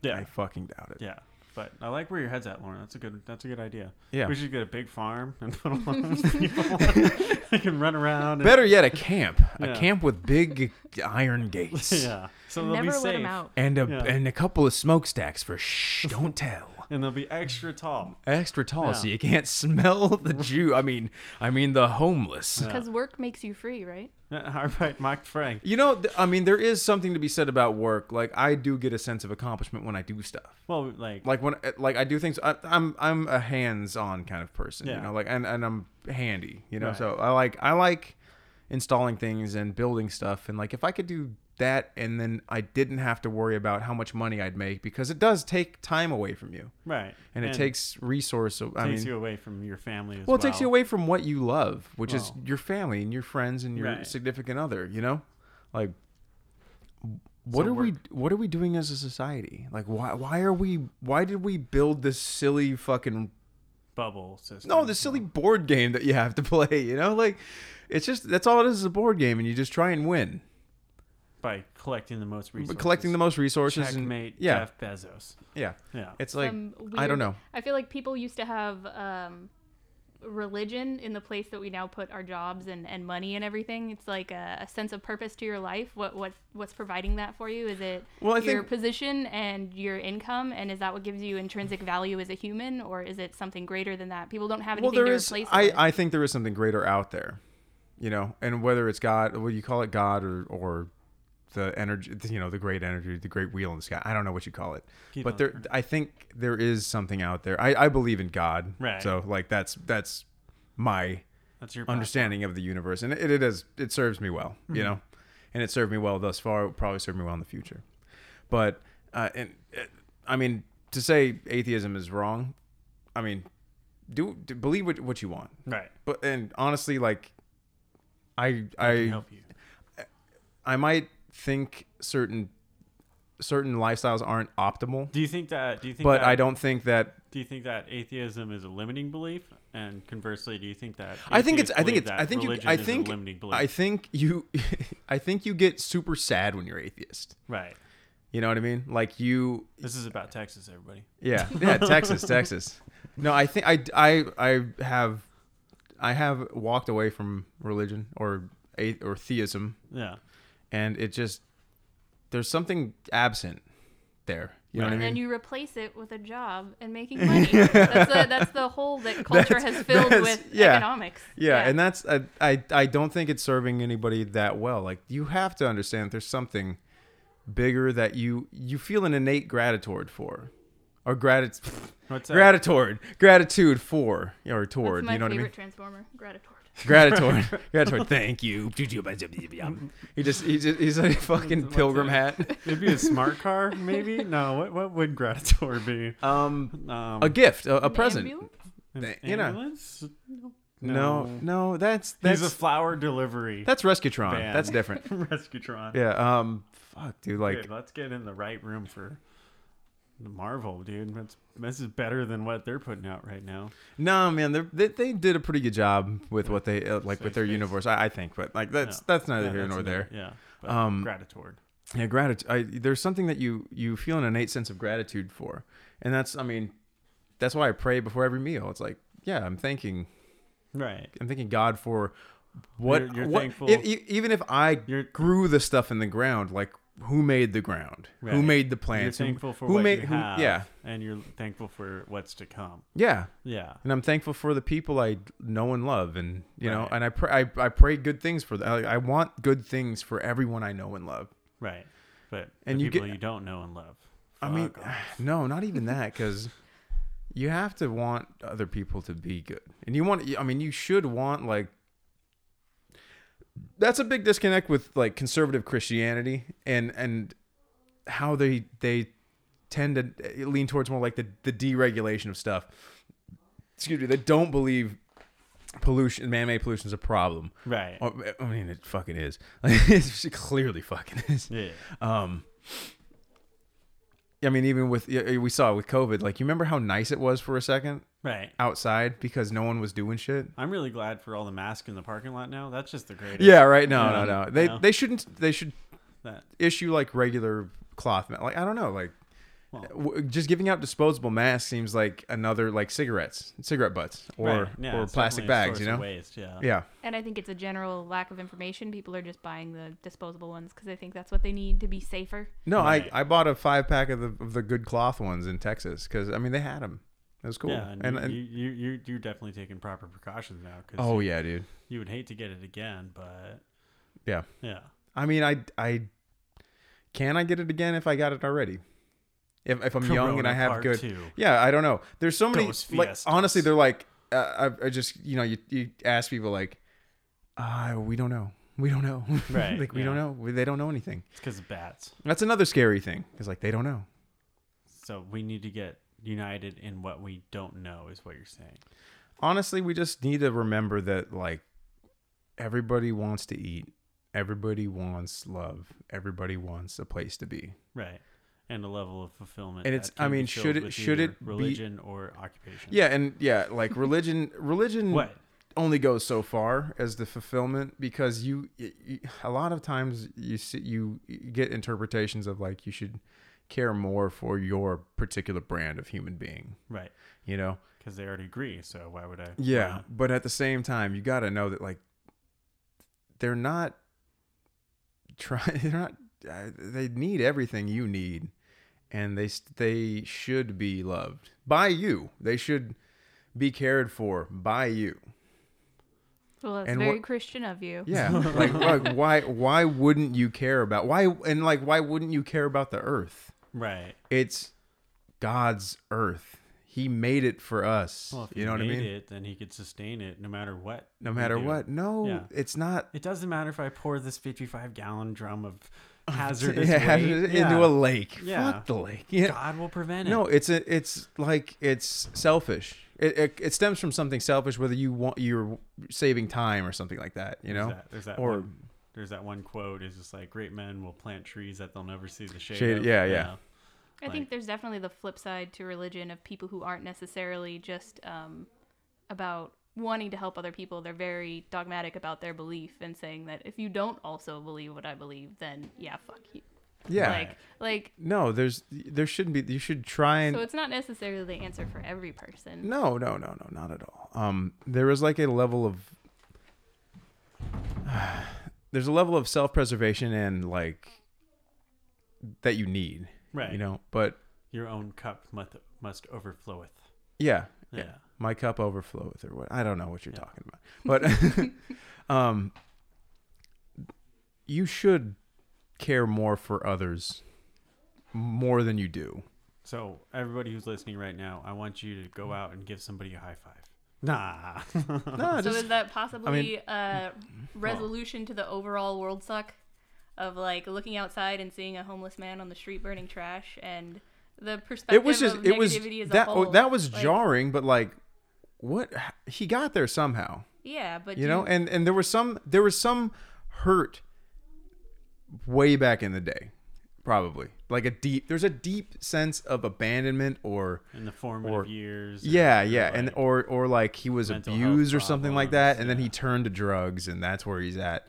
[SPEAKER 2] Yeah.
[SPEAKER 1] I fucking doubt it.
[SPEAKER 2] Yeah. But I like where your head's at, Lauren. That's a good. That's a good idea.
[SPEAKER 1] Yeah.
[SPEAKER 2] We should get a big farm and put them on. they can run around. And,
[SPEAKER 1] Better yet, a camp.
[SPEAKER 2] Yeah.
[SPEAKER 1] A camp with big iron gates.
[SPEAKER 2] Yeah. So they'll be
[SPEAKER 3] Never
[SPEAKER 2] safe.
[SPEAKER 3] let them out.
[SPEAKER 1] And a,
[SPEAKER 2] Yeah.
[SPEAKER 1] and a couple of smokestacks for shh, don't tell.
[SPEAKER 2] And they'll be extra tall.
[SPEAKER 1] Extra tall, so
[SPEAKER 2] Yeah.
[SPEAKER 1] you can't smell the Jew. I mean, I mean the homeless.
[SPEAKER 2] Yeah.
[SPEAKER 3] Because work makes you free, right?
[SPEAKER 2] Arbeit macht Frank.
[SPEAKER 1] You know, th- I mean, there is something to be said about work. Like, I do get a sense of accomplishment when I do stuff.
[SPEAKER 2] Well, like,
[SPEAKER 1] like when eh, like I do things I, I'm I'm a hands-on kind of person you
[SPEAKER 2] Yeah.
[SPEAKER 1] know like and, and I'm handy you know
[SPEAKER 2] Right.
[SPEAKER 1] so I like I like installing things and building stuff and like if I could do that and then I didn't have to worry about how much money I'd make because it does take time away from you
[SPEAKER 2] right.
[SPEAKER 1] and it takes resource I
[SPEAKER 2] takes
[SPEAKER 1] mean
[SPEAKER 2] you away from your family as well.
[SPEAKER 1] well it takes you away from what you love which is
[SPEAKER 2] Well.
[SPEAKER 1] your family and your friends and your
[SPEAKER 2] Right.
[SPEAKER 1] significant other you know like what
[SPEAKER 2] So
[SPEAKER 1] are we what are we doing as a society like why why are we why did we build this silly fucking
[SPEAKER 2] Bubble system.
[SPEAKER 1] no this silly board game that you have to play you know like it's just that's all it is is a board game and you just try and win
[SPEAKER 2] by collecting the most resources.
[SPEAKER 1] but collecting the most resources
[SPEAKER 2] checkmate.
[SPEAKER 1] and yeah
[SPEAKER 2] Jeff Bezos.
[SPEAKER 1] yeah
[SPEAKER 2] Yeah.
[SPEAKER 1] it's like
[SPEAKER 3] Some
[SPEAKER 1] i
[SPEAKER 3] weird-
[SPEAKER 1] don't know
[SPEAKER 3] I feel like people used to have um, religion in the place that we now put our jobs and, and money and everything. It's like a, a sense of purpose to your life. What what what's providing that for you? Is it
[SPEAKER 1] Well, I
[SPEAKER 3] your
[SPEAKER 1] think-
[SPEAKER 3] position and your income? And is that what gives you intrinsic value as a human, or is it something greater than that? People don't have
[SPEAKER 1] well
[SPEAKER 3] anything
[SPEAKER 1] there
[SPEAKER 3] to
[SPEAKER 1] is
[SPEAKER 3] replace it
[SPEAKER 1] i
[SPEAKER 3] with.
[SPEAKER 1] i think there is something greater out there you know and whether it's god what you call it god or or the energy you know the great energy the great wheel in the sky i don't know what you call it
[SPEAKER 2] Keep
[SPEAKER 1] but
[SPEAKER 2] on
[SPEAKER 1] there i think there is something out there i i believe in god
[SPEAKER 2] Right.
[SPEAKER 1] so like that's that's my
[SPEAKER 2] That's your
[SPEAKER 1] understanding of the universe and it, it is it serves me well
[SPEAKER 2] Mm-hmm.
[SPEAKER 1] you know and it served me well thus far it will probably serve me well in the future but uh and uh, i mean to say atheism is wrong i mean do, do believe what, what you want
[SPEAKER 2] Right.
[SPEAKER 1] but and honestly like i
[SPEAKER 2] Can
[SPEAKER 1] i
[SPEAKER 2] help you.
[SPEAKER 1] i might think certain certain lifestyles aren't optimal
[SPEAKER 2] Do you think that? Do you think?
[SPEAKER 1] but
[SPEAKER 2] that,
[SPEAKER 1] i don't think that
[SPEAKER 2] Do you think that atheism is a limiting belief? And conversely, do you think that?
[SPEAKER 1] I think it's.
[SPEAKER 2] atheists
[SPEAKER 1] I think it's. I
[SPEAKER 2] believe that
[SPEAKER 1] think you.
[SPEAKER 2] religion
[SPEAKER 1] I
[SPEAKER 2] is a
[SPEAKER 1] think.
[SPEAKER 2] limiting belief.
[SPEAKER 1] I think you. I think you get super sad when you're atheist.
[SPEAKER 2] right.
[SPEAKER 1] You know what I mean? Like you.
[SPEAKER 2] This is about Texas, everybody.
[SPEAKER 1] Yeah. Yeah. Texas. Texas. No, I think I. I. I have. I have walked away from religion or a or theism,
[SPEAKER 2] Yeah.
[SPEAKER 1] and it just there's something absent there. You know what I
[SPEAKER 3] and
[SPEAKER 1] mean?
[SPEAKER 3] then you replace it with a job and making money. that's, the, that's the hole that culture has filled
[SPEAKER 1] that's-
[SPEAKER 3] with
[SPEAKER 1] yeah.
[SPEAKER 3] economics.
[SPEAKER 1] yeah, and that's I, I I don't think it's serving anybody that well. Like you have to understand there's something bigger that you you feel an innate gratitude for, or gratitude
[SPEAKER 2] What's that?
[SPEAKER 1] gratitude gratitude for or
[SPEAKER 3] That's
[SPEAKER 1] toward.
[SPEAKER 3] my
[SPEAKER 1] You know what I
[SPEAKER 3] favorite
[SPEAKER 1] mean?
[SPEAKER 3] Transformer, Gratitude.
[SPEAKER 1] Gratitude, gratitude. Thank you. He just he just he's a fucking
[SPEAKER 2] What's
[SPEAKER 1] pilgrim
[SPEAKER 2] that?
[SPEAKER 1] hat.
[SPEAKER 2] It'd be a smart car, maybe. No. What? What would gratitude be?
[SPEAKER 1] Um,
[SPEAKER 2] Um,
[SPEAKER 1] a gift, a, a
[SPEAKER 3] An
[SPEAKER 1] present.
[SPEAKER 3] ambulance?
[SPEAKER 2] an
[SPEAKER 1] you know.
[SPEAKER 2] ambulance?
[SPEAKER 1] No, no, that's that's
[SPEAKER 2] He's a flower delivery
[SPEAKER 1] that's Rescutron.
[SPEAKER 2] Van.
[SPEAKER 1] That's different.
[SPEAKER 2] rescutron.
[SPEAKER 1] Yeah. Um. Fuck, dude. Like.
[SPEAKER 2] Dude, let's get in the right room for the Marvel, dude. That's this is better than what they're putting out right now.
[SPEAKER 1] No, man, they're- they they did a pretty good job with what they uh, like with their
[SPEAKER 2] Safe space.
[SPEAKER 1] universe. I, I think, but like that's
[SPEAKER 2] Yeah.
[SPEAKER 1] that's neither
[SPEAKER 2] Yeah,
[SPEAKER 1] here
[SPEAKER 2] that's
[SPEAKER 1] nor
[SPEAKER 2] another-
[SPEAKER 1] there.
[SPEAKER 2] Yeah. But
[SPEAKER 1] Um,
[SPEAKER 2] gratitude.
[SPEAKER 1] Yeah, gratitude. I, there's something that you you feel an innate sense of gratitude for, and that's I mean, that's why I pray before every meal. It's like, yeah, I'm thanking
[SPEAKER 2] Right.
[SPEAKER 1] I'm thanking God for what
[SPEAKER 2] You're- you're
[SPEAKER 1] what-
[SPEAKER 2] thankful-
[SPEAKER 1] if- e- even if I
[SPEAKER 2] You're-
[SPEAKER 1] grew the stuff in the ground, like who made the ground, who
[SPEAKER 2] Right.
[SPEAKER 1] made the
[SPEAKER 2] You're
[SPEAKER 1] plants, Who-
[SPEAKER 2] thankful for
[SPEAKER 1] who
[SPEAKER 2] what
[SPEAKER 1] made
[SPEAKER 2] you
[SPEAKER 1] who,
[SPEAKER 2] have.
[SPEAKER 1] yeah
[SPEAKER 2] And you're thankful for what's to come.
[SPEAKER 1] yeah
[SPEAKER 2] Yeah.
[SPEAKER 1] and I'm thankful for the people I know and love, and you know,
[SPEAKER 2] Right.
[SPEAKER 1] and I pray I, I pray good things for. The, I, I want good things for everyone I know and love.
[SPEAKER 2] Right. But
[SPEAKER 1] And
[SPEAKER 2] the
[SPEAKER 1] you
[SPEAKER 2] people
[SPEAKER 1] get-
[SPEAKER 2] you don't know and love.
[SPEAKER 1] I mean,
[SPEAKER 2] Fuck off.
[SPEAKER 1] no, not even that, because you have to want other people to be good, and you want. I mean, you should want like. That's a big disconnect with like conservative Christianity and and how they they tend to eh, lean towards more like the the deregulation of stuff. Excuse me. They don't believe pollution, man-made pollution, is a problem.
[SPEAKER 2] right.
[SPEAKER 1] Or- I mean, it fucking is. it clearly fucking is.
[SPEAKER 2] Yeah.
[SPEAKER 1] Um, I mean, even with yeah, we saw with COVID, like you remember how nice it was for a second
[SPEAKER 2] Right.
[SPEAKER 1] outside because no one was doing shit.
[SPEAKER 2] I'm really glad for all the masks in the parking lot now. That's just the greatest.
[SPEAKER 1] Yeah, right. No,
[SPEAKER 2] Yeah.
[SPEAKER 1] no, no. They
[SPEAKER 2] Yeah.
[SPEAKER 1] they shouldn't. They should
[SPEAKER 2] That
[SPEAKER 1] issue like regular cloth. ma- Like I don't know. Like
[SPEAKER 2] Well-
[SPEAKER 1] w- just giving out disposable masks seems like another like cigarettes, cigarette butts, or
[SPEAKER 2] right. Yeah,
[SPEAKER 1] or
[SPEAKER 2] it's
[SPEAKER 1] plastic
[SPEAKER 2] definitely a
[SPEAKER 1] bags. You
[SPEAKER 2] source
[SPEAKER 1] know.
[SPEAKER 2] of Waste. Yeah.
[SPEAKER 1] Yeah.
[SPEAKER 3] And I think it's a general lack of information. People are just buying the disposable ones because they think that's what they need to be safer.
[SPEAKER 1] No,
[SPEAKER 2] Right.
[SPEAKER 1] I, I bought a five pack of the of the good cloth ones in Texas because I mean they had them. It was cool.
[SPEAKER 2] Yeah, and,
[SPEAKER 1] and,
[SPEAKER 2] you,
[SPEAKER 1] and-
[SPEAKER 2] you, you, you- you're definitely taking proper precautions now because
[SPEAKER 1] oh yeah, dude.
[SPEAKER 2] you would hate to get it again, but
[SPEAKER 1] Yeah.
[SPEAKER 2] yeah,
[SPEAKER 1] I mean, I I can I get it again if I got it already? If if I'm young and
[SPEAKER 2] Corona
[SPEAKER 1] I have
[SPEAKER 2] Part
[SPEAKER 1] good,
[SPEAKER 2] Two.
[SPEAKER 1] yeah, I don't know. There's so many.
[SPEAKER 2] Dos
[SPEAKER 1] Like,
[SPEAKER 2] fiestas.
[SPEAKER 1] honestly, they're like, uh, I, I just you know you you ask people like, uh, we don't know, we don't know,
[SPEAKER 2] Right,
[SPEAKER 1] like we
[SPEAKER 2] yeah.
[SPEAKER 1] don't know, We- they don't know anything.
[SPEAKER 2] It's because of bats.
[SPEAKER 1] That's another scary thing. Is like they don't know.
[SPEAKER 2] So we need to get united in what we don't know, is what you're saying.
[SPEAKER 1] honestly, we just need to remember that like everybody wants to eat, everybody wants love, everybody wants a place to be.
[SPEAKER 2] Right. And a level of fulfillment.
[SPEAKER 1] And
[SPEAKER 2] that
[SPEAKER 1] it's- I
[SPEAKER 2] can be
[SPEAKER 1] mean,
[SPEAKER 2] filled
[SPEAKER 1] should it-
[SPEAKER 2] with
[SPEAKER 1] should
[SPEAKER 2] either
[SPEAKER 1] it be-
[SPEAKER 2] religion or occupation?
[SPEAKER 1] Yeah, and yeah, like religion, religion
[SPEAKER 2] What?
[SPEAKER 1] only goes so far as the fulfillment because you, you a lot of times you see you get interpretations of like you should care more for your particular brand of human being,
[SPEAKER 2] Right.
[SPEAKER 1] you know.
[SPEAKER 2] Because they already agree. So why would I? why
[SPEAKER 1] Yeah,
[SPEAKER 2] not?
[SPEAKER 1] but at the same time, you got to know that like they're not trying. They're not. Uh, they need everything you need, and they s- they should be loved by you. They should be cared for by you.
[SPEAKER 3] Well, that's
[SPEAKER 1] And
[SPEAKER 3] very
[SPEAKER 1] what-
[SPEAKER 3] Christian of you.
[SPEAKER 1] Yeah, like, like why why wouldn't you care about why and like why wouldn't you care about the earth?
[SPEAKER 2] Right.
[SPEAKER 1] It's God's earth. He made it for us.
[SPEAKER 2] Well, if
[SPEAKER 1] you know what I mean?
[SPEAKER 2] It, then he could sustain it no matter what.
[SPEAKER 1] No
[SPEAKER 2] we
[SPEAKER 1] matter
[SPEAKER 2] do.
[SPEAKER 1] what. No,
[SPEAKER 2] Yeah.
[SPEAKER 1] it's not
[SPEAKER 2] It doesn't matter if I pour this 55 gallon drum of hazardous
[SPEAKER 1] Yeah,
[SPEAKER 2] waste.
[SPEAKER 1] hazardous-
[SPEAKER 2] Yeah.
[SPEAKER 1] into a lake.
[SPEAKER 2] Yeah.
[SPEAKER 1] Fuck the lake. Yeah.
[SPEAKER 2] God will prevent it.
[SPEAKER 1] No, it's a, it's like it's selfish. It, it, it stems from something selfish, whether you want you're saving time or something like that. You know,
[SPEAKER 2] There's that, there's that
[SPEAKER 1] or
[SPEAKER 2] one, there's that one quote is just like great men will plant trees that they'll never see the shade,
[SPEAKER 1] Shade,
[SPEAKER 2] of. uh,
[SPEAKER 1] yeah, yeah.
[SPEAKER 3] I think there's definitely the flip side to religion of people who aren't necessarily just um, about wanting to help other people. They're very dogmatic about their belief and saying that if you don't also believe what I believe, then yeah, fuck you.
[SPEAKER 1] yeah.
[SPEAKER 3] Like, like.
[SPEAKER 1] no, there's there shouldn't be. You should try and
[SPEAKER 3] So it's not necessarily the answer for every person.
[SPEAKER 1] No, no, no, no, not at all. Um, there is like a level of there's a level of self preservation and like that you need,
[SPEAKER 2] Right.
[SPEAKER 1] You know, but
[SPEAKER 2] Your own cup must must overfloweth.
[SPEAKER 1] yeah,
[SPEAKER 2] Yeah.
[SPEAKER 1] my cup overfloweth or what I don't know what you're talking about, but um, you should care more for others more than you do.
[SPEAKER 2] So everybody who's listening right now, I want you to go out and give somebody a high five. Nah.
[SPEAKER 1] No,
[SPEAKER 3] So
[SPEAKER 1] just
[SPEAKER 3] is that possibly a resolution to the overall world suck of like looking outside and seeing a homeless man on the street burning trash and the perspective
[SPEAKER 1] it was just
[SPEAKER 3] of
[SPEAKER 1] it was
[SPEAKER 3] negativity as
[SPEAKER 1] that oh,
[SPEAKER 3] a whole?
[SPEAKER 1] that was
[SPEAKER 3] Like,
[SPEAKER 1] jarring but like what he got there somehow
[SPEAKER 3] Yeah, but
[SPEAKER 1] you know and and there was some there was some hurt way back in the day probably like a deep there's a deep sense of abandonment or
[SPEAKER 2] In the formative
[SPEAKER 1] Or-
[SPEAKER 2] years. and-
[SPEAKER 1] yeah yeah and
[SPEAKER 2] like-
[SPEAKER 1] or or like he was
[SPEAKER 2] mental
[SPEAKER 1] abused or
[SPEAKER 2] health
[SPEAKER 1] something like
[SPEAKER 2] problems,
[SPEAKER 1] that and then he turned to drugs and that's where he's at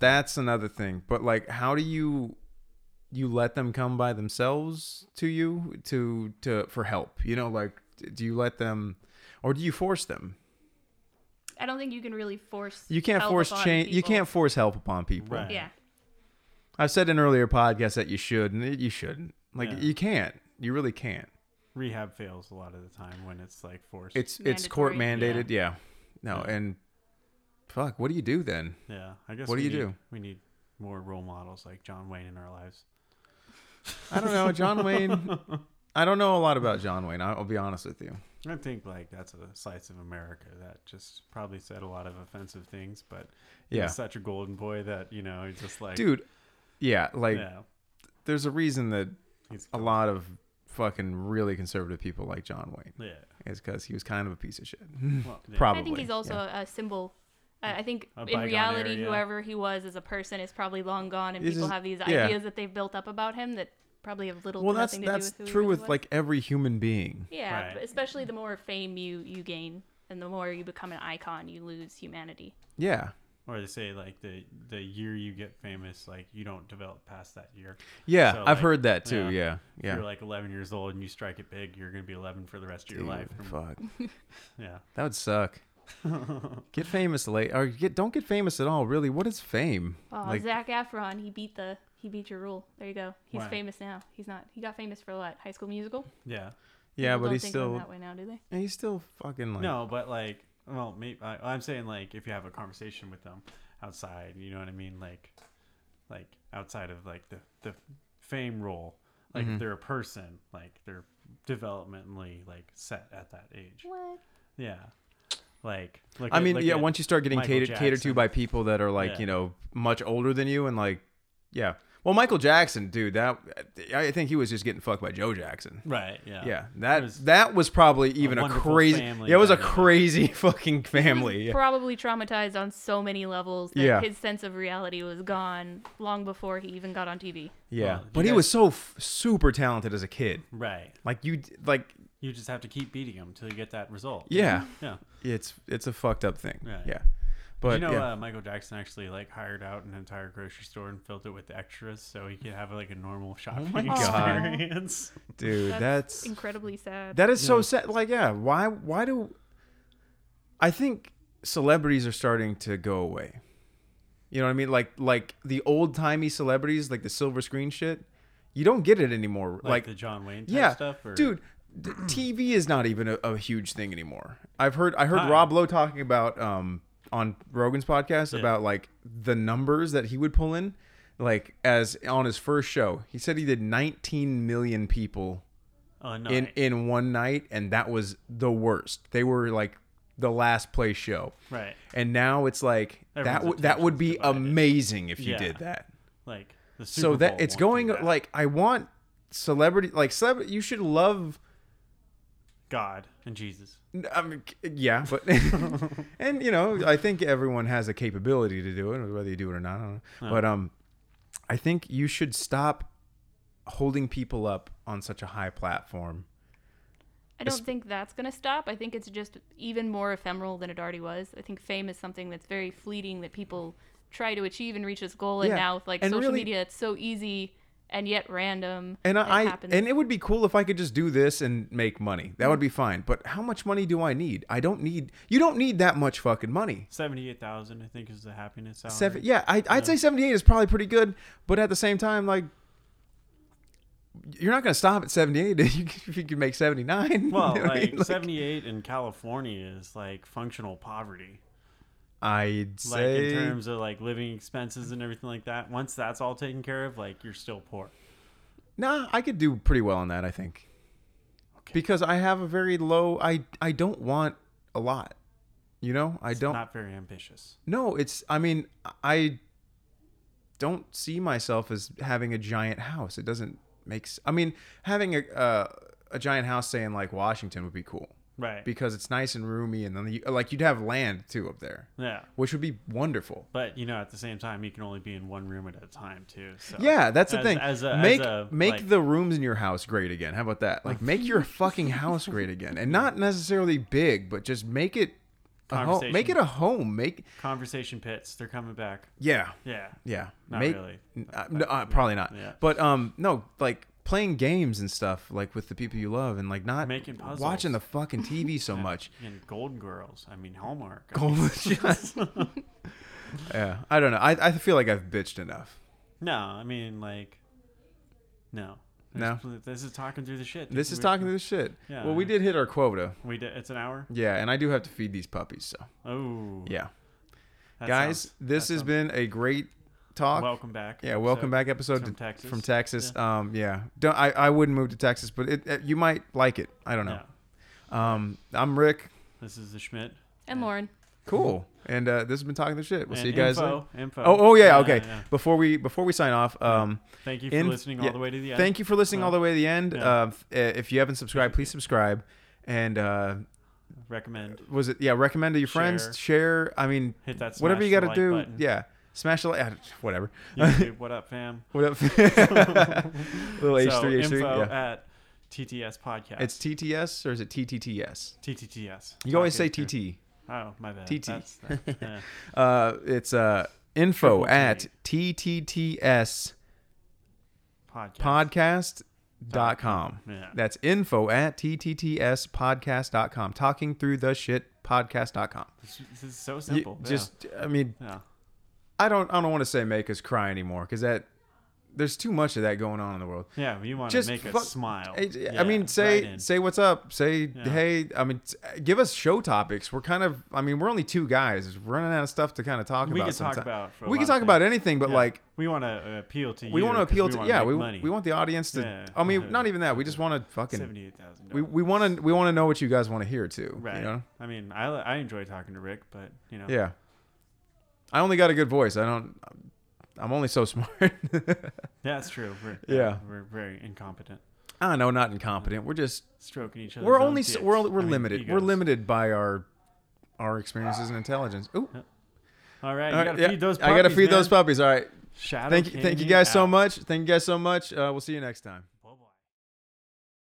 [SPEAKER 1] that's another thing but like how do you you let them come by themselves to you to to for help you know like do you let them or do you force them
[SPEAKER 3] I don't think you can really force.
[SPEAKER 1] you can't
[SPEAKER 3] help
[SPEAKER 1] force
[SPEAKER 3] upon
[SPEAKER 1] change you
[SPEAKER 3] people.
[SPEAKER 1] can't force help upon people
[SPEAKER 2] Right.
[SPEAKER 3] Yeah,
[SPEAKER 1] i've said in earlier podcasts that you should and you shouldn't like
[SPEAKER 2] Yeah.
[SPEAKER 1] you can't you really can't
[SPEAKER 2] Rehab fails a lot of the time when it's like forced.
[SPEAKER 1] it's it's court
[SPEAKER 3] Mandatory,
[SPEAKER 1] mandated yeah, no and fuck what do you do then
[SPEAKER 2] yeah. I guess
[SPEAKER 1] what do
[SPEAKER 2] we
[SPEAKER 1] you
[SPEAKER 2] need-
[SPEAKER 1] do?
[SPEAKER 2] We need more role models like John Wayne in our lives.
[SPEAKER 1] I don't know. John Wayne. I don't know a lot about John Wayne. I'll be honest with you.
[SPEAKER 2] I think like that's a slice of America that just probably said a lot of offensive things, but
[SPEAKER 1] Yeah.
[SPEAKER 2] yeah, such a golden boy that you know he's just like
[SPEAKER 1] Dude, yeah, like
[SPEAKER 2] yeah,
[SPEAKER 1] there's a reason that
[SPEAKER 2] he's
[SPEAKER 1] a lot of fucking really conservative people like John Wayne.
[SPEAKER 2] yeah.
[SPEAKER 1] Is because he was kind of a piece of shit.
[SPEAKER 2] Well, yeah.
[SPEAKER 1] Probably.
[SPEAKER 3] I think he's also a, a symbol. I I think
[SPEAKER 2] A
[SPEAKER 3] in
[SPEAKER 2] bygone
[SPEAKER 3] reality,
[SPEAKER 2] era, yeah.
[SPEAKER 3] whoever he was as a person is probably long gone, and
[SPEAKER 1] This
[SPEAKER 3] people
[SPEAKER 1] is-
[SPEAKER 3] have these
[SPEAKER 1] yeah.
[SPEAKER 3] ideas that they've built up about him that probably have little.
[SPEAKER 1] Well,
[SPEAKER 3] to
[SPEAKER 1] that's
[SPEAKER 3] nothing
[SPEAKER 1] that's
[SPEAKER 3] to do with who he
[SPEAKER 1] true
[SPEAKER 3] really
[SPEAKER 1] with
[SPEAKER 3] was.
[SPEAKER 1] like every human being.
[SPEAKER 3] Yeah,
[SPEAKER 2] Right.
[SPEAKER 3] but especially the more fame you you gain, and the more you become an icon, you lose humanity.
[SPEAKER 1] Yeah.
[SPEAKER 2] Or they say like the the year you get famous, like you don't develop past that year.
[SPEAKER 1] Yeah,
[SPEAKER 2] So,
[SPEAKER 1] I've
[SPEAKER 2] like,
[SPEAKER 1] heard that too.
[SPEAKER 2] yeah.
[SPEAKER 1] Yeah.
[SPEAKER 2] If
[SPEAKER 1] Yeah.
[SPEAKER 2] you're like 11 years old and you strike it big, you're gonna be 11 for the rest of your
[SPEAKER 1] Dude,
[SPEAKER 2] life.
[SPEAKER 1] fuck.
[SPEAKER 2] Yeah.
[SPEAKER 1] That would suck. get famous late or get don't get famous at all, really. What is fame?
[SPEAKER 3] Oh,
[SPEAKER 1] like
[SPEAKER 3] Zach Efron, he beat the he beat your rule. There you go. He's
[SPEAKER 2] Wow.
[SPEAKER 3] famous now. He's not. He got famous for what? High School Musical.
[SPEAKER 2] Yeah.
[SPEAKER 1] Yeah,
[SPEAKER 3] People
[SPEAKER 1] but
[SPEAKER 3] don't
[SPEAKER 1] he's
[SPEAKER 3] think of him
[SPEAKER 1] still
[SPEAKER 3] that way now, do they?
[SPEAKER 1] he's still fucking like
[SPEAKER 2] No, but like, well, maybe I, I'm saying like if you have a conversation with them outside, you know what I mean, like, like outside of like the the fame role, like
[SPEAKER 1] Mm-hmm.
[SPEAKER 2] if they're a person, like they're developmentally like set at that age.
[SPEAKER 3] What?
[SPEAKER 2] Yeah, like, look
[SPEAKER 1] I
[SPEAKER 2] at-
[SPEAKER 1] mean,
[SPEAKER 2] look
[SPEAKER 1] yeah,
[SPEAKER 2] at-
[SPEAKER 1] once you start getting
[SPEAKER 2] Michael
[SPEAKER 1] catered, catered to
[SPEAKER 2] Jackson.
[SPEAKER 1] by people that are like,
[SPEAKER 2] Yeah.
[SPEAKER 1] you know, much older than you and like, yeah. Well, Michael Jackson, dude, that I think he was just getting fucked by Joe Jackson.
[SPEAKER 2] right, yeah,
[SPEAKER 1] Yeah, that
[SPEAKER 2] It was-
[SPEAKER 1] that was probably even a,
[SPEAKER 2] wonderful
[SPEAKER 1] crazy.
[SPEAKER 2] family
[SPEAKER 1] Yeah, it was a
[SPEAKER 2] dynamic.
[SPEAKER 1] crazy fucking
[SPEAKER 3] He
[SPEAKER 1] family.
[SPEAKER 3] was
[SPEAKER 1] Yeah.
[SPEAKER 3] probably traumatized on so many levels that
[SPEAKER 1] Yeah.
[SPEAKER 3] his sense of reality was gone long before he even got on TV.
[SPEAKER 1] Yeah.
[SPEAKER 2] you
[SPEAKER 1] but he
[SPEAKER 2] guys-
[SPEAKER 1] was so f- super talented as a kid.
[SPEAKER 2] right.
[SPEAKER 1] Like you, d- like
[SPEAKER 2] You just have to keep beating them until you get that result.
[SPEAKER 1] yeah,
[SPEAKER 2] yeah.
[SPEAKER 1] it's it's a fucked up thing.
[SPEAKER 2] Right.
[SPEAKER 1] Yeah,
[SPEAKER 2] Did
[SPEAKER 1] but
[SPEAKER 2] you know
[SPEAKER 1] yeah.
[SPEAKER 2] uh, Michael Jackson actually like hired out an entire grocery store and filled it with extras so he could have like a normal shopping
[SPEAKER 1] Oh God.
[SPEAKER 2] experience.
[SPEAKER 1] dude, that's
[SPEAKER 3] incredibly sad.
[SPEAKER 1] That is so sad. Like, yeah, why? Why do? I think celebrities are starting to go away. You know what I mean? Like, like the old timey celebrities, like the silver screen shit. You don't get it anymore.
[SPEAKER 2] like,
[SPEAKER 1] Like,
[SPEAKER 2] the John Wayne type
[SPEAKER 1] yeah,
[SPEAKER 2] stuff. Or,
[SPEAKER 1] dude. d- TV is not even a, a huge thing anymore. I've heard I heard
[SPEAKER 2] Hi.
[SPEAKER 1] Rob Lowe talking about um on Rogan's podcast
[SPEAKER 2] Yeah.
[SPEAKER 1] about like the numbers that he would pull in, like as on his first show. He said he did 19 million people
[SPEAKER 2] oh, no,
[SPEAKER 1] in
[SPEAKER 2] I-
[SPEAKER 1] in one night and that was the worst they were like the last place show
[SPEAKER 2] right?
[SPEAKER 1] and now it's like that
[SPEAKER 2] Everyone's
[SPEAKER 1] would that would be
[SPEAKER 2] attention's divided.
[SPEAKER 1] amazing if you
[SPEAKER 2] Yeah.
[SPEAKER 1] did that
[SPEAKER 2] Like the Super
[SPEAKER 1] so that
[SPEAKER 2] Bowl
[SPEAKER 1] it's
[SPEAKER 2] won't
[SPEAKER 1] going
[SPEAKER 2] do that.
[SPEAKER 1] like i want celebrity like celebrity you should love
[SPEAKER 2] God and Jesus.
[SPEAKER 1] I mean, yeah, but and you know, I think everyone has a capability to do it, whether you do it or not. I don't know. But um, I think you should stop holding people up on such a high platform.
[SPEAKER 3] I don't think that's going to stop. I think it's just even more ephemeral than it already was. I think fame is something that's very fleeting that people try to achieve and reach this goal. And
[SPEAKER 1] Yeah,
[SPEAKER 3] now with like
[SPEAKER 1] and
[SPEAKER 3] social
[SPEAKER 1] really-
[SPEAKER 3] media, it's so easy and yet random.
[SPEAKER 1] And I, I
[SPEAKER 3] happens.
[SPEAKER 1] and it would be cool if I could just do this and make money. That
[SPEAKER 2] Mm-hmm.
[SPEAKER 1] would be fine. But how much money do I need? I don't need. You don't need that much fucking money.
[SPEAKER 2] Seventy-eight thousand, I think, is the happiness salary.
[SPEAKER 1] Seven. Yeah, I, I'd say seventy-eight is probably pretty good. But at the same time, like, you're not gonna stop at seventy-eight if you can make seventy-nine.
[SPEAKER 2] Well,
[SPEAKER 1] You know what I
[SPEAKER 2] like,
[SPEAKER 1] mean? Like,
[SPEAKER 2] seventy-eight in California is like functional poverty.
[SPEAKER 1] I'd
[SPEAKER 2] Like
[SPEAKER 1] say.
[SPEAKER 2] in terms of like living expenses and everything like that. Once that's all taken care of, like you're still poor.
[SPEAKER 1] Nah, I could do pretty well on that, I think.
[SPEAKER 2] Okay.
[SPEAKER 1] Because I have a very low I I don't want a lot. You know? I don't
[SPEAKER 2] Not very ambitious.
[SPEAKER 1] No, it's I mean, I don't see myself as having a giant house. It doesn't make s- I mean, having a uh, a giant house say in like Washington would be cool
[SPEAKER 2] Right.
[SPEAKER 1] because it's nice and roomy and then you, like you'd have land too up there,
[SPEAKER 2] yeah.
[SPEAKER 1] which would be wonderful.
[SPEAKER 2] But you know, at the same time, you can only be in one room at a time too. So
[SPEAKER 1] Yeah, that's the
[SPEAKER 2] As-
[SPEAKER 1] thing.
[SPEAKER 2] as a- as
[SPEAKER 1] make
[SPEAKER 2] a,
[SPEAKER 1] make
[SPEAKER 2] like-
[SPEAKER 1] the rooms in your house great again. How about that? Like make your fucking house great again, and not necessarily big, but just make it a home.
[SPEAKER 2] Conversation.
[SPEAKER 1] Make it a home. Make
[SPEAKER 2] conversation pits, they're coming back.
[SPEAKER 1] yeah,
[SPEAKER 2] Yeah,
[SPEAKER 1] yeah.
[SPEAKER 2] Not
[SPEAKER 1] make
[SPEAKER 2] really.
[SPEAKER 1] N- uh, no, uh, probably not.
[SPEAKER 2] Yeah.
[SPEAKER 1] But um, no, like playing games and stuff, like with the people you love, and like not
[SPEAKER 2] Making puzzles.
[SPEAKER 1] watching the fucking TV so much.
[SPEAKER 2] and Golden Girls. I mean, Hallmark. I mean,
[SPEAKER 1] yeah, I don't know. I I feel like I've bitched enough.
[SPEAKER 2] no, I mean like, no,
[SPEAKER 1] No.
[SPEAKER 2] This- This is talking through the shit. dude.
[SPEAKER 1] This is
[SPEAKER 2] We-
[SPEAKER 1] talking to this shit.
[SPEAKER 2] Yeah.
[SPEAKER 1] Well, we did hit our quota.
[SPEAKER 2] We did. It's an hour.
[SPEAKER 1] Yeah, and I do have to feed these puppies, so
[SPEAKER 2] Oh,
[SPEAKER 1] yeah.
[SPEAKER 2] that
[SPEAKER 1] guys
[SPEAKER 2] sounds-
[SPEAKER 1] this
[SPEAKER 2] that
[SPEAKER 1] has
[SPEAKER 2] sounds-
[SPEAKER 1] been a great talk.
[SPEAKER 2] Welcome back.
[SPEAKER 1] yeah, welcome
[SPEAKER 2] So,
[SPEAKER 1] back episode
[SPEAKER 2] from
[SPEAKER 1] to-
[SPEAKER 2] Texas.
[SPEAKER 1] From Texas. Um, yeah, don't I, I wouldn't move to Texas, but it, it- you might like it. I don't know.
[SPEAKER 2] Yeah.
[SPEAKER 1] Um, I'm Rick.
[SPEAKER 2] This is the Schmidt.
[SPEAKER 3] And Lauren.
[SPEAKER 1] Cool. And uh, this has been talking the shit. We'll
[SPEAKER 2] And
[SPEAKER 1] see you guys.
[SPEAKER 2] Info,
[SPEAKER 1] later.
[SPEAKER 2] info.
[SPEAKER 1] Oh, oh yeah. Okay.
[SPEAKER 2] yeah.
[SPEAKER 1] Before we before we sign off, um,
[SPEAKER 2] Thank you for
[SPEAKER 1] Inf-
[SPEAKER 2] listening all
[SPEAKER 1] yeah,
[SPEAKER 2] the way to the end.
[SPEAKER 1] thank you for listening all the way to the end.
[SPEAKER 2] Yeah.
[SPEAKER 1] Uh, f- uh, if you haven't subscribed, please subscribe. And uh,
[SPEAKER 2] Recommend.
[SPEAKER 1] was it yeah? Recommend to your friends. Share. I mean,
[SPEAKER 2] Hit that. Smash
[SPEAKER 1] whatever you
[SPEAKER 2] got
[SPEAKER 1] got
[SPEAKER 2] to
[SPEAKER 1] to do.
[SPEAKER 2] Button.
[SPEAKER 1] Yeah. Smash the like. ah, Whatever.
[SPEAKER 2] YouTube, what up, fam?
[SPEAKER 1] What up? Little H
[SPEAKER 2] so
[SPEAKER 1] three H three.
[SPEAKER 2] info
[SPEAKER 1] Yeah.
[SPEAKER 2] at TTS podcast.
[SPEAKER 1] It's TTS or is it TTTS?
[SPEAKER 2] TTTS.
[SPEAKER 1] You always say
[SPEAKER 2] Talking to-
[SPEAKER 1] TT.
[SPEAKER 2] Oh, my bad.
[SPEAKER 1] TT.
[SPEAKER 2] That's- that- yeah.
[SPEAKER 1] Uh, it's uh, info
[SPEAKER 2] Triple T.
[SPEAKER 1] at TTTS
[SPEAKER 2] Podcast.
[SPEAKER 1] podcast dot com.
[SPEAKER 2] Yeah.
[SPEAKER 1] That's info at TTTS podcast dot com. Talking through the shit podcast dot com.
[SPEAKER 2] This this is so
[SPEAKER 1] You-
[SPEAKER 2] simple.
[SPEAKER 1] Just, I mean,
[SPEAKER 2] yeah. Yeah.
[SPEAKER 1] I don't, I don't want to say make us cry anymore because that there's too much of that going on in the world.
[SPEAKER 2] Yeah, you want to
[SPEAKER 1] Just
[SPEAKER 2] make
[SPEAKER 1] fuck-
[SPEAKER 2] us smile.
[SPEAKER 1] I, I
[SPEAKER 2] Yeah,
[SPEAKER 1] mean, say
[SPEAKER 2] right in.
[SPEAKER 1] say what's up. Say
[SPEAKER 2] Yeah.
[SPEAKER 1] hey. I mean, t- give us show topics. We're kind of. I mean, we're only two guys. We're running out of stuff to kind of talk
[SPEAKER 2] We
[SPEAKER 1] about.
[SPEAKER 2] could talk
[SPEAKER 1] sometime.
[SPEAKER 2] about for a
[SPEAKER 1] we can
[SPEAKER 2] lot of
[SPEAKER 1] talk about
[SPEAKER 2] things.
[SPEAKER 1] anything, but
[SPEAKER 2] Yeah.
[SPEAKER 1] like
[SPEAKER 2] we want to appeal to you.
[SPEAKER 1] we want to
[SPEAKER 2] 'cause
[SPEAKER 1] appeal to
[SPEAKER 2] wanna
[SPEAKER 1] yeah.
[SPEAKER 2] make
[SPEAKER 1] We
[SPEAKER 2] money.
[SPEAKER 1] we want the audience to.
[SPEAKER 2] Yeah.
[SPEAKER 1] I mean, not even that. We just want to fucking.
[SPEAKER 2] seventy-eight thousand.
[SPEAKER 1] We we want to we want to know what you guys want to hear too.
[SPEAKER 2] right.
[SPEAKER 1] You know.
[SPEAKER 2] I mean, I I enjoy talking to Rick, but you know,
[SPEAKER 1] Yeah. I only got a good voice. I don't. I'm only so smart.
[SPEAKER 2] that's true. We're,
[SPEAKER 1] Yeah.
[SPEAKER 2] we're very incompetent,
[SPEAKER 1] I know, not incompetent. We're just
[SPEAKER 2] stroking each other.
[SPEAKER 1] we're only so, we're we're limited. we're limited by our our experiences and intelligence. Ooh.
[SPEAKER 2] All right, you
[SPEAKER 1] All right,
[SPEAKER 2] gotta
[SPEAKER 1] yeah,
[SPEAKER 2] feed those.
[SPEAKER 1] I gotta feed
[SPEAKER 2] puppies,
[SPEAKER 1] those
[SPEAKER 2] man.
[SPEAKER 1] puppies. All right.
[SPEAKER 2] Shadow
[SPEAKER 1] Thank you, thank you
[SPEAKER 2] Canyon
[SPEAKER 1] guys so
[SPEAKER 2] out.
[SPEAKER 1] much. Thank you guys so much. Uh, we'll see you next time.